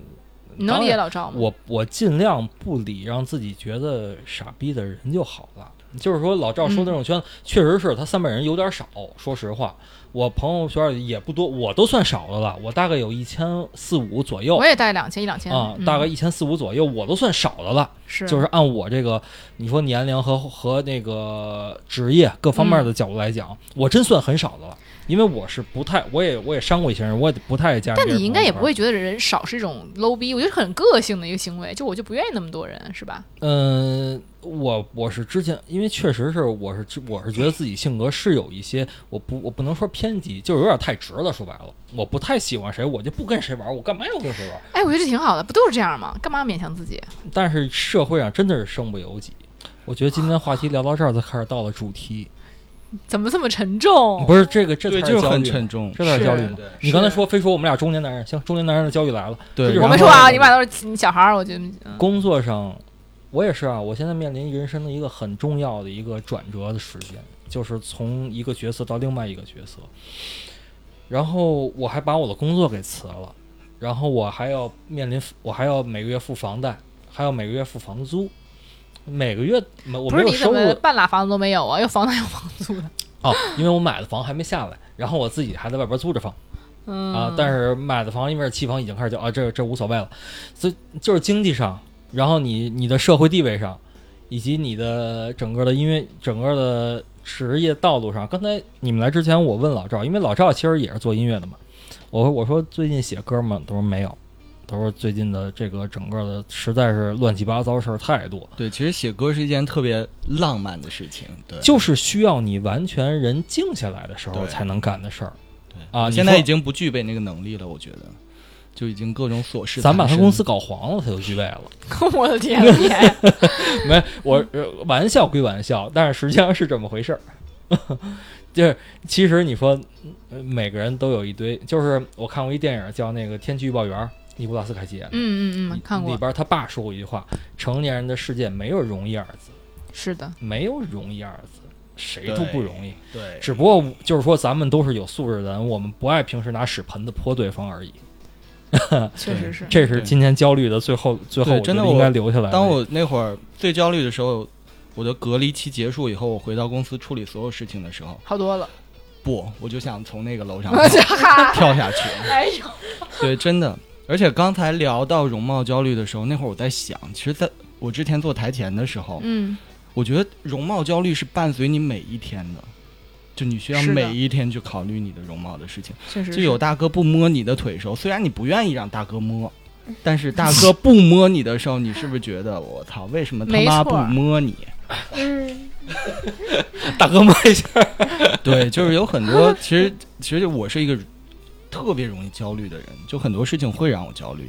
B: 你能理解
D: 当然
B: 老赵吗？
D: 我我尽量不理让自己觉得傻逼的人就好了。就是说，老赵说那种圈，子，确实是他三百人有点少。说实话，我朋友圈也不多，我都算少的了。我大概有一千四五左右
B: 我也带两千一两千
D: 啊，
B: 嗯
D: 大概一千四五左右，我都算少的了。
B: 是
D: 就是按我这个你说年龄和和那个职业各方面的
B: 嗯
D: 角度来讲，我真算很少的了，因为我是不太，我也我也伤过一些人，我也不太加人家
B: 但
D: 朋友圈。
B: 你应该也不会觉得人少是一种 low 逼，我觉得很个性的一个行为，就我就不愿意那么多人，是吧？
D: 嗯，我我是之前，因为确实是我是我是觉得自己性格是有一些，我不我不能说偏激，就是有点太直了。说白了，我不太喜欢谁，我就不跟谁玩，我干嘛要跟谁玩？
B: 哎，我觉得这挺好的，不都是这样吗？干嘛勉强自己？
D: 但是社会上真的是身不由己。我觉得今天话题聊到这儿，才开始到了主题，
B: 怎么这么沉重？
D: 不是这个，这
C: 哦对，
D: 才
C: 就是
D: 焦
C: 很
D: 虑
C: 沉重。
D: 这才是焦虑嘛。
C: 对
D: 你刚才说非说我们俩中年男人，行，中年男人的焦虑来了。
C: 对，
D: 就是
B: 我
C: 然
B: 没
C: 后
B: 说啊，你们俩都是小孩儿，我觉得嗯
D: 工作上，我也是啊，我现在面临人生的一个很重要的一个转折的时间，就是从一个角色到另外一个角色。然后我还把我的工作给辞了，然后我还要面临，我还要每个月付房贷，还要每个月付房租，每个月没我
B: 不
D: 没
B: 是
D: 有
B: 你怎
D: 收
B: 么
D: 入
B: 半拉房子都没有啊？有房贷有房租的，
D: 哦，因为我买的房还没下来，然后我自己还在外边租着房。
B: <laughs> 嗯
D: 啊，但是买的房因为是期房，已经开始就啊，这这无所谓了，所以就是经济上，然后你你的社会地位上，以及你的整个的音乐整个的职业道路上。刚才你们来之前，我问老赵，因为老赵其实也是做音乐的嘛，我说我说最近写歌吗？他说没有，他说最近的这个整个的实在是乱七八糟事儿太多，
C: 对，其实写歌是一件特别浪漫的事情，对，
D: 就是需要你完全人静下来的时候
C: 对
D: 才能干的事儿。
C: 对
D: 啊
C: 我
D: 你
C: 现在
D: 说
C: 已经不具备那个能力了，我觉得，就已经各种琐事缠身。
D: 咱把他公司搞黄了，他就具备了。
B: <laughs> 我的天爷，
D: <laughs> 没，我呃玩笑归玩笑，但是实际上是这么回事儿。 <laughs> 就是其实你说，呃每个人都有一堆，就是我看过一电影叫那个《天气预报员》，尼古拉斯凯奇演
B: <laughs>
D: 的。
B: 嗯嗯嗯，看
D: 里
B: 过，
D: 边他爸说过一句话：“成年人的世界没有容易二字，
B: 是的，
D: 没有容易二字，谁都不容易。
C: 对，
D: 只不过就是说，咱们都是有素质的人，我们不爱平时拿屎盆子泼对方而已。
B: 确实是。
D: 这是
C: 对
D: 今天焦虑的最后，最后
C: 对
D: 我觉
C: 真的
D: 得应
C: 我
D: 该留下来的。
C: 当我那会儿最焦虑的时候，我的隔离期结束以后，我回到公司处理所有事情的时候，
B: 好多了，
C: 不，我就想从那个楼上
B: <laughs> 哎
C: 跳下去。
B: 呦，
C: 对，真的。而且刚才聊到容貌焦虑的时候，那会儿我在想，其实在我之前做台前的时候，
B: 嗯，
C: 我觉得容貌焦虑是伴随你每一天的，就你需要
B: 是的
C: 每一天去考虑你的容貌的事情。
B: 确实
C: 就是有大哥不摸你的腿的时候，虽然你不愿意让大哥摸，
B: 嗯
C: 但是大哥不摸你的时候，你是不是觉得我操，为什么他
B: 没
C: 妈
B: 错
C: 不摸你？
E: 嗯，
D: 大哥摸一下，
C: 对，就是有很多，其实其实我是一个特别容易焦虑的人，就很多事情会让我焦虑。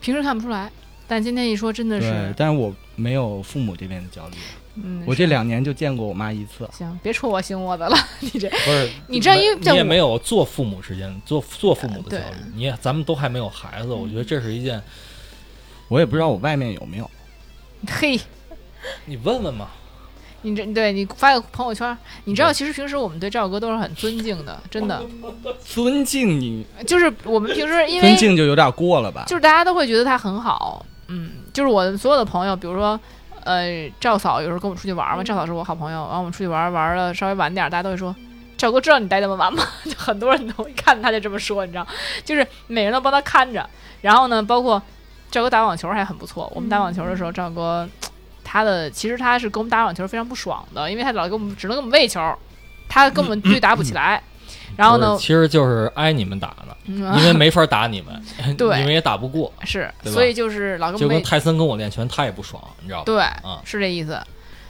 B: 平时看不出来，但今天一说真的
C: 对
B: 是，，
C: 但是我没有父母这边的焦虑，
B: 嗯，
C: 我这两年就见过我妈一次。
B: 行，别戳我行我的了，你这
D: 不是
B: <laughs> 你这样因为
D: 你
B: 这
D: 也
B: 我
D: 没有做父母之间做做父母的
B: 对
D: 教育，你也咱们都还没有孩子，我觉得这是一件
C: 我也不知道我外面有没有，
B: 嘿，
D: 你问问嘛。
B: 你这对你发个朋友圈儿，你知道，其实平时我们对赵哥都是很尊敬的，真
C: <laughs>
B: 的，
C: 尊敬你，
B: 就是我们平时因为
C: 尊敬就有点过了
D: 啊
C: 吧？
B: 就是大家都会觉得他很好，嗯，就是我的所有的朋友，比如说。呃，赵嫂有时候跟我们出去玩儿嘛，
D: 嗯
B: 赵嫂是我好朋友，然后我们出去玩儿玩儿了稍微晚点儿，大家都会说，赵哥知道你带这么晚吗？ <laughs> 就很多人都一看他就这么说，你知道，就是每人都帮他看着，然后呢，包括赵哥打网球还很不错，我们打网球的时候，赵哥他的其实他是跟我们打网球非常不爽的，因为他老给我们只能给我们喂球，他根本对打不起来，然后
D: 不
B: 呢
D: 是，其实就是挨你们打呢，
B: 嗯
D: 因为没法打
B: <laughs>
D: 你们，
B: 对
D: 你们也打不过，
B: 是，
D: 对吧
B: 所以就是老给
D: 就
B: 我们喂
D: 跟泰森跟我练拳，他也不爽，你知道吧？
B: 对，
C: 嗯
D: 啊
B: 是这意思。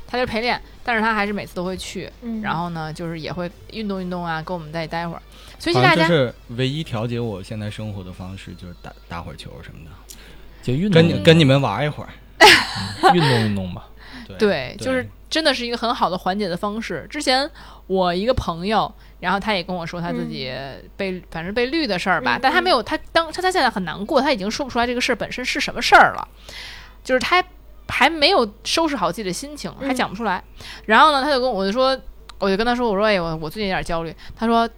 B: 他就是陪练，但是他还是每次都会去，
E: 嗯
B: 然后呢，就是也会运动运动啊，跟我们再待一会儿。所以
C: 好
B: 就
C: 像
B: 大
C: 就
B: 家
C: 是唯一调节我现在生活的方式，就是打打会儿球什么的，
D: 就运
B: 嗯
D: 动
C: 跟
D: 运
C: 你
D: 动
C: 跟你们玩一会儿。
D: 运动运动吧。
C: 对
B: 对，就是真的是一个很好的缓解的方式。之前我一个朋友，然后他也跟我说他自己被、反正被绿的事儿吧，
E: 嗯
B: 但他
E: 嗯
B: 没有他当他他现在很难过，他已经说不出来这个事儿本身是什么事儿了，就是他还没有收拾好自己的心情，还
E: 嗯
B: 讲不出来。然后呢，他就跟我我就说，我就跟他说，我说哎我我最近有点焦虑，他说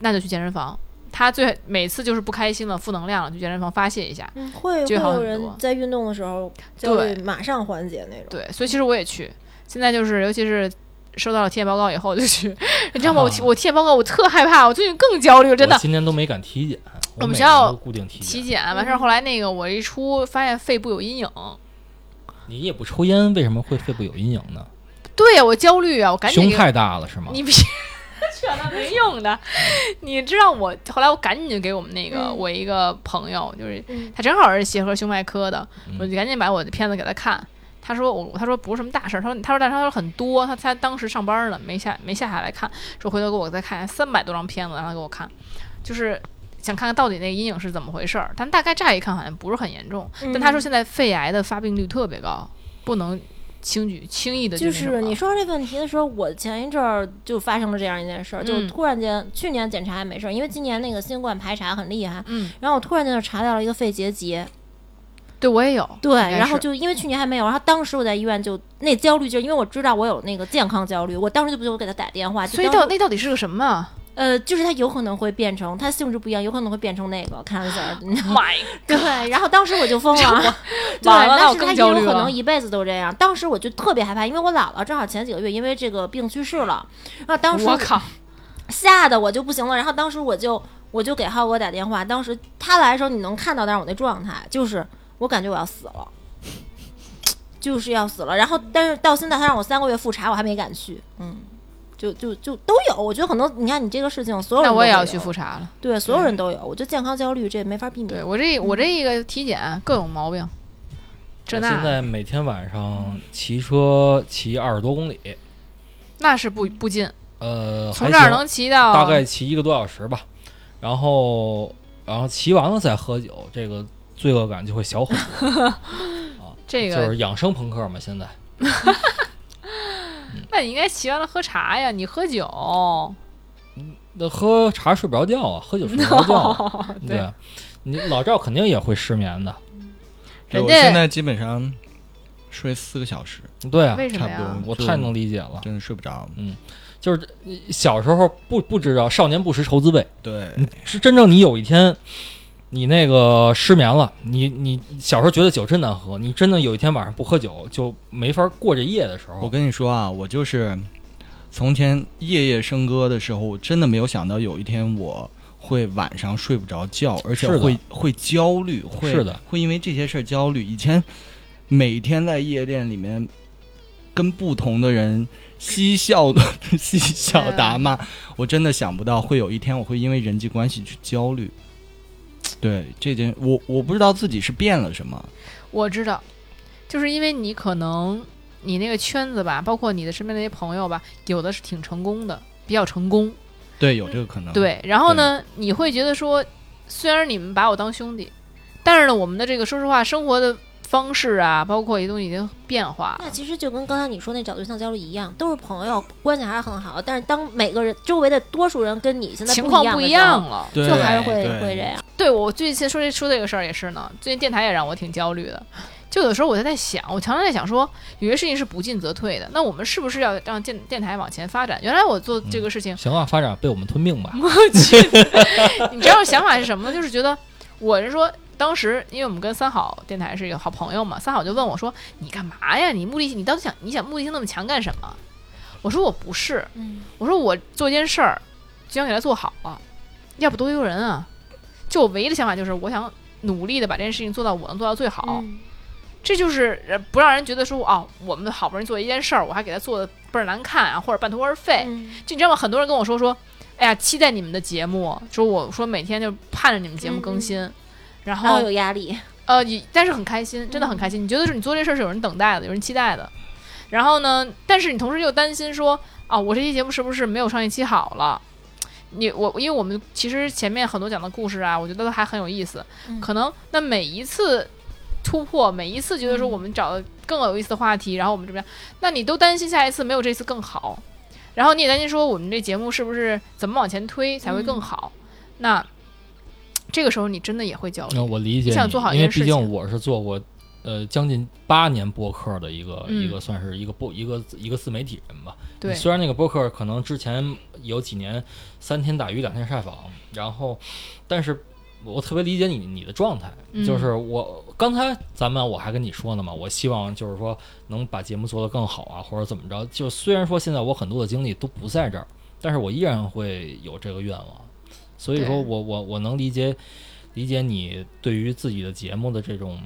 B: 那就去健身房。他最每次就是不开心了、负能量了，去健身房发泄一下。
E: 嗯，会会
B: 就好
E: 有
B: 很
E: 人
B: 多
E: 在运动的时候焦
B: 对
E: 虑马上缓解那种。
B: 对，所以其实我也去。现在就是，尤其是收到了体检报告以后，我就去。 <laughs> 你知道吗？我体我体检报告，我特害怕，我最近更焦虑 <laughs> 了，真
D: 啊我
B: 的。
D: 今年都没敢体检，
B: 我们
D: 每
B: 学校
D: 年都固定体
B: 体
D: 检。
B: 检完事儿，后来那个我一出，发现肺部有阴影。
D: 你也不抽烟，为什么会肺部有阴影呢？
B: 对呀、我焦虑啊，我赶紧
D: 胸
B: 给
D: 太大了是吗？
B: 你别劝他没用的。 <laughs> 你知道我后来我赶紧就给我们那个、
E: 嗯
B: 我一个朋友，就是
E: 嗯
B: 他正好是协和胸外科的，
D: 嗯
B: 我就赶紧把我的片子给他看。他说我他说不是什么大事儿，他说他说但是他说很多，他他当时上班呢，没下没下下来看，说回头给我再看三百多张片子，让他给我看，就是。想看看到底那个阴影是怎么回事儿，但大概乍一看好像不是很严重，但他说
E: 嗯
B: 现在肺癌的发病率特别高，不能轻举轻易的
E: 就
B: 那什
E: 是
B: 么
E: 你说这问题的时候，我前一阵儿就发生了这样一件事儿，就
B: 嗯
E: 突然间去年检查还没事儿，因为今年那个新冠排查很厉害，
B: 嗯，
E: 然后我突然间就查到了一个肺结节，
B: 对我也有，
E: 对，
B: 应该
E: 然后
B: 是
E: 就因为去年还没有，然后当时我在医院就那焦虑劲儿，因为我知道我有那个健康焦虑，我当时就不就给他打电话，就
B: 所以
E: 当
B: 到
E: 时
B: 那到底是个什么啊
E: 呃，就是它有可能会变成它性质不一样，有可能会变成那个 cancer，你知道吗 <laughs>
B: ？My
E: <laughs> 对，然后当时我就疯了，对，
B: 完了那
E: 但
B: 我
E: 是
B: 更
E: 他也
B: 焦
E: 有
B: 虑
E: 可
B: 了
E: 能一辈子都这样。当时我就特别害怕，因为我姥姥正好前几个月因为这个病去世了，然后当时
B: 我靠，
E: 吓得我就不行了，然后当时我就我就给浩哥打电话，当时他来的时候你能看到，但是我那状态就是我感觉我要死了， <laughs> 就是要死了。然后但是到现在他让我三个月复查，我还没敢去，嗯。就就就都有，我觉得可能你看你这个事情，所有人
B: 那
E: 都
B: 我也
E: 会
B: 要
E: 有
B: 去复查嗯了。
E: 对，所有人都有。我觉得健康焦虑这没法避免。
B: 对我这我
E: 嗯
B: 这一个体检各种毛病，这
D: 我
B: 那
D: 哎现在每天晚上骑车骑二十多公里，
B: 那是不不近，
D: 呃，
B: 从
D: 还
B: 这儿
D: 行
B: 能骑到
D: 大概骑一个多小时吧，然后然后骑完了再喝酒，这个罪恶感就会小很多。
B: <laughs> 这
D: 就
B: 个
D: 是，养生朋克嘛，现在
B: 那你应该骑完了喝茶呀，你喝酒，
D: 那喝茶睡不着觉啊，喝酒睡不
B: <laughs>
D: 着觉啊、对
B: 哦对，
D: 你老赵肯定也会失眠的，
C: 对
B: 人
C: 我
B: 家
C: 现在基本上睡四个小时，
D: 对啊，
B: 为什
C: 差
B: 么
C: 不
B: 呀
C: 多？
D: 我
C: 就
D: 太能理解了。
C: 真的睡不着。
D: 就是小时候不不知道少年不识愁滋味，
C: 对，
D: 是真正你有一天，你那个失眠了，你你小时候觉得酒真难喝，你真的有一天晚上不喝酒就没法过这夜的时
C: 我
D: 候，
C: 跟你说啊，我就是从前夜夜笙歌的时候，我真的没有想到有一天我会晚上睡不着觉，而且
D: 是的
C: 会会焦虑，会
D: 是的
C: 会因为这些事儿焦虑。以前每天在夜店里面跟不同的人嬉笑 <laughs> 嬉笑打骂，
D: 啊
C: 我真的想不到会有一天我会因为人际关系去焦虑。对这件，我我不知道自己是变了什么，
B: 我知道，就是因为你可能你那个圈子吧，包括你的身边那些朋友吧，有的是挺成功的，比较成功，
C: 对，有这个可
D: 嗯
C: 能。，
B: 对，然后呢，你会觉得说，虽然你们把我当兄弟，但是呢，我们的这个说实话，生活的方式啊，包括一些东西已经变化
E: 那
B: 了。
E: 其实就跟刚才你说那找对象焦虑一样，都是朋友关系还是很好，但是当每个人周围的多数人跟你现在
B: 情况
E: 不
B: 不一
E: 一样
B: 样
E: 的
B: 了，
E: 时
C: 对
E: 候，就还是会
C: 对
E: 会这样。
B: 对我最近说这说这个事儿也是呢，最近电台也让我挺焦虑的。就有时候我就在想，我常常在想说，有些事情是不进则退的，那我们是不是要让电电台往前发展？原来我做这个事情，
D: 行啊，发展被我们吞并吧。
B: 你知道想法是什么？就是觉得我是说，当时因为我们跟三好电台是一个好朋友嘛，三好就问我说：“你干嘛呀？你目的性，你到底想你想目的性那么强干什么？”我说：“我不是，
E: 嗯，
B: 我说我做一件事儿，就想给它做好了，要不多丢人啊！就我唯一的想法就是，我想努力的把这件事情做到我能做到最好。
E: 嗯，
B: 这就是呃不让人觉得说哦，我们好不容易做一件事儿，我还给他做的倍儿难看啊，或者半途而废。
E: 嗯
B: 就你知道吗？很多人跟我说说，哎呀，期待你们的节目，说我说每天就盼着你们节目更
E: 嗯
B: 新，然
E: 然后
B: 后
E: 有压力，
B: 呃，也但是很开心，真的很开
E: 嗯
B: 心。你觉得是你做这事儿是有人等待的，有人期待的，然后呢，但是你同时又担心说啊，我这期节目是不是没有上一期好了？你我因为我们其实前面很多讲的故事啊，我觉得都还很有意思。
E: 嗯
B: 可能那每一次突破，每一次觉得说
E: 嗯
B: 我们找的更有意思的话题，然后我们怎么样，那你都担心下一次没有这次更好，然后你也担心说我们这节目是不是怎么往前推才会
E: 嗯
B: 更好？那这个时候你真的也会焦虑。
D: 那呃我理解
B: 你想做好一
D: 因为
B: 件事
D: 毕
B: 情
D: 竟我是做过呃将近八年播客的一个、
B: 嗯
D: 一个算是一个播一个一个自媒体人吧。
B: 对，
D: 虽然那个播客可能之前有几年三天打鱼两天晒网，然后但是。我特别理解你你的状态，
B: 嗯
D: 就是我刚才咱们我还跟你说呢嘛，我希望就是说能把节目做得更好啊，或者怎么着。就虽然说现在我很多的精力都不在这儿，但是我依然会有这个愿望。所以说
B: 对
D: 我我我能理解理解你对于自己的节目的这种，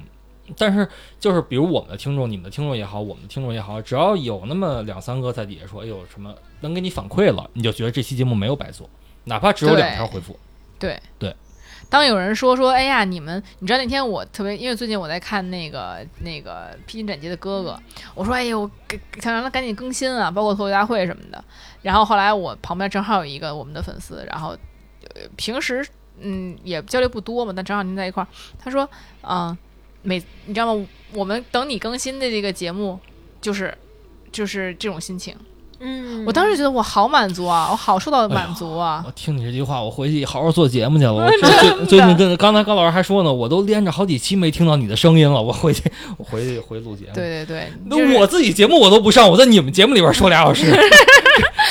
D: 但是就是比如我们的听众、你们的听众也好，我们的听众也好，只要有那么两三个在底下说，哎呦什么能给你反馈了，你就觉得这期节目没有白做，哪怕只有两条回复，
B: 当有人说说，哎呀，你们，你知道那天我特别，因为最近我在看那个那个《披荆斩棘的哥哥》，我说，哎呦，给给想让他赶紧更新啊，包括脱口大会什么的。然后后来我旁边正好有一个我们的粉丝，然后、呃平时嗯也交流不多嘛，但正好您在一块儿，他说，嗯、每你知道吗？我们等你更新的这个节目，就是就是这种心情。
E: 嗯，
B: 我当时觉得我好满足啊，我好受到满足啊。
D: 我听你这句话，我回去好好做节目
B: <laughs>
D: 去了。我最最近跟刚才高老师还说呢，我都连着好几期没听到你的声音了。我回去，我回去回录节目。
B: 对对对，就是
D: 那我自己节目我都不上，我在你们节目里边说俩
B: <laughs>
D: 小时，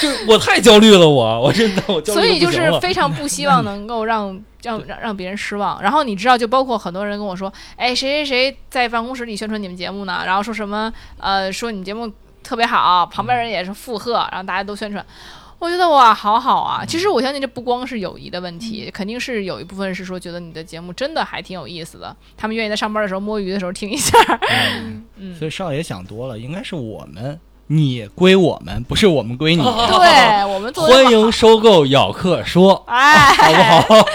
D: 这我太焦虑了，我我真的我焦虑
B: 所以
D: 得
B: 就
D: 不行
B: 是
D: 了
B: 非常不希望能够
D: <laughs>
B: 让让让让别人失望。然后你知道，就包括很多人跟我说，哎，谁谁谁在办公室里宣传你们节目呢？然后说什么呃，说你们节目特别好，旁边人也是附和，然后大家都宣传。我觉得哇，好好啊！其实我相信这不光是友谊的问题，肯定是有一部分是说觉得你的节目真的还挺有意思的，他们愿意在上班的时候摸鱼的时候听一下。 <laughs> 嗯，
C: 所以少爷想多了，应该是我们，你归我们，不是我们归你。
B: 对我哦 <laughs> 们做得
D: 欢
B: 不好
D: 迎收购咬客说，
B: 哎，
D: 好 <laughs> 不好？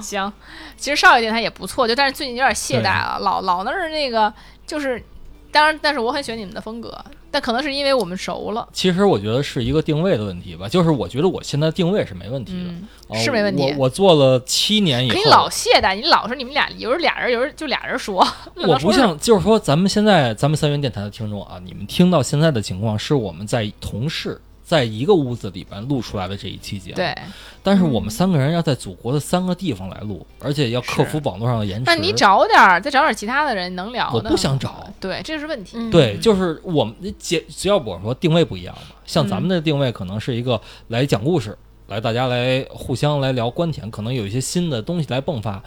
B: 行，其实少爷电台也不错，就但是最近有点懈
D: 对
B: 怠了，老老那儿那个就是，当然，但是我很喜欢你们的风格，但可能是因为我们熟了，
D: 其实我觉得是一个定位的问题吧，就是我觉得我现在定位是没问题的，
B: 嗯，
D: 哦
B: 是没问题
D: 我我做了七年以
B: 可
D: 后
B: 你，老懈怠，你老是你们俩有时候俩人，有时候就俩人说， <laughs>
D: 我不像，就是说咱们现在咱们三元电台的听众啊，你们听到现在的情况是我们在同事在一个屋子里边录出来的这一期节目，
B: 对，
D: 但是我们三个人要在祖国的三个地方来录，而且要克服网络上的延迟。
B: 那你找点儿，再找点儿其他的人能聊的，
D: 我不想找，
B: 对，这是问题，
E: 嗯
D: 对，就是我们只只要我说定位不一样嘛，
B: 嗯
D: 像咱们的定位可能是一个来讲故事，来大家来互相来聊观点，可能有一些新的东西来迸发。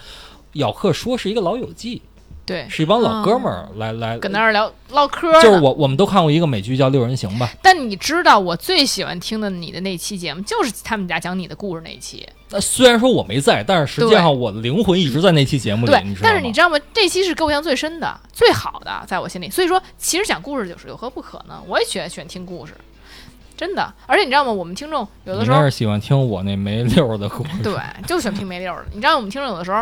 D: 咬客说是一个老友记，
B: 对，
D: 是一帮老哥们儿来来
B: 啊搁那儿聊唠嗑呢，
D: 就是我我们都看过一个美剧叫《六人行》吧，
B: 但你知道我最喜欢听的你的那期节目，就是他们俩讲你的故事那一期，
D: 那虽然说我没在，但是实际
B: 对
D: 上我的灵魂一直在那期节目里，
B: 对
D: 你，知道吗？
B: 但是你知道吗？这期是给我印象最深的、最好的，在我心里。所以说，其实讲故事就是有何不可呢？我也喜欢喜欢听故事，真的。而且你知道吗？我们听众有的
D: 你
B: 时
D: 应该
B: 候
D: 是喜欢听我那没溜儿的故事，
B: 对就喜欢听没溜儿的。你知道我们听众有的时候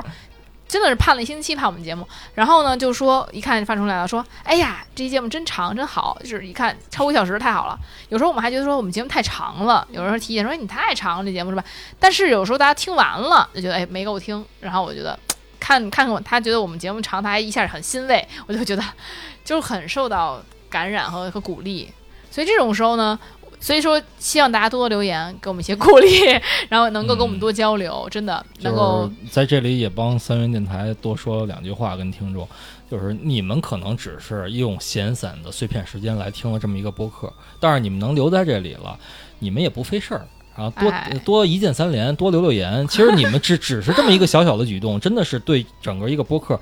B: 真的是盼了一星期盼我们节目，然后呢就说一看发出来了，说哎呀这期节目真长真好，就是一看超过一小时太好了。有时候我们还觉得说我们节目太长了，有人提意见说哎你太长了这节目是吧？但是有时候大家听完了就觉得哎没够听，然后我觉得。看看看我，他觉得我们节目长，他还一下很欣慰，我就觉得就是很受到感染和和鼓励。所以这种时候呢，所以说希望大家多多留言，给我们一些鼓励， <laughs> 然后能够跟我们多交流，真的能够
D: 嗯就是在这里也帮三元电台多说两句话跟听众，就是你们可能只是用闲散的碎片时间来听了这么一个播客，但是你们能留在这里了，你们也不费事儿。然后多、
B: 哎
D: 多一键三连，多留留言。其实你
B: <laughs>
D: 们只只是这么一个小小的举动，真的是对整个一个播客，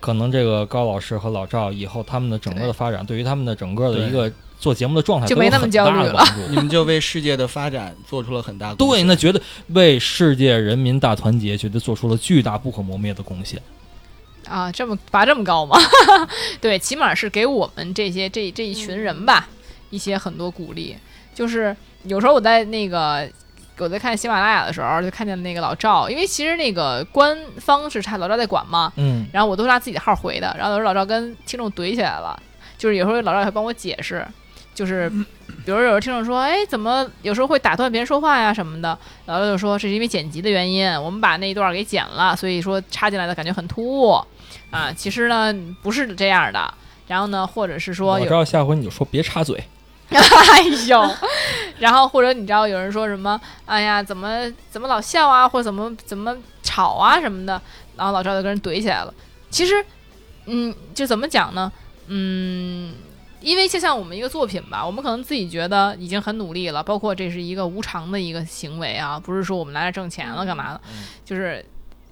D: 可能这个高老师和老赵以后他们的整个的发展，对于他们的整个的一个做节目的状态
B: 就
D: 都有
B: 没那么
D: 很
B: 焦
D: 大
B: 虑
D: 的
B: 了
D: 帮助。
C: 你们就为世界的发展做出了很大贡
D: 对，
C: 献。
D: 那绝对为世界人民大团结，绝对做出了巨大不可磨灭的贡献。
B: 啊，这么拔这么高吗？ <laughs> 对，起码是给我们这些这这一群人吧，
D: 嗯
B: 一些很多鼓励。就是有时候我在那个我在看喜马拉雅的时候，就看见那个老赵，因为其实那个官方是他老赵在管嘛，
D: 嗯，
B: 然后我都是拿自己的号回
D: 嗯
B: 的，然后有时候老赵跟听众怼起来了，就是有时候老赵也会帮我解释，就是比如有人听众说，哎，怎么有时候会打断别人说话呀什么的，然后就说这是因为剪辑的原因，我们把那一段给剪了，所以说插进来的感觉很突兀啊。其实呢，不是这样的。然后呢，或者是说
D: 我
B: 有
D: 知道下回你就说别插嘴，
B: 哎呦， <laughs> 然后或者你知道有人说什么，哎呀，怎么怎么老笑啊，或者怎么怎么吵啊什么的，然后老赵就跟人怼起来了。其实，嗯，就怎么讲呢？嗯，因为就像我们一个作品吧，我们可能自己觉得已经很努力了，包括这是一个无偿的一个行为啊，不是说我们拿来挣钱了干嘛的，就是。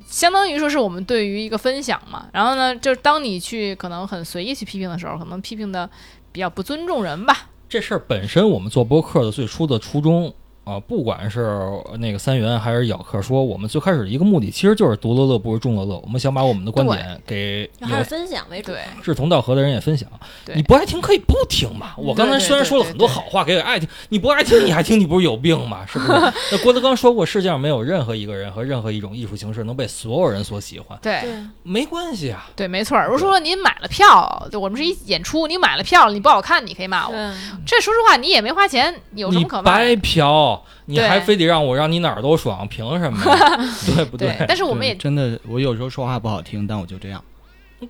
B: 相当于说是我们对于一个分享嘛，然后呢，就是当你去可能很随意去批评的时候，可能批评的比较不尊重人吧，
D: 这事儿本身，我们做播客的最初的初衷啊，不管是呃那个三元还是咬客说，我们最开始一个目的其实就是独乐乐不如众乐乐，我们想把我们的观点给
E: 就还是
D: 有
E: 分享为主。
B: 对，
D: 志同道合的人也分享。
B: 对嗯
D: 你不爱听可以不听嘛。我刚才
B: 对对
D: 虽然说了很多好话给爱听，你不爱听你还听，你不是有病吗？是不是？那郭德纲说过，世界上没有任何一个人和任何一种艺术形式能被所有人所喜欢，
B: 对
E: 对，
D: 没关系啊。
B: 对，没错儿。如果说您买了票，就我们是一演出，你买了票了，你不好看，你可以骂我。
E: 对，
B: 这说实话，你也没花钱，有什
D: 你
B: 么可骂
D: 白
B: 的？
D: 嫖，你
B: 对
D: 还非得让我让你哪儿都爽，凭什么
B: <laughs>
D: 呀？对不
B: 对，但是我们也
C: 真的，我有时候说话不好听，但我就这样。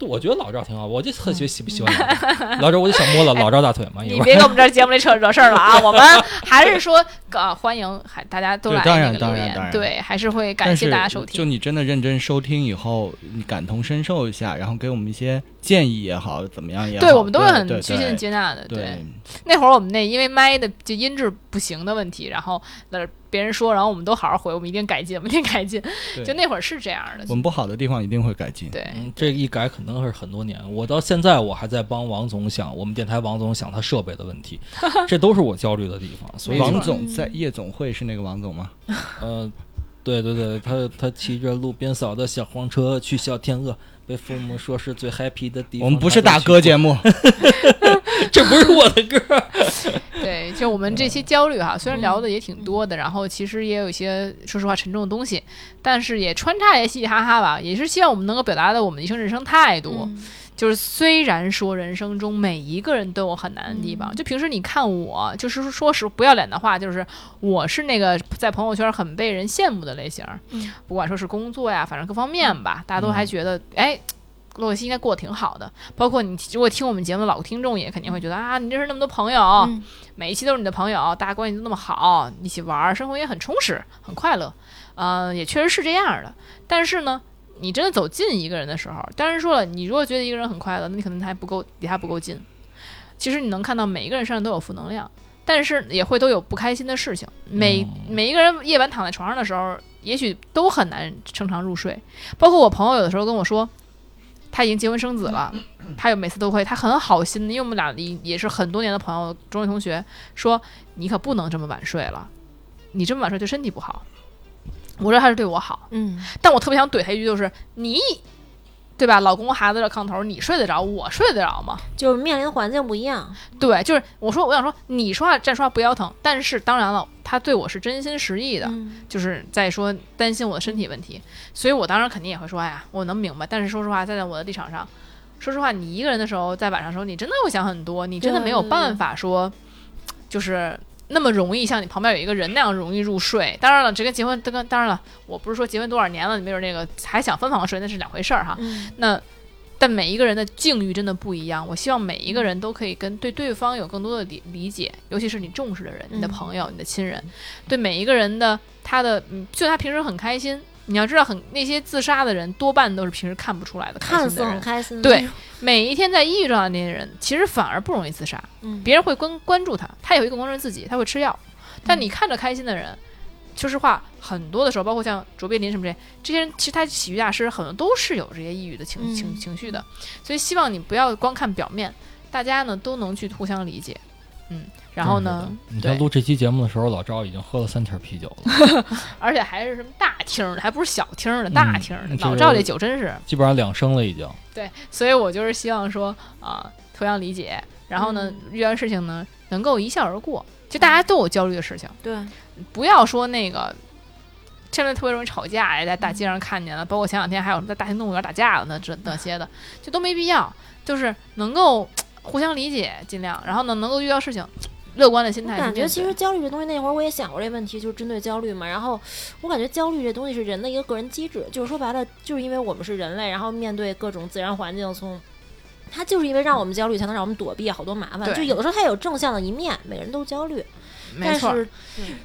D: 我觉得老赵挺好，我就特
B: 嗯
D: 喜喜不喜欢老赵，老赵我就想
B: <laughs>
D: 摸了老赵大腿嘛，一
B: 你
D: 会
B: 别
D: 儿
B: 给我们这节目里扯惹事儿了啊！我们还是说，呃，欢迎还大家都
C: 对
B: 来
C: 当
B: 那
C: 然
B: 个
C: 当
B: 留
C: 然当
B: 言，
C: 然
B: 对，还是会感
C: 但
B: 谢
C: 是
B: 大家收
C: 就
B: 听。
C: 你真的认真收听以后，你感同身受一下，然后给我们一些建议也好，怎么样也好，
B: 对，我们都会
C: 对
B: 很
C: 对
B: 虚心的
C: 对
B: 接纳的。对
C: 对，
B: 那会儿我们那因为麦的就音质不行的问题，然后那别人说，然后我们都好好回，我们一定改进，我们一定改进。
C: 对
B: 就那会儿是这样的
C: 我，们不好的地方一定会改进。
B: 对，
D: 嗯，这一改可能是很多年，我到现在我还在帮王总想，我们电台王总想他设备的问
B: <laughs>
D: 题，这都是我焦虑的地方。所以
C: 王
D: 说，
C: 总在夜总会是那个王总
B: 嗯
C: 吗？
D: 呃，对对对，他他骑着路边扫的小黄车去小天鹅，被父母说是最 happy 的地方。
C: 我们不是大哥节
D: 目，
C: 目，
D: <laughs> 这不是我的歌。
B: 对，就我们这期焦虑哈，虽然聊的也挺多的，然后其实也有一些说实话沉重的东西，但是也穿插也嘻嘻哈哈吧，也是希望我们能够表达的我们的一生人生态度。
E: 嗯
B: 就是虽然说人生中每一个人都有很难的地方，就平时你看我，就是说实不要脸的话，就是我是那个在朋友圈很被人羡慕的类型，
E: 嗯
B: 不管说是工作呀，反正各方面吧，大家都还觉得、哎。洛克西应该过得挺好的，包括你如果听我们节目的老听众也肯定会觉得啊，你认识那么多朋友，
E: 嗯
B: 每一期都是你的朋友，大家关系都那么好，一起玩儿，生活也很充实，很快乐，呃，也确实是这样的。但是呢，你真的走近一个人的时候，当然说了，你如果觉得一个人很快乐，那你可能还不够，离他不够近。其实你能看到每一个人身上都有负能量，但是也会都有不开心的事情。每、每一个人夜晚躺在床上的时候，也许都很难正常入睡。包括我朋友有的时候跟我说，他已经结婚生子了，他有每次都会，他很好心的，因为我们俩也也是很多年的朋友，中学同学，说你可不能这么晚睡了，你这么晚睡对身体不好。我说他是对我好，
E: 嗯，
B: 但我特别想怼他一句，就是你，对吧？老公和孩子的炕头，你睡得着，我睡得着吗？
E: 就是面临的环境不一样，
B: 对，就是我说，我想说，你说话站说话不腰疼，但是当然了，他对我是真心实意的，
E: 嗯
B: 就是在说担心我的身体问题，所以我当然肯定也会说，哎呀，我能明白。但是说实话，站在我的立场上，说实话，你一个人的时候，在晚上的时候，你真的会想很多，你真的没有办法说，就是那么容易像你旁边有一个人那样容易入睡。当然了，这跟结婚，这跟当然了，我不是说结婚多少年了，你没准那个还想分房睡，那是两回事儿哈。
E: 嗯
B: 那但每一个人的境遇真的不一样，我希望每一个人都可以跟对对方有更多的理理解，尤其是你重视的人、
E: 嗯
B: 你的朋友、你的亲人，对每一个人的他的，嗯，就他平时很开心，你要知道很，那些自杀的人多半都是平时看不出来的开
E: 看
B: 心
E: 似
B: 的
E: 很
B: 人，
E: 开心，
B: 对，每一天在抑郁状态的那些人，其实反而不容易自杀，
E: 嗯，
B: 别人会关关注他，他也会更关注自己，他会吃药。但你看着开心的人，说实话，很多的时候，包括像卓别林什么这些，这些人其实他喜剧大师很多都是有这些抑郁的情情
E: 嗯
B: 情绪的，所以希望你不要光看表面，大家呢都能去互相理解，嗯，然后呢，
D: <laughs> 你
B: 对
D: 在录这期节目的时候，老赵已经喝了三瓶啤酒了，
B: 而且还是什么大厅儿的，还不是小厅儿的，大
D: 嗯
B: 厅儿的，
D: 嗯
B: 老
D: 这
B: 赵
D: 个
B: 这酒真是，
D: 基本上两升了已经。
B: 对，所以我就是希望说啊，互相理解，然后呢
E: 嗯，
B: 遇到事情呢能够一笑而过，就大家都有焦虑的事情。
E: 对，
B: 不要说那个，现在特别容易吵架哎呀，在
E: 嗯
B: 大街上看见了，包括前两天还有什么在大型动物园打架的那这那些的，就都没必要，就是能够互相理解，尽量，然后呢能够遇到事情乐观的心态去面
E: 感
B: 对。
E: 觉其实焦虑这东西，那会儿我也想过这问题，就是针对焦虑嘛。然后我感觉焦虑这东西是人的一个个人机制，就是说白了，就是因为我们是人类，然后面对各种自然环境，从它就是因为让我们焦虑，才能让我们躲避好多麻烦。
B: 对
E: 就有的时候它有正向的一面，每个人都焦虑，
B: 没
E: 但
B: 错，嗯
E: 是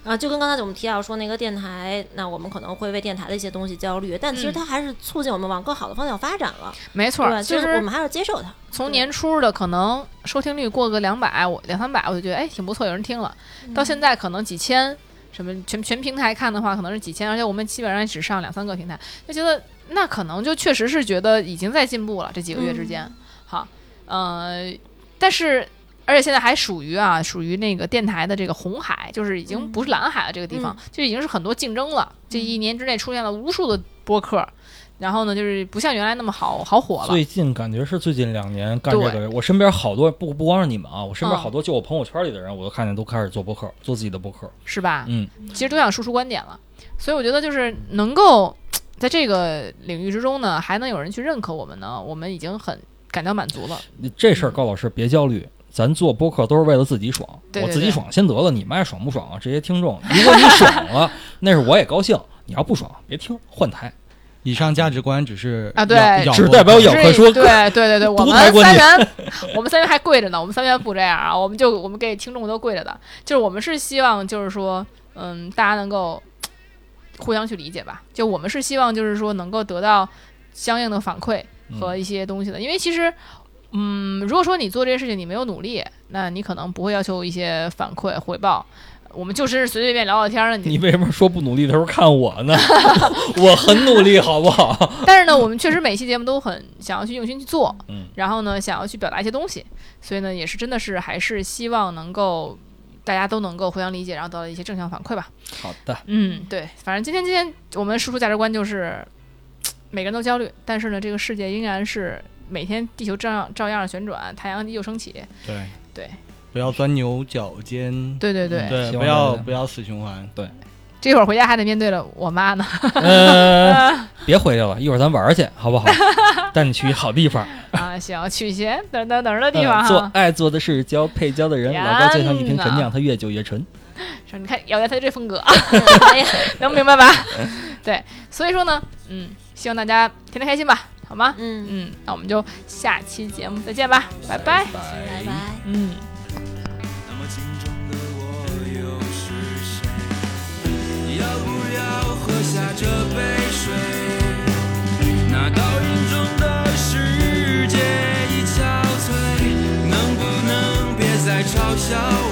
E: 啊，就跟刚才我们提到说那个电台，那我们可能会为电台的一些东西焦虑，但其实
B: 嗯
E: 它还是促进我们往更好的方向发展了，
B: 没
E: 对嗯
B: 错。
E: 吧？
B: 其
E: 就是我
B: 实
E: 们还是接受它。
B: 从
E: 对
B: 年初的可能收听率过个两百，我两三百，我就觉得哎挺不错，有人听了。
E: 嗯
B: 到现在可能几千，什么全全平台看的话，可能是几千，而且我们基本上也只上两三个平台，就觉得那可能就确实是觉得已经在进步了，这几个月之间，好，呃，但是。而且现在还属于啊，属于那个电台的这个红海，就是已经不是蓝海了。这个地方、就已经是很多竞争了。这一年之内出现了无数的播客，然后呢，就是不像原来那么好好火了。
D: 最近感觉是最近两年干这
B: 对
D: 个，我身边好多不不光是你们啊，我身边
B: 嗯
D: 好多就我朋友圈里的人，我都看见都开始做播客，做自己的播客。
B: 是吧？
D: 嗯，
B: 其实都想输出观点了，所以我觉得就是能够在这个领域之中呢，还能有人去认可我们呢，我们已经很感到满足了。
D: 这事儿高老师别焦虑，咱做播客都是为了自己爽，
B: 对
D: 我
B: 对
D: 自己
B: 对
D: 爽先得了，你们爱爽不爽啊？这些听众，如果你爽了， <laughs> 那是我也高兴。你要不爽，别听，换台。
C: 以上价值观只是
B: 啊对
C: 咬咬
D: 只
C: 过
D: 代表
C: 的
D: 有
B: 所以
D: 可说
B: 对对对对，我
D: <laughs> 独
B: 们
D: 裁观
B: 三元， <laughs> 我们三元还跪着呢，我们三元不这样啊，我们就我们给听众都跪着的，就是我们是希望就是说，嗯，大家能够互相去理解吧，就我们是希望就是说能够得到相应的反馈
D: 嗯
B: 和一些东西的，因为其实。嗯，如果说你做这些事情你没有努力，那你可能不会要求一些反馈回报。我们就是随随便便聊聊天儿，你
D: 你为什么说不努力的时候看我呢？ <laughs> 我很努力，好
B: <laughs>
D: 不好？
B: 但是呢，我们确实每期节目都很想要去用心去做，
D: 嗯，
B: 然后呢，想要去表达一些东西，所以呢，也是真的是还是希望能够大家都能够互相理解，然后得到一些正向反馈吧。
D: 好的，
B: 嗯，对，反正今天今天我们输出价值观就是，每个人都焦虑，但是呢，这个世界依然是每天地球照样照样旋转，太阳依旧升起。
C: 对
B: 对，
C: 不要钻牛角尖，
B: 对对对，
C: 对，
D: 希望
C: 不要
D: 大家
C: 不要死循环。
B: 嗯这会儿回家还得面对了我妈呢。
D: 呃，别回去了，一会儿咱玩儿去，
B: <laughs>
D: 好不好？带你去一好地方，
B: 啊，行，去一些哪儿哪儿哪儿的地方啊
D: 嗯
B: 哈。
D: 做爱做的事，交配交的人，
B: 天
D: 老高就像一瓶陈
B: 哪
D: 酿，他越久越醇。
B: 说你看姚家他就这风格， <laughs>
E: 哎呀
B: 能明白吧？ <laughs> 对，所以说呢，嗯，希望大家天天开心吧，好吗？
E: 嗯，
B: 嗯，那我们就下期节目再见吧，拜拜。
E: 拜拜。
B: 嗯。
A: 那么镜中的我又是谁？要不要喝下这杯水？那倒影中的世界已憔悴，能不能别再嘲笑